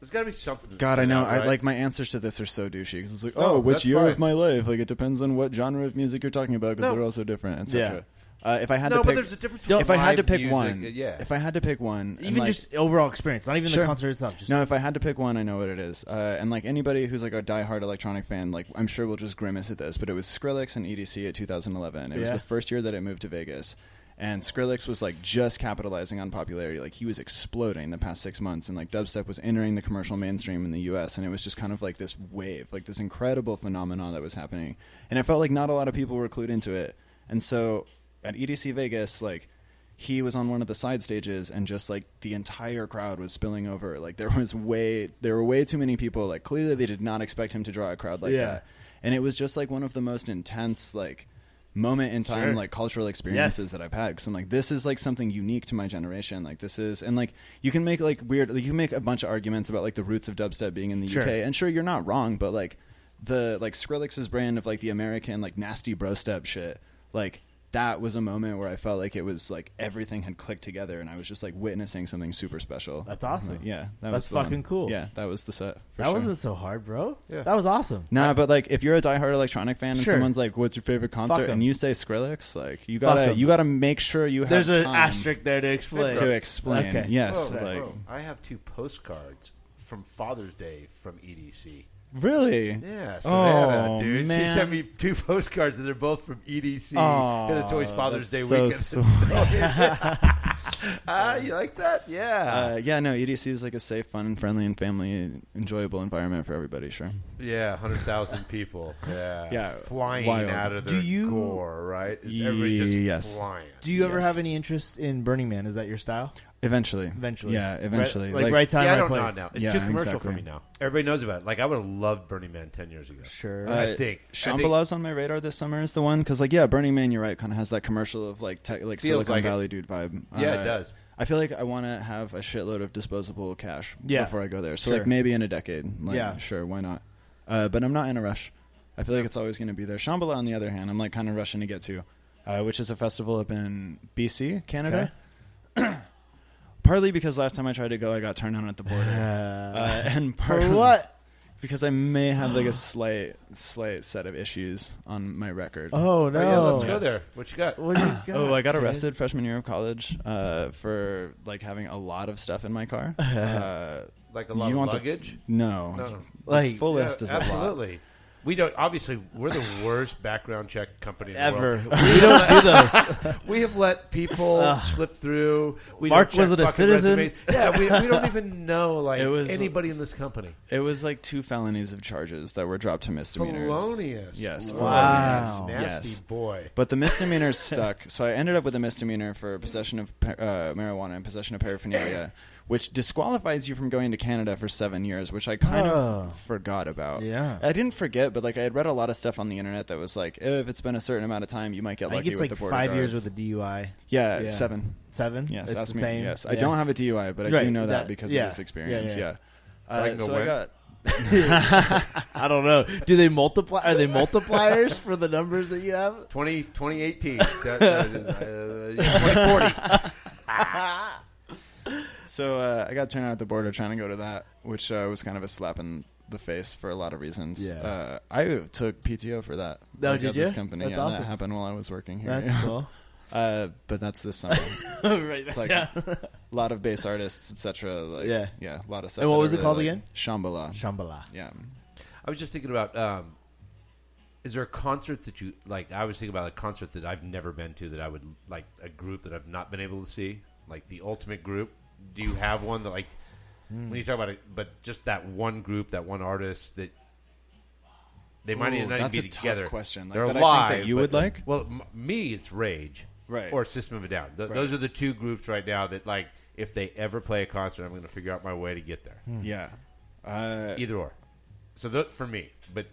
Speaker 2: There's got to be something. that's
Speaker 3: God, I
Speaker 2: stood
Speaker 3: know.
Speaker 2: out,
Speaker 3: I
Speaker 2: right?
Speaker 3: like my answers to this are so douchey because it's like,
Speaker 2: No,
Speaker 3: oh, which
Speaker 2: that's
Speaker 3: year
Speaker 2: fine.
Speaker 3: of my life? Like it depends on what genre of music you're talking about because
Speaker 2: No.
Speaker 3: they're all so different, etc. Uh, if I had
Speaker 2: No,
Speaker 3: to
Speaker 2: but
Speaker 3: pick,
Speaker 2: there's a difference.
Speaker 1: Don't-
Speaker 3: if I had
Speaker 2: between
Speaker 3: to
Speaker 2: live
Speaker 3: pick
Speaker 2: music- uh,
Speaker 3: one,
Speaker 2: yeah.
Speaker 3: if I had to pick one, and,
Speaker 1: even
Speaker 3: like-
Speaker 1: just overall experience, not even
Speaker 3: Sure.
Speaker 1: the concert itself. Just
Speaker 3: No, if I had to pick one, I know what it is. Uh, and like anybody who's like a diehard electronic fan, like I'm sure will just grimace E at this, but it was Skrillex and EDC at 2011. It was
Speaker 1: Yeah.
Speaker 3: the first year that it moved to Vegas. And Skrillex was like just capitalizing on popularity. Like he was exploding the past six months, and like dubstep was entering the commercial mainstream in the U.S. And it was just kind of like this wave, like this incredible phenomenon that was happening. And it felt like not a lot of people were clued into it. And so at EDC Vegas, like he was on one of the side stages and just like the entire crowd was spilling over like there was way there were way too many people like clearly they did not expect him to draw a crowd like
Speaker 1: Yeah.
Speaker 3: that and it was just like one of the most intense like moment in time
Speaker 1: Sure.
Speaker 3: like cultural experiences
Speaker 1: Yes.
Speaker 3: that I've had because I'm like this is like something unique to my generation like this is and like you can make like weird like you can make a bunch of arguments about like the roots of dubstep being in the
Speaker 1: Sure.
Speaker 3: UK and sure you're not wrong but like the like Skrillex's brand of like the American like nasty bro step shit like that was a moment where I felt like it was like everything had clicked together and I was just like witnessing something super special
Speaker 1: That's awesome.
Speaker 3: yeah
Speaker 1: That's
Speaker 3: that was the one.
Speaker 1: fucking cool.
Speaker 3: yeah that was the set for
Speaker 1: that
Speaker 3: sure.
Speaker 1: wasn't so hard, bro.
Speaker 2: Yeah.
Speaker 1: That was awesome.
Speaker 3: Nah, but like if you're a diehard electronic fan and
Speaker 1: Sure.
Speaker 3: someone's like, "What's your favorite concert?"
Speaker 1: 'em.
Speaker 3: and you say Skrillex, like you gotta
Speaker 1: 'em.
Speaker 3: you gotta make sure you have
Speaker 1: There's an
Speaker 3: time
Speaker 1: asterisk there to explain.
Speaker 3: to explain.
Speaker 1: Okay.
Speaker 3: Yes,
Speaker 2: Whoa,
Speaker 3: like
Speaker 2: whoa. I have two postcards from Father's Day from E EDC.
Speaker 3: really.
Speaker 2: Yeah, Savannah,
Speaker 3: Oh,
Speaker 2: dude. She
Speaker 3: man.
Speaker 2: sent me two [LAUGHS] postcards, and they're both from E EDC.
Speaker 3: Aw,
Speaker 2: and it's always Father's Day
Speaker 3: that's so
Speaker 2: weekend. [LAUGHS] ah, you like that? Yeah,
Speaker 3: Uh, yeah, no, EDC is like a safe, fun, and friendly, and family enjoyable environment for everybody. Sure.
Speaker 2: yeah. Hundred thousand people. Yeah,
Speaker 3: [LAUGHS] Yeah,
Speaker 2: flying
Speaker 3: wild.
Speaker 2: out of
Speaker 1: Do
Speaker 2: their
Speaker 1: you-
Speaker 2: gore. Right? Is everybody just
Speaker 3: Yes.
Speaker 2: flying?
Speaker 1: Do you ever
Speaker 3: Yes.
Speaker 1: have any interest in Burning Man? Is that your style?
Speaker 3: Eventually.
Speaker 1: Eventually.
Speaker 3: Yeah,
Speaker 1: Right-
Speaker 3: eventually.
Speaker 1: like, right time,
Speaker 2: See, I
Speaker 1: right
Speaker 2: don't
Speaker 1: place.
Speaker 2: know now. It's
Speaker 3: Yeah,
Speaker 2: too commercial
Speaker 3: exactly.
Speaker 2: for me now. Everybody knows about it. Like I would have loved Burning Man ten years ago.
Speaker 1: Sure.
Speaker 2: I
Speaker 3: Uh,
Speaker 2: think I think-
Speaker 3: Shambhala's on my radar this summer is the one because like yeah, Burning Man, you're right, kind of has that commercial of like tech, like
Speaker 2: Feels
Speaker 3: Silicon
Speaker 2: like it.
Speaker 3: Valley dude vibe.
Speaker 2: Yeah,
Speaker 3: Uh,
Speaker 2: it does.
Speaker 3: I feel like I want to have a shitload of disposable cash
Speaker 1: Yeah.
Speaker 3: before I go there. So
Speaker 1: Sure.
Speaker 3: like maybe in a decade. Like,
Speaker 1: Yeah.
Speaker 3: sure, why not? Uh, but I'm not in a rush. I feel like it's always going to be there. Shambhala, on the other hand, I'm like kind of rushing to get to, uh, which is a festival up in BC, Canada. [COUGHS] Partly because last time I tried to go, I got turned down at the
Speaker 2: [LAUGHS]
Speaker 3: border, uh,
Speaker 1: Uh,
Speaker 3: and partly
Speaker 1: for what?
Speaker 3: because I may have like a slight, slight set of issues on my record.
Speaker 1: Oh no!
Speaker 2: Oh, yeah, let's go
Speaker 3: Yes.
Speaker 2: there. What you got?
Speaker 1: What do you got?
Speaker 3: [CLEARS THROAT] Oh, I got
Speaker 1: kid?
Speaker 3: arrested freshman year of college uh, for like having a lot of stuff in my car. Uh,
Speaker 2: Like a lot
Speaker 3: You
Speaker 2: of
Speaker 3: want the-
Speaker 2: luggage?
Speaker 3: no,
Speaker 2: No.
Speaker 1: Like
Speaker 3: full
Speaker 2: Yeah,
Speaker 3: list is a lot.
Speaker 2: absolutely. We don't. Obviously, we're the worst background check company in the
Speaker 1: ever.
Speaker 3: [LAUGHS]
Speaker 2: world.
Speaker 1: we don't do those.
Speaker 2: We have let people slip through. We
Speaker 1: Mark
Speaker 2: don't check
Speaker 1: wasn't a
Speaker 2: fucking
Speaker 1: citizen.
Speaker 2: resumes. Yeah, we, we
Speaker 3: [LAUGHS]
Speaker 2: don't even know like
Speaker 3: It was-
Speaker 2: anybody in this company.
Speaker 3: It was like two felonies of charges that were dropped to misdemeanors.
Speaker 2: Felonious.
Speaker 3: Yes,
Speaker 2: Felonious.
Speaker 1: Wow.
Speaker 2: Nasty
Speaker 3: Yes.
Speaker 2: boy.
Speaker 3: But
Speaker 1: [LAUGHS]
Speaker 3: the misdemeanors stuck, so I ended up with a misdemeanor for possession of par- uh, marijuana and possession
Speaker 1: [COUGHS]
Speaker 3: of paraphernalia, which disqualifies you from going to Canada for seven years, which I kind
Speaker 1: Oh.
Speaker 3: of forgot about.
Speaker 1: Yeah.
Speaker 3: I didn't forget, but like I had read a lot of stuff on the internet that was like, "Eh, if it's been a certain amount of time, you might get
Speaker 1: I
Speaker 3: lucky
Speaker 1: think it's like
Speaker 3: with the border
Speaker 1: five years
Speaker 3: guards.
Speaker 1: with a DUI.
Speaker 3: Yeah,
Speaker 1: Yeah.
Speaker 3: seven.
Speaker 1: Seven.
Speaker 3: Yes,
Speaker 1: it's
Speaker 3: that's
Speaker 1: the
Speaker 3: me.
Speaker 1: same.
Speaker 3: Yes, I
Speaker 1: Yeah. [LAUGHS]
Speaker 3: don't have a DUI, but I do
Speaker 1: Right,
Speaker 3: know that,
Speaker 1: that-
Speaker 3: because
Speaker 1: yeah.
Speaker 3: of this experience.
Speaker 1: Yeah, yeah.
Speaker 3: Yeah.
Speaker 2: I can
Speaker 3: Uh,
Speaker 2: go
Speaker 3: so
Speaker 2: when?
Speaker 3: I got.
Speaker 1: I don't know. Do they multiply? Are they multipliers for the numbers that you have?
Speaker 2: 20, [LAUGHS] 2018. That- that is, uh, yeah, 2040.
Speaker 3: So uh, I got turned out at the border trying to go to that, which uh, was kind of a slap in the face for a lot of reasons.
Speaker 1: Yeah.
Speaker 3: Uh, I took PTO for that.
Speaker 1: Oh,
Speaker 3: Like,
Speaker 1: did
Speaker 3: at This
Speaker 1: you?
Speaker 3: company.
Speaker 1: That's
Speaker 3: yeah,
Speaker 1: awesome.
Speaker 3: that happened while I was working here.
Speaker 1: That's cool.
Speaker 3: [LAUGHS]
Speaker 1: [LAUGHS]
Speaker 3: uh, but that's this summer.
Speaker 1: right.
Speaker 3: It's
Speaker 1: [LAUGHS]
Speaker 3: like
Speaker 1: yeah.
Speaker 3: a lot of bass artists, etc. Like,
Speaker 1: Yeah.
Speaker 3: yeah, a lot of stuff.
Speaker 1: And what
Speaker 3: that I
Speaker 1: was it
Speaker 3: really
Speaker 1: called
Speaker 3: like.
Speaker 1: again?
Speaker 3: Shambhala.
Speaker 1: Shambhala.
Speaker 3: yeah.
Speaker 2: I was just thinking about. Um, is there a concert that you like? I was thinking about a concert that I've never been to that I would like a group that I've not been able to see, like the ultimate group. Do you have one that like when you talk about it, but just that one group, that one artist that they might
Speaker 3: Ooh,
Speaker 2: even not even
Speaker 3: that's
Speaker 2: be
Speaker 3: a tough
Speaker 2: together.
Speaker 3: question, like,
Speaker 2: They're
Speaker 3: that I think
Speaker 2: live.
Speaker 3: that you
Speaker 2: but
Speaker 3: would
Speaker 2: the-
Speaker 3: like?
Speaker 2: Well, m- me, it's Rage,
Speaker 3: Right.
Speaker 2: or System of a Down. Th- Those are the two groups right now that like if they ever play a concert, I'm going to figure out my way to get there.
Speaker 3: Yeah. Uh,
Speaker 2: Either or. So th- for me, but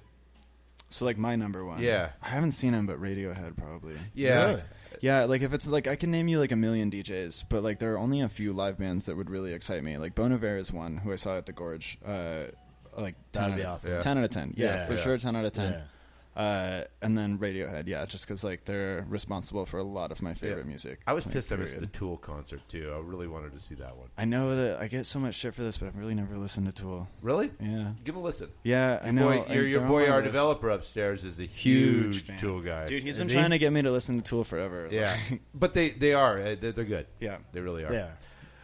Speaker 3: so like my number one.
Speaker 2: Yeah.
Speaker 3: I haven't seen him, but Radiohead probably.
Speaker 2: yeah.
Speaker 1: Really?
Speaker 3: Yeah, like if it's like I can name you like a million DJs, but like there are only a few live bands that would really excite me. Like Bon Iver is one who I saw at the Gorge. Uh, like
Speaker 1: That'd
Speaker 3: 10
Speaker 1: be
Speaker 3: out of-
Speaker 1: awesome.
Speaker 2: Yeah.
Speaker 3: Ten out of ten. Yeah,
Speaker 1: Yeah.
Speaker 3: for
Speaker 2: Yeah.
Speaker 3: sure. Ten out of ten.
Speaker 1: Yeah.
Speaker 3: Uh, and then Radiohead. Yeah, just because like they're responsible for a lot of my favorite music.
Speaker 2: I was
Speaker 3: like,
Speaker 2: pissed I missed the
Speaker 3: period.
Speaker 2: Tool concert too. I really wanted to see that one.
Speaker 3: I know that I get so much shit for this, but I've really never listened to Tool.
Speaker 2: Really?
Speaker 3: Yeah.
Speaker 2: Give him a listen.
Speaker 3: Yeah, I
Speaker 2: Your
Speaker 3: know.
Speaker 2: boy,
Speaker 3: I-
Speaker 2: your, your
Speaker 3: they're
Speaker 2: boy,
Speaker 3: on my
Speaker 2: our
Speaker 3: list.
Speaker 2: developer upstairs, is a
Speaker 3: Huge
Speaker 2: huge,
Speaker 3: fan.
Speaker 2: Tool guy.
Speaker 3: Dude, he's
Speaker 1: Is
Speaker 3: been
Speaker 1: he?
Speaker 3: trying to get me to listen to Tool forever.
Speaker 2: yeah,
Speaker 3: Like,
Speaker 2: [LAUGHS] but they they are uh, they're, they're good.
Speaker 3: yeah. Uh,
Speaker 2: They really are.
Speaker 1: Yeah.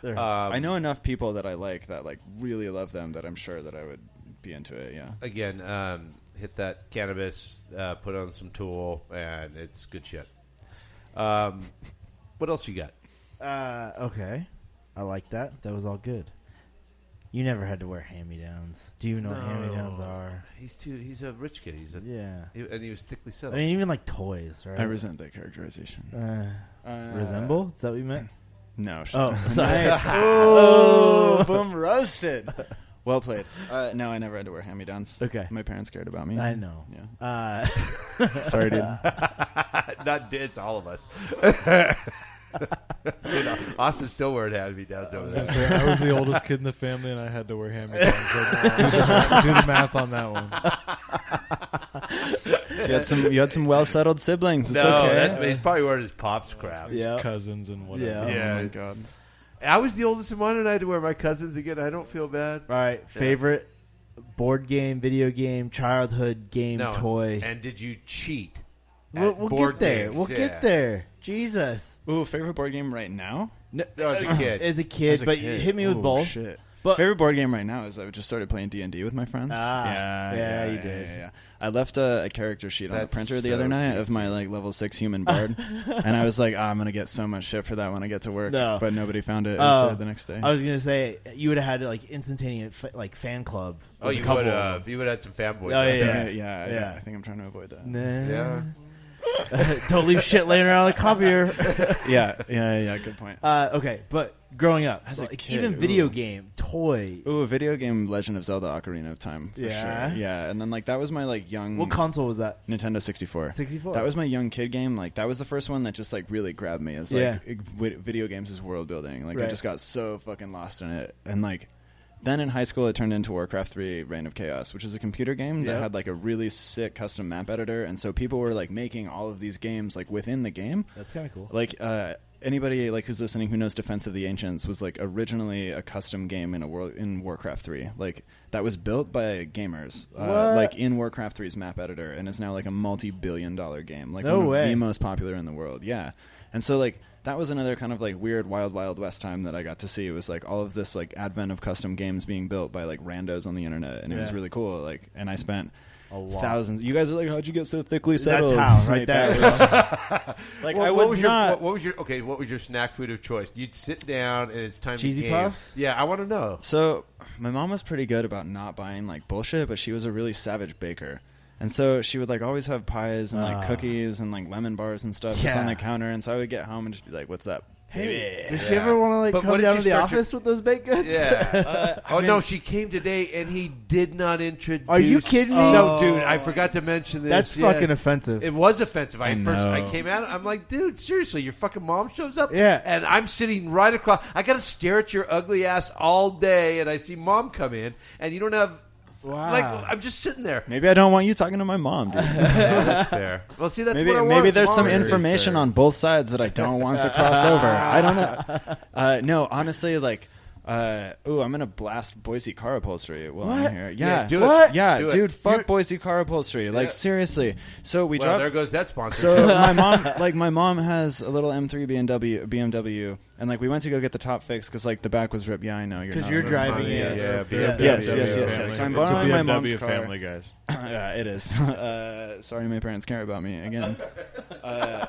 Speaker 1: They're-
Speaker 2: Um,
Speaker 3: I know enough people that I like that like really love them that I'm sure that I would be into it. Yeah.
Speaker 2: Again, um, hit that cannabis, uh, put on some Tool, and it's good shit. Um, What else you got?
Speaker 1: Uh, okay, I like that. That was all good. You never had to wear hand-me-downs. Do you even know what hand-me-downs are?
Speaker 2: He's too. He's a rich kid. He's a.
Speaker 1: Yeah.
Speaker 2: He, and he was
Speaker 1: I
Speaker 2: thickly settled.
Speaker 1: mean, even like toys, right?
Speaker 3: I resent that characterization.
Speaker 1: Uh,
Speaker 3: Uh,
Speaker 1: resemble? Is that what you meant?
Speaker 3: No. shut
Speaker 1: Oh, [LAUGHS]
Speaker 3: up.
Speaker 1: sorry.
Speaker 3: Oh, boom,
Speaker 1: [LAUGHS]
Speaker 3: roasted. Well played. Uh, no, I never had to wear hand-me-downs.
Speaker 1: Okay.
Speaker 3: My parents cared about me.
Speaker 1: I know.
Speaker 3: Yeah.
Speaker 1: Uh, [LAUGHS]
Speaker 3: Sorry, dude.
Speaker 2: [LAUGHS] Not it's all of us. [LAUGHS] Dude, uh, Austin still wearing hand me downs over
Speaker 4: I was, gonna
Speaker 2: there.
Speaker 4: say, I was the oldest kid in the family, and I had to wear
Speaker 3: [LAUGHS]
Speaker 4: hand-me-downs. So do, the math, do the math on that one.
Speaker 3: you had some. You
Speaker 1: [LAUGHS]
Speaker 3: had some well-settled siblings. It's
Speaker 2: no,
Speaker 3: okay.
Speaker 2: that, he's probably wearing his pops crap.
Speaker 1: Yeah.
Speaker 4: Cousins and whatever.
Speaker 1: Yeah.
Speaker 3: Oh
Speaker 2: Yeah.
Speaker 3: my god.
Speaker 2: I was the oldest in one, and I had to wear my cousins again. I don't feel bad.
Speaker 1: all right. Favorite board game, video game, childhood game,
Speaker 2: No.
Speaker 1: toy.
Speaker 2: And did you cheat?
Speaker 1: we'll
Speaker 2: at
Speaker 1: we'll
Speaker 2: board
Speaker 1: get there.
Speaker 2: games?
Speaker 1: We'll
Speaker 2: Yeah.
Speaker 1: get there. Jesus.
Speaker 3: Ooh, favorite board game right now?
Speaker 1: No,
Speaker 2: No, as a kid.
Speaker 1: as a kid,
Speaker 3: As a
Speaker 1: but
Speaker 3: kid.
Speaker 1: you hit me
Speaker 3: Ooh,
Speaker 1: with both.
Speaker 3: Shit.
Speaker 1: But-
Speaker 3: favorite board game right now is I just started playing D and D with my friends.
Speaker 1: Ah.
Speaker 3: yeah,
Speaker 1: Yeah, you did.
Speaker 3: yeah, yeah. I left a, a character sheet on the
Speaker 2: That's
Speaker 3: printer the
Speaker 2: so
Speaker 3: other night of my like level six human
Speaker 1: [LAUGHS]
Speaker 3: bard, and I was like, "Ah, I'm gonna get so much shit for that when I get to work.
Speaker 1: No.
Speaker 3: But nobody found it. It was
Speaker 1: Oh.
Speaker 3: there the next day.
Speaker 1: I was gonna say you would have had like instantaneous fa- like fan club.
Speaker 2: Oh,
Speaker 1: with a
Speaker 2: you
Speaker 1: couple
Speaker 2: would
Speaker 1: of
Speaker 2: have. You would have had some fanboys.
Speaker 1: Oh,
Speaker 2: out
Speaker 1: yeah.
Speaker 2: there.
Speaker 3: yeah, yeah, I-
Speaker 1: Yeah.
Speaker 3: I, think I'm trying to avoid that. [LAUGHS]
Speaker 1: them.
Speaker 2: uh, Yeah.
Speaker 1: Nah. [LAUGHS] Don't leave shit laying around the copier.
Speaker 2: [LAUGHS]
Speaker 3: yeah, yeah, yeah. Good point.
Speaker 1: Uh, okay, but growing up,
Speaker 3: As a
Speaker 1: like,
Speaker 3: kid,
Speaker 1: even video
Speaker 3: ooh.
Speaker 1: game, toy.
Speaker 3: Ooh, a video game Legend of Zelda: Ocarina of Time. For
Speaker 1: Yeah.
Speaker 3: sure. yeah. And then like that was my like young
Speaker 1: What console was that?
Speaker 3: Nintendo 64.
Speaker 1: 64.
Speaker 3: That was my young kid game. Like that was the first one that just like really grabbed me. As like
Speaker 1: Yeah.
Speaker 3: it- wi- video games is world building. Like I
Speaker 1: Right.
Speaker 3: just got so fucking lost in it. And like then in high school it turned into Warcraft 3 Reign of Chaos, which is a computer game that
Speaker 1: Yep.
Speaker 3: had like a really sick custom map editor and so people were like making all of these games like within the game.
Speaker 1: That's kind of cool.
Speaker 3: Like uh Anybody like who's listening who knows Defense of the Ancients was like originally a custom game in a world in Warcraft 3. Like that was built by gamers. Uh,
Speaker 1: What?
Speaker 3: like in Warcraft 3's map editor and is now like a multi-billion dollar game. Like
Speaker 1: No
Speaker 3: one of
Speaker 1: way.
Speaker 3: the most popular in the world. Yeah. And so like that was another kind of like weird wild wild west time that I got to see. It was like all of this like advent of custom games being built by like randos on the internet and it was
Speaker 1: Yeah.
Speaker 3: really cool. Like and I spent
Speaker 1: A lot.
Speaker 3: thousands. You guys are like how'd you get so thickly settled?
Speaker 1: how, right
Speaker 3: [LAUGHS] Like,
Speaker 1: there. [LAUGHS]
Speaker 3: that was- like
Speaker 2: Well,
Speaker 3: I
Speaker 2: what
Speaker 3: was,
Speaker 2: your-
Speaker 3: not
Speaker 2: what, what was your okay? What was your snack food of choice? You'd sit down and it's time.
Speaker 1: Cheesy
Speaker 2: to game.
Speaker 1: Puffs?
Speaker 2: Yeah, I want to know.
Speaker 3: So my mom was pretty good about not buying like bullshit, but she was a really savage baker. And so she would like always have pies and like
Speaker 1: Ah.
Speaker 3: cookies and like lemon bars and stuff just
Speaker 1: Yeah.
Speaker 3: on the counter. And so I would get home and just be like, "What's up?"
Speaker 1: Hey,
Speaker 3: baby?"
Speaker 1: does she
Speaker 2: Yeah.
Speaker 1: ever want to like
Speaker 2: But what
Speaker 1: come
Speaker 2: did
Speaker 1: down
Speaker 2: you
Speaker 1: to the
Speaker 2: start your-
Speaker 1: office with those baked goods? [LAUGHS]
Speaker 2: Yeah.
Speaker 3: I
Speaker 2: oh no,
Speaker 3: mean-
Speaker 2: she came today and he did not introduce.
Speaker 1: Uh, Are you kidding me?
Speaker 2: No, dude, I forgot to mention this.
Speaker 1: That's
Speaker 2: Yeah.
Speaker 1: fucking offensive.
Speaker 2: It was offensive. I,
Speaker 3: I
Speaker 2: first I
Speaker 3: know.
Speaker 2: came out. I'm like, dude, seriously, your fucking mom shows up.
Speaker 1: Yeah.
Speaker 2: and I'm sitting right across. I got to stare at your ugly ass all day, and I see mom come in, and you don't have.
Speaker 1: Wow.
Speaker 2: Like I'm just sitting there.
Speaker 3: Maybe I don't want you talking to my
Speaker 2: [LAUGHS]
Speaker 3: mom. Dude.
Speaker 2: Yeah, that's fair. [LAUGHS] Well, see, that's
Speaker 3: Maybe
Speaker 2: what I want.
Speaker 3: maybe there's some
Speaker 2: Mom is-
Speaker 3: information on both sides that I don't want to cross over. I
Speaker 2: [LAUGHS]
Speaker 3: don't know. Uh, no, honestly, like, uh, ooh, I'm gonna blast Boise car upholstery while
Speaker 1: What?
Speaker 3: I'm here. Yeah,
Speaker 2: Yeah, do it.
Speaker 1: What?
Speaker 3: Yeah,
Speaker 2: Do it.
Speaker 3: dude, fuck
Speaker 2: You're-
Speaker 3: Boise car upholstery. Like,
Speaker 2: Yeah.
Speaker 3: seriously. So we
Speaker 2: Well,
Speaker 3: dropped.
Speaker 2: there goes that sponsor. [LAUGHS]
Speaker 3: So oh my mom, like my mom, has a little M3 BMW, BMW, and like we went to go get the top fix because like the back was ripped. Yeah, I know you're
Speaker 1: 'Cause
Speaker 3: not
Speaker 1: you're
Speaker 3: a-
Speaker 1: driving
Speaker 2: Yeah,
Speaker 1: it. yeah.
Speaker 2: yeah,
Speaker 3: Yes,
Speaker 4: BMW
Speaker 3: yes, yes,
Speaker 4: family.
Speaker 3: yes. So I'm
Speaker 4: It's a
Speaker 3: borrowing my mom's
Speaker 4: BMW
Speaker 3: car.
Speaker 4: Family Guys.
Speaker 3: [LAUGHS] yeah, it is. Uh, sorry, my parents care about me again. Uh,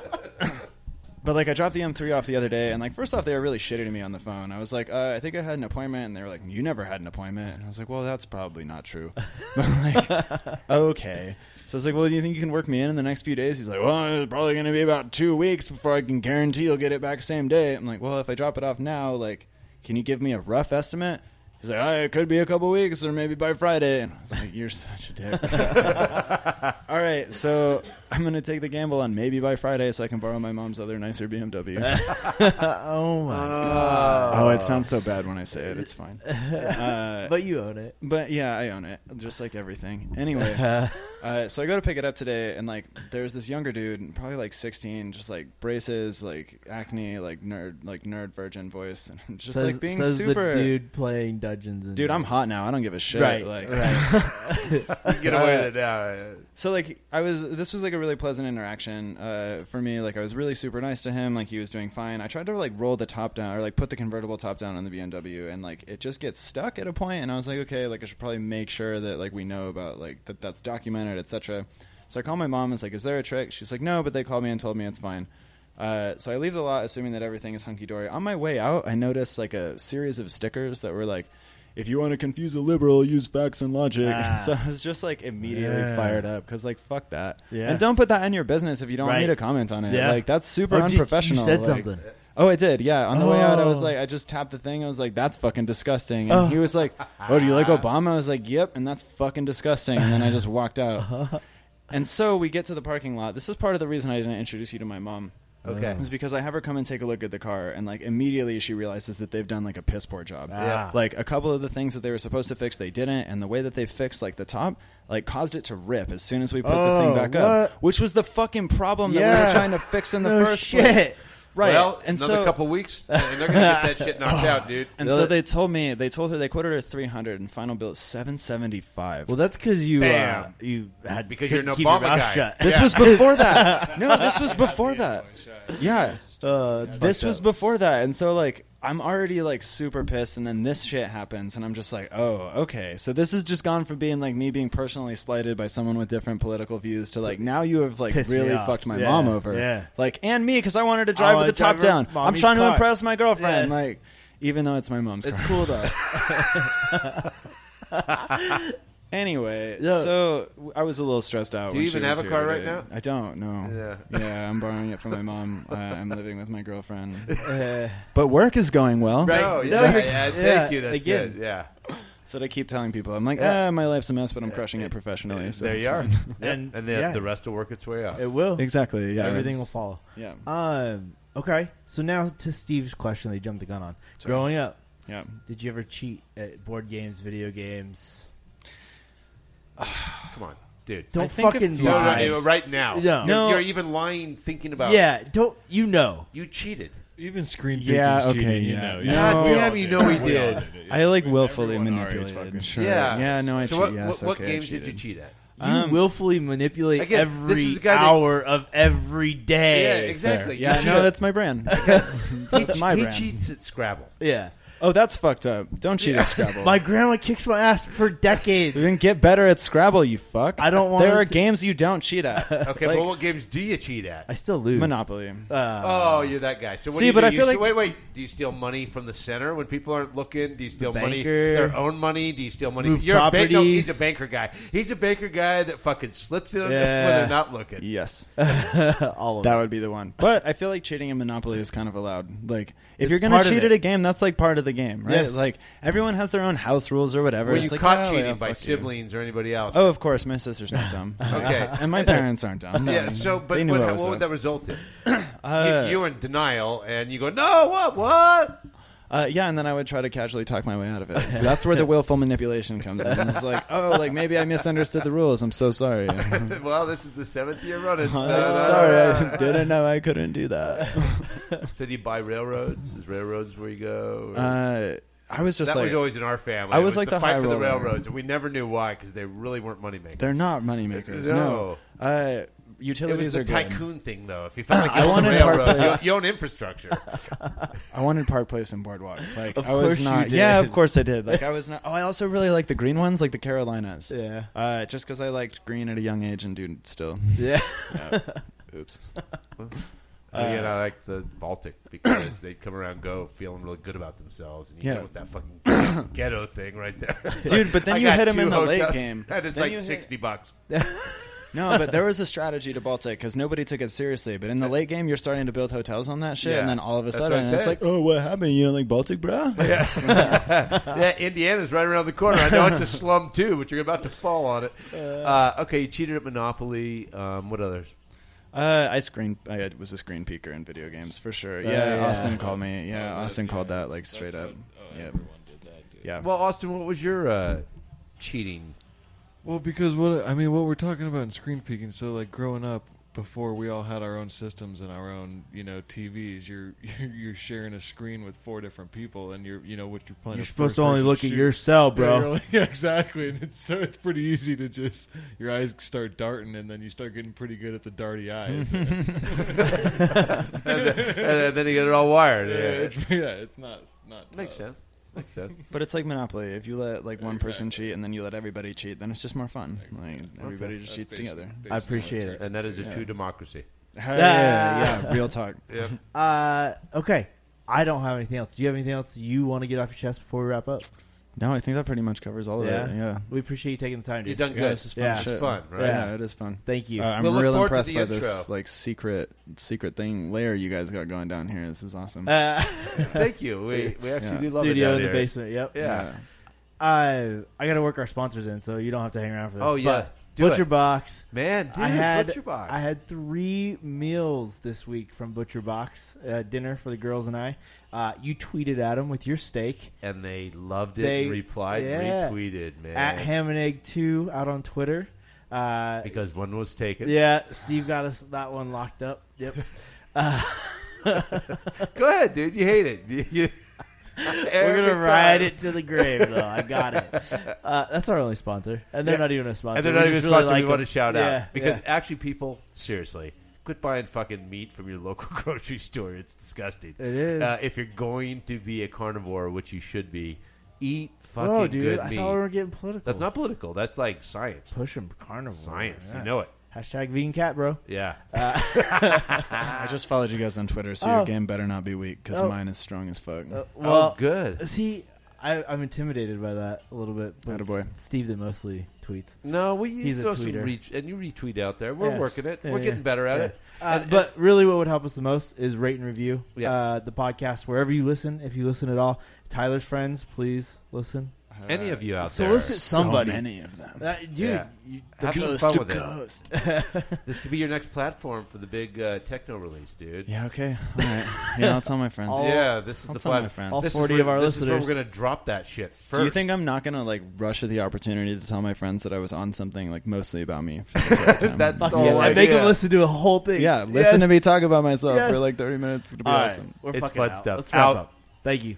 Speaker 3: [COUGHS] but like, I dropped the M3 off the other day, and like, first off, they were really shitty to me on the phone. I was like, uh, I think I had an appointment, and they were like, You never had an appointment, and I was like, Well, that's probably not true. [LAUGHS] But, like, okay. So I was like, Well, do you think you can work me in in the next few days? He's like, Well, it's probably going to be about two weeks before I can guarantee you'll get it back same day. I'm like, Well, if I drop it off now, like, can you give me a rough estimate? He's like, oh, it could be a couple weeks or maybe by Friday. And I was like, you're such a dick. All right, so I'm going to take the gamble on maybe by Friday so I can borrow my mom's other
Speaker 1: [LAUGHS]
Speaker 3: nicer BMW.
Speaker 1: [LAUGHS]
Speaker 3: uh,
Speaker 1: oh my!
Speaker 2: Uh,
Speaker 3: oh, it sounds so bad when I say it.
Speaker 1: [LAUGHS]
Speaker 3: It's fine. Uh,
Speaker 1: but you own it.
Speaker 3: but yeah, I own it, just like everything.
Speaker 1: [LAUGHS]
Speaker 3: Anyway, uh, so I go to pick it up today, and like, there's this younger dude, probably like 16, just like braces, like acne, like nerd, like nerd virgin voice, and I'm just
Speaker 1: says,
Speaker 3: like being
Speaker 1: says
Speaker 3: super.
Speaker 1: the dude playing Dungeons and
Speaker 3: Dude, I'm hot now. I don't give a shit.
Speaker 1: right.
Speaker 3: Like,
Speaker 1: right.
Speaker 2: Get away with it now.
Speaker 3: so like i was this was like a really pleasant interaction uh, for me like i was really super nice to him like he was doing fine i tried to like roll the top down or like put the convertible top down on the bmw and like it just gets stuck at a point and i was like okay like i should probably make sure that like we know about like that that's documented etc so i called my mom and was like is there a trick she's like no but they called me and told me it's fine Uh, so I leave the lot assuming that everything is hunky dory. On my way out, I noticed like a series of stickers that were like, "If you want to confuse a liberal, use facts and logic." [LAUGHS]
Speaker 1: Ah.
Speaker 3: so I was just like immediately
Speaker 1: Yeah.
Speaker 3: fired up because like fuck that.
Speaker 1: Yeah.
Speaker 3: And don't put that in your business if you don't want me
Speaker 1: Right.
Speaker 3: to comment on it.
Speaker 1: Yeah.
Speaker 3: Like that's super
Speaker 1: Oh, did-
Speaker 3: unprofessional.
Speaker 1: You said
Speaker 3: like-
Speaker 1: something.
Speaker 3: Oh, I did. Yeah. On the way out, I was
Speaker 1: Oh.
Speaker 3: like, I just tapped the thing. I was like, that's fucking disgusting. And
Speaker 1: Oh.
Speaker 3: he was like, Oh, do you
Speaker 1: [LAUGHS]
Speaker 3: like Obama? I was like, Yep. And that's fucking disgusting. And then I just walked
Speaker 1: Uh-huh.
Speaker 3: out. and so we get to the parking lot. This is part of the reason I didn't introduce you to my mom.
Speaker 2: Okay.
Speaker 3: Is because I have her come and take a look at the car, and like immediately she realizes that they've done like a piss poor job.
Speaker 1: Ah.
Speaker 3: Uh, Like a couple of the things that they were supposed to fix, they didn't, and the way that they fixed like the top, like caused it to rip as soon as we put the thing
Speaker 1: Oh,
Speaker 3: back
Speaker 1: what?
Speaker 3: up, which was the fucking problem that we were
Speaker 1: Yeah.
Speaker 3: trying to fix [LAUGHS] in the
Speaker 1: No
Speaker 3: first
Speaker 1: shit.
Speaker 3: place. Right.
Speaker 2: Well,
Speaker 3: and
Speaker 2: another
Speaker 3: so
Speaker 2: couple weeks, and they're gonna get that shit knocked out, dude.
Speaker 3: and so they told me they told her they quoted her three hundred and final bill is seven seventy five.
Speaker 1: Well, that's because you uh,
Speaker 2: Bam.
Speaker 1: you had
Speaker 2: Because
Speaker 1: couldn't
Speaker 2: you're an
Speaker 1: keep your
Speaker 2: Obama
Speaker 1: mouth
Speaker 2: guy.
Speaker 1: shut.
Speaker 3: this was before that. No, this was before that. Yeah.
Speaker 1: [LAUGHS] Uh,
Speaker 3: this was before that and so like i'm already like super pissed and then this shit happens and i'm just like oh okay so this has just gone from being like me being personally slighted by someone with different political views to like now you have like
Speaker 1: Pissed me
Speaker 3: really
Speaker 1: off.
Speaker 3: fucked my
Speaker 1: Yeah,
Speaker 3: mom over
Speaker 1: yeah.
Speaker 3: like and me because i wanted to drive
Speaker 1: wanna
Speaker 3: with the top
Speaker 1: drive her
Speaker 3: down i'm
Speaker 1: mommy's
Speaker 3: trying to
Speaker 1: car.
Speaker 3: impress my
Speaker 1: Yes.
Speaker 3: girlfriend like even though it's my mom's
Speaker 1: It's
Speaker 3: car.
Speaker 1: cool though.
Speaker 3: [LAUGHS] anyway
Speaker 1: Yeah.
Speaker 3: so w- i was a little stressed out
Speaker 2: Do
Speaker 3: when
Speaker 2: you
Speaker 3: she
Speaker 2: even
Speaker 3: was
Speaker 2: have a
Speaker 3: here
Speaker 2: car right
Speaker 3: today.
Speaker 2: now?
Speaker 3: i don't know yeah, i'm borrowing it from
Speaker 2: [LAUGHS]
Speaker 3: my mom uh, i'm living with my girlfriend
Speaker 1: Uh,
Speaker 3: but work is going well
Speaker 2: Right.
Speaker 1: No,
Speaker 2: yeah,
Speaker 1: no,
Speaker 2: yeah,
Speaker 1: you're-
Speaker 2: yeah,
Speaker 1: yeah,
Speaker 2: thank you. That's
Speaker 1: again.
Speaker 2: good. Yeah.
Speaker 3: So they keep telling people, I'm like,
Speaker 2: Yeah.
Speaker 3: ah, my life's a mess, but I'm crushing it professionally. So
Speaker 2: there
Speaker 3: it's
Speaker 2: you are.
Speaker 3: fine."
Speaker 1: and
Speaker 2: and then
Speaker 1: yeah,
Speaker 2: the rest will work its way up.
Speaker 1: it will.
Speaker 3: exactly. Yeah.
Speaker 1: Everything will
Speaker 3: it's-
Speaker 1: follow.
Speaker 3: Yeah.
Speaker 1: Um. Okay. So now to Steve's question, they jumped the gun on.
Speaker 3: Sorry.
Speaker 1: Growing up,
Speaker 3: Yeah.
Speaker 1: did you ever cheat at board games, video games?
Speaker 2: Come on, dude.
Speaker 1: Don't
Speaker 3: I think a
Speaker 1: fucking
Speaker 3: few
Speaker 2: No, no,
Speaker 1: lie.
Speaker 3: times.
Speaker 2: no, right now.
Speaker 1: No.
Speaker 2: You're,
Speaker 3: No.
Speaker 2: you're even lying thinking about
Speaker 1: Yeah. Don't you know?
Speaker 2: You cheated.
Speaker 4: Even screen
Speaker 3: Yeah,
Speaker 4: peeking's
Speaker 3: okay,
Speaker 4: cheating, you
Speaker 3: yeah.
Speaker 4: know.
Speaker 3: Yeah.
Speaker 2: God
Speaker 3: we
Speaker 2: damn, you know he did.
Speaker 3: I like willfully
Speaker 4: Everyone our age
Speaker 3: manipulated.
Speaker 4: fucking-
Speaker 3: Sure.
Speaker 2: Yeah.
Speaker 3: Yeah. No, I
Speaker 2: so
Speaker 3: cheat.
Speaker 2: what,
Speaker 3: yes,
Speaker 2: what, what
Speaker 3: okay, I
Speaker 2: games did you
Speaker 3: cheated.
Speaker 2: cheat
Speaker 3: [LAUGHS]
Speaker 2: at?
Speaker 1: You
Speaker 3: Um,
Speaker 1: willfully manipulate
Speaker 2: again, this
Speaker 1: every
Speaker 2: is a guy that-
Speaker 1: hour of every day.
Speaker 2: Yeah, exactly. You
Speaker 3: Yeah.
Speaker 2: cheat
Speaker 3: No,
Speaker 2: at-
Speaker 3: that's my
Speaker 2: [LAUGHS]
Speaker 3: brand.
Speaker 2: he,
Speaker 3: that's my
Speaker 2: he
Speaker 3: brand.
Speaker 2: cheats at
Speaker 3: [LAUGHS]
Speaker 2: Scrabble.
Speaker 1: Yeah.
Speaker 3: Oh, that's fucked up. Don't cheat at Scrabble.
Speaker 1: My grandma kicks my ass for decades.
Speaker 3: then get better at Scrabble, you fuck.
Speaker 1: I don't want
Speaker 3: There are
Speaker 1: to-
Speaker 3: games you don't cheat
Speaker 2: [LAUGHS]
Speaker 3: at.
Speaker 2: Okay,
Speaker 3: Like-
Speaker 2: but what games do you cheat at?
Speaker 1: I still lose.
Speaker 3: Monopoly.
Speaker 1: Uh,
Speaker 2: Oh, you're that guy. So what
Speaker 3: See,
Speaker 2: do you
Speaker 3: but
Speaker 2: do?
Speaker 3: I
Speaker 2: You
Speaker 3: feel
Speaker 2: ste-
Speaker 3: like-
Speaker 2: wait, wait. Do you steal money from the center when people aren't looking? Do you steal money
Speaker 1: banker.
Speaker 2: their own money? Do you steal money?
Speaker 1: Move
Speaker 2: you're a bank. No,
Speaker 1: properties.
Speaker 2: he's a banker guy. He's a banker guy that fucking slips it on them when
Speaker 1: Yeah.
Speaker 2: they're not looking.
Speaker 3: yes.
Speaker 1: all of
Speaker 3: That
Speaker 1: that.
Speaker 3: would be the one. But I feel like cheating in Monopoly is kind of allowed. Like, if
Speaker 1: It's
Speaker 3: you're going
Speaker 1: part
Speaker 3: to
Speaker 1: of
Speaker 3: cheat
Speaker 1: it.
Speaker 3: at a game, that's like part of the game, right?
Speaker 1: Yes.
Speaker 3: Like, everyone has their own house rules or whatever.
Speaker 2: Were
Speaker 3: It's
Speaker 2: you
Speaker 3: like,
Speaker 2: caught
Speaker 3: oh,
Speaker 2: cheating
Speaker 3: yeah,
Speaker 2: by
Speaker 3: fuck you.
Speaker 2: siblings or anybody else?
Speaker 3: Oh, of course. My sister's not dumb.
Speaker 2: [LAUGHS] Okay.
Speaker 3: [LAUGHS] and my parents aren't dumb.
Speaker 2: [LAUGHS] Yeah, so
Speaker 3: They
Speaker 2: but,
Speaker 3: knew
Speaker 2: but
Speaker 3: I
Speaker 2: how-
Speaker 3: was
Speaker 2: what
Speaker 3: up.
Speaker 2: would that result
Speaker 3: [CLEARS THROAT]
Speaker 2: in?
Speaker 3: Uh,
Speaker 2: you, you're in denial, and you go, "No, what, what?"
Speaker 3: Uh, yeah, and then I would try to casually talk my way out of it. That's where the willful manipulation comes in.
Speaker 2: [LAUGHS]
Speaker 3: It's like, oh, like maybe I misunderstood the rules. I'm so sorry. [LAUGHS]
Speaker 2: [LAUGHS]
Speaker 3: I'm
Speaker 2: well, this is the seventh year running. So,
Speaker 3: Mm-hmm. Uh,
Speaker 2: uh,
Speaker 3: sorry, I didn't know I couldn't do that.
Speaker 2: [LAUGHS] So do you buy railroads? Is railroads where you go? Or-
Speaker 3: Uh, I was just
Speaker 2: that
Speaker 3: like,
Speaker 2: was always in our family.
Speaker 3: I
Speaker 2: It
Speaker 3: was like
Speaker 2: the,
Speaker 3: the
Speaker 2: fight
Speaker 3: high
Speaker 2: for the
Speaker 3: roller.
Speaker 2: railroads, and we never knew why because they really weren't money makers.
Speaker 3: they're not moneymakers. No,
Speaker 2: No.
Speaker 3: Uh,
Speaker 2: It was
Speaker 3: utilities
Speaker 2: the
Speaker 3: are good.
Speaker 2: tycoon thing, though. If you
Speaker 3: [LAUGHS]
Speaker 2: felt like
Speaker 3: I
Speaker 2: you owned
Speaker 3: wanted part
Speaker 2: railroad, you,
Speaker 3: place.
Speaker 2: you own infrastructure.
Speaker 3: I wanted Park Place and Boardwalk. Like
Speaker 1: Of
Speaker 3: I was
Speaker 1: course you
Speaker 3: not.
Speaker 1: did.
Speaker 3: Yeah, of course I did. Like I was not. Oh, I also really like the green ones, like the Carolinas.
Speaker 1: Yeah.
Speaker 3: Uh, just because I liked green at a young age, and dude, still.
Speaker 1: Yeah.
Speaker 3: Oops. Uh,
Speaker 2: Again, I like the Baltic [CLEARS THROAT] because they come around, go feeling really good about themselves, and you
Speaker 3: Yeah.
Speaker 2: go with that fucking [COUGHS] ghetto thing right there,
Speaker 3: [LAUGHS] Dude, but then
Speaker 2: I
Speaker 3: you
Speaker 2: got
Speaker 3: hit 'em
Speaker 2: two
Speaker 3: in the late
Speaker 2: hotels,
Speaker 3: game.
Speaker 2: [LAUGHS] and it's
Speaker 3: Then you
Speaker 2: like
Speaker 3: hit-
Speaker 2: sixty
Speaker 3: [LAUGHS]
Speaker 2: bucks.
Speaker 3: [LAUGHS] No, but there was a strategy to Baltic because nobody took it seriously. But in the late game, you're starting to build hotels on that shit,
Speaker 2: Yeah.
Speaker 3: and then all of a
Speaker 2: That's what
Speaker 3: sudden,
Speaker 2: I'm
Speaker 3: it's
Speaker 2: saying.
Speaker 3: like, oh, what happened? You don't like Baltic, bro?
Speaker 2: yeah, Indiana's right around the corner. I know it's a slum too, but you're about to fall on
Speaker 3: [LAUGHS]
Speaker 2: it. Uh, okay, you cheated at Monopoly. Um, what others?
Speaker 3: Uh, I screen. I was a screen peeker in video games for sure. Yeah,
Speaker 1: yeah.
Speaker 3: Austin called me.
Speaker 4: Oh,
Speaker 3: Yeah, Austin called that like straight up. Yeah, yeah.
Speaker 2: Well, Austin, what was your uh, cheating? [LAUGHS]
Speaker 4: Well, because what I mean, what we're talking about in screen peeking. So, like growing up, before we all had our own systems and our own, you know, TVs. You're [LAUGHS] you're, you're sharing a screen with four different people, and you're you know what you're playing.
Speaker 1: You're
Speaker 4: a
Speaker 1: supposed to only
Speaker 4: first-person
Speaker 1: look at
Speaker 4: shooter.
Speaker 1: your cell,
Speaker 4: [LAUGHS] Yeah,
Speaker 1: bro.
Speaker 4: you're like- yeah, exactly. And it's so it's pretty easy to just your eyes start darting, and then you start getting pretty good at the
Speaker 3: [LAUGHS]
Speaker 4: darty eyes. [LAUGHS] yeah,
Speaker 2: and, then, and then you get it all wired.
Speaker 4: it's, yeah, it's not it's not
Speaker 2: Makes
Speaker 4: tough.
Speaker 2: sense. Makes sense.
Speaker 3: But it's like Monopoly. If you let like one person
Speaker 4: Exactly.
Speaker 3: cheat and then you let everybody cheat, then it's just more fun. Like everybody just
Speaker 4: That's
Speaker 3: cheats
Speaker 4: basically-
Speaker 3: together.
Speaker 4: basically
Speaker 1: I
Speaker 4: what
Speaker 1: appreciate
Speaker 4: turned
Speaker 1: it.
Speaker 2: And that is a
Speaker 3: Yeah.
Speaker 2: true democracy.
Speaker 3: Hell yeah,
Speaker 1: [LAUGHS]
Speaker 3: yeah, real talk.
Speaker 2: Yeah.
Speaker 1: Uh, okay. I don't have anything else. Do you have anything else you want to get off your chest before we wrap up?
Speaker 3: No, I think that pretty much covers all of it. Yeah,
Speaker 1: We appreciate you taking the time,
Speaker 2: You're
Speaker 1: dude.
Speaker 2: done good.
Speaker 3: Yeah, this is fun
Speaker 1: Yeah.
Speaker 3: shit.
Speaker 2: It's fun, right?
Speaker 1: Yeah.
Speaker 3: yeah. it is fun.
Speaker 1: Thank you.
Speaker 3: Uh, I'm
Speaker 2: We'll look
Speaker 3: real
Speaker 2: forward to
Speaker 3: impressed
Speaker 2: the
Speaker 3: by
Speaker 2: intro.
Speaker 3: this like secret secret thing layer you guys got going down here. This is awesome.
Speaker 1: Uh,
Speaker 2: Thank you. We we actually
Speaker 3: Yeah.
Speaker 2: do love it
Speaker 1: studio
Speaker 2: down
Speaker 1: in the
Speaker 2: here.
Speaker 1: basement. Yep.
Speaker 2: Yeah.
Speaker 1: Uh, I got to work our sponsors in, so you don't have to hang around for this.
Speaker 2: Oh, yeah.
Speaker 1: But
Speaker 2: Do
Speaker 1: Butcher
Speaker 2: it.
Speaker 1: Box.
Speaker 2: Man, dude,
Speaker 1: I had
Speaker 2: Butcher Box.
Speaker 1: I had three meals this week from Butcher Box uh, dinner for the girls and I. Uh, you tweeted at them with your steak
Speaker 2: and they loved it,
Speaker 1: They-
Speaker 2: replied,
Speaker 1: yeah.
Speaker 2: retweeted, man.
Speaker 1: at Ham and Egg Two out on Twitter. Uh,
Speaker 2: because one was taken.
Speaker 1: yeah, Steve got us that one locked up.
Speaker 2: [LAUGHS]
Speaker 1: Yep.
Speaker 2: Go ahead, dude. You hate it. [LAUGHS] You- you-
Speaker 1: We're
Speaker 2: Every
Speaker 1: gonna ride
Speaker 2: time.
Speaker 1: it to the grave, though. I got it.
Speaker 2: [LAUGHS]
Speaker 1: Uh, that's our only sponsor, and they're
Speaker 2: Yeah.
Speaker 1: not even a sponsor.
Speaker 2: And they're
Speaker 1: We
Speaker 2: not
Speaker 1: just
Speaker 2: even
Speaker 1: really
Speaker 2: sponsored.
Speaker 1: like
Speaker 2: we want to
Speaker 1: them.
Speaker 2: shout
Speaker 1: Yeah,
Speaker 2: out because
Speaker 1: yeah.
Speaker 2: actually, people, seriously, quit buying fucking meat from your local [LAUGHS] grocery store. It's disgusting.
Speaker 1: It is.
Speaker 2: Uh, if you're going to be a carnivore, which you should be, eat fucking
Speaker 1: Whoa, Oh, dude!
Speaker 2: good
Speaker 1: I
Speaker 2: meat.
Speaker 1: thought we were getting political.
Speaker 2: That's not political. That's like science.
Speaker 1: push 'em, carnivore.
Speaker 2: Science.
Speaker 1: Yeah.
Speaker 2: You know it.
Speaker 1: Hashtag vegan cat, bro.
Speaker 2: Yeah.
Speaker 3: I just followed you guys on Twitter, so
Speaker 1: Oh.
Speaker 3: your game better not be weak because
Speaker 1: Oh.
Speaker 3: mine is strong as fuck.
Speaker 1: Uh,
Speaker 2: oh, good.
Speaker 1: See, I, I'm intimidated by that a little bit. But
Speaker 3: Attaboy.
Speaker 1: it's Steve that mostly tweets.
Speaker 2: No, we you
Speaker 1: He's a
Speaker 2: throw some
Speaker 1: tweeter.
Speaker 2: reach and you retweet out there. We're
Speaker 1: Yeah.
Speaker 2: working it.
Speaker 1: Yeah,
Speaker 2: We're
Speaker 1: yeah.
Speaker 2: getting better at
Speaker 1: Yeah.
Speaker 2: it.
Speaker 1: Uh,
Speaker 2: And-
Speaker 1: but really, what would help us the most is rate and review
Speaker 2: Yeah.
Speaker 1: uh, the podcast wherever you listen. If you listen at all, Tyler's friends, please listen.
Speaker 2: any of you out
Speaker 1: so
Speaker 2: there,
Speaker 1: listen- somebody.
Speaker 3: So many of them.
Speaker 1: Uh, dude,
Speaker 2: Yeah.
Speaker 1: you,
Speaker 2: have some
Speaker 3: Coast
Speaker 2: fun
Speaker 3: to
Speaker 2: with it.
Speaker 3: coast.
Speaker 2: This could be your next platform for the big uh, techno release, dude.
Speaker 3: Yeah. Okay. All right. Yeah, I'll tell my friends.
Speaker 1: All-
Speaker 2: Yeah, this is
Speaker 3: I'll
Speaker 2: the
Speaker 3: tell my
Speaker 2: plat-
Speaker 3: friends.
Speaker 1: All
Speaker 2: this is
Speaker 1: 40
Speaker 2: where-
Speaker 1: of our
Speaker 2: this is where
Speaker 1: listeners.
Speaker 2: we're gonna drop that shit first.
Speaker 3: Do you think I'm not gonna like rush at the opportunity to tell my friends that I was on something like mostly about me? for the entire time?
Speaker 2: That's
Speaker 1: fuck
Speaker 2: the whole
Speaker 1: yeah, and
Speaker 2: idea.
Speaker 1: make them listen to a whole thing.
Speaker 3: yeah. Listen to
Speaker 1: Yes.
Speaker 3: me talk about myself
Speaker 1: Yes.
Speaker 3: for like 30 minutes. It'd be
Speaker 1: All right,
Speaker 3: awesome.
Speaker 1: we're
Speaker 2: It's
Speaker 1: fucking
Speaker 2: fun
Speaker 1: out.
Speaker 2: stuff.
Speaker 1: Let's wrap
Speaker 2: Out.
Speaker 1: up. Thank you.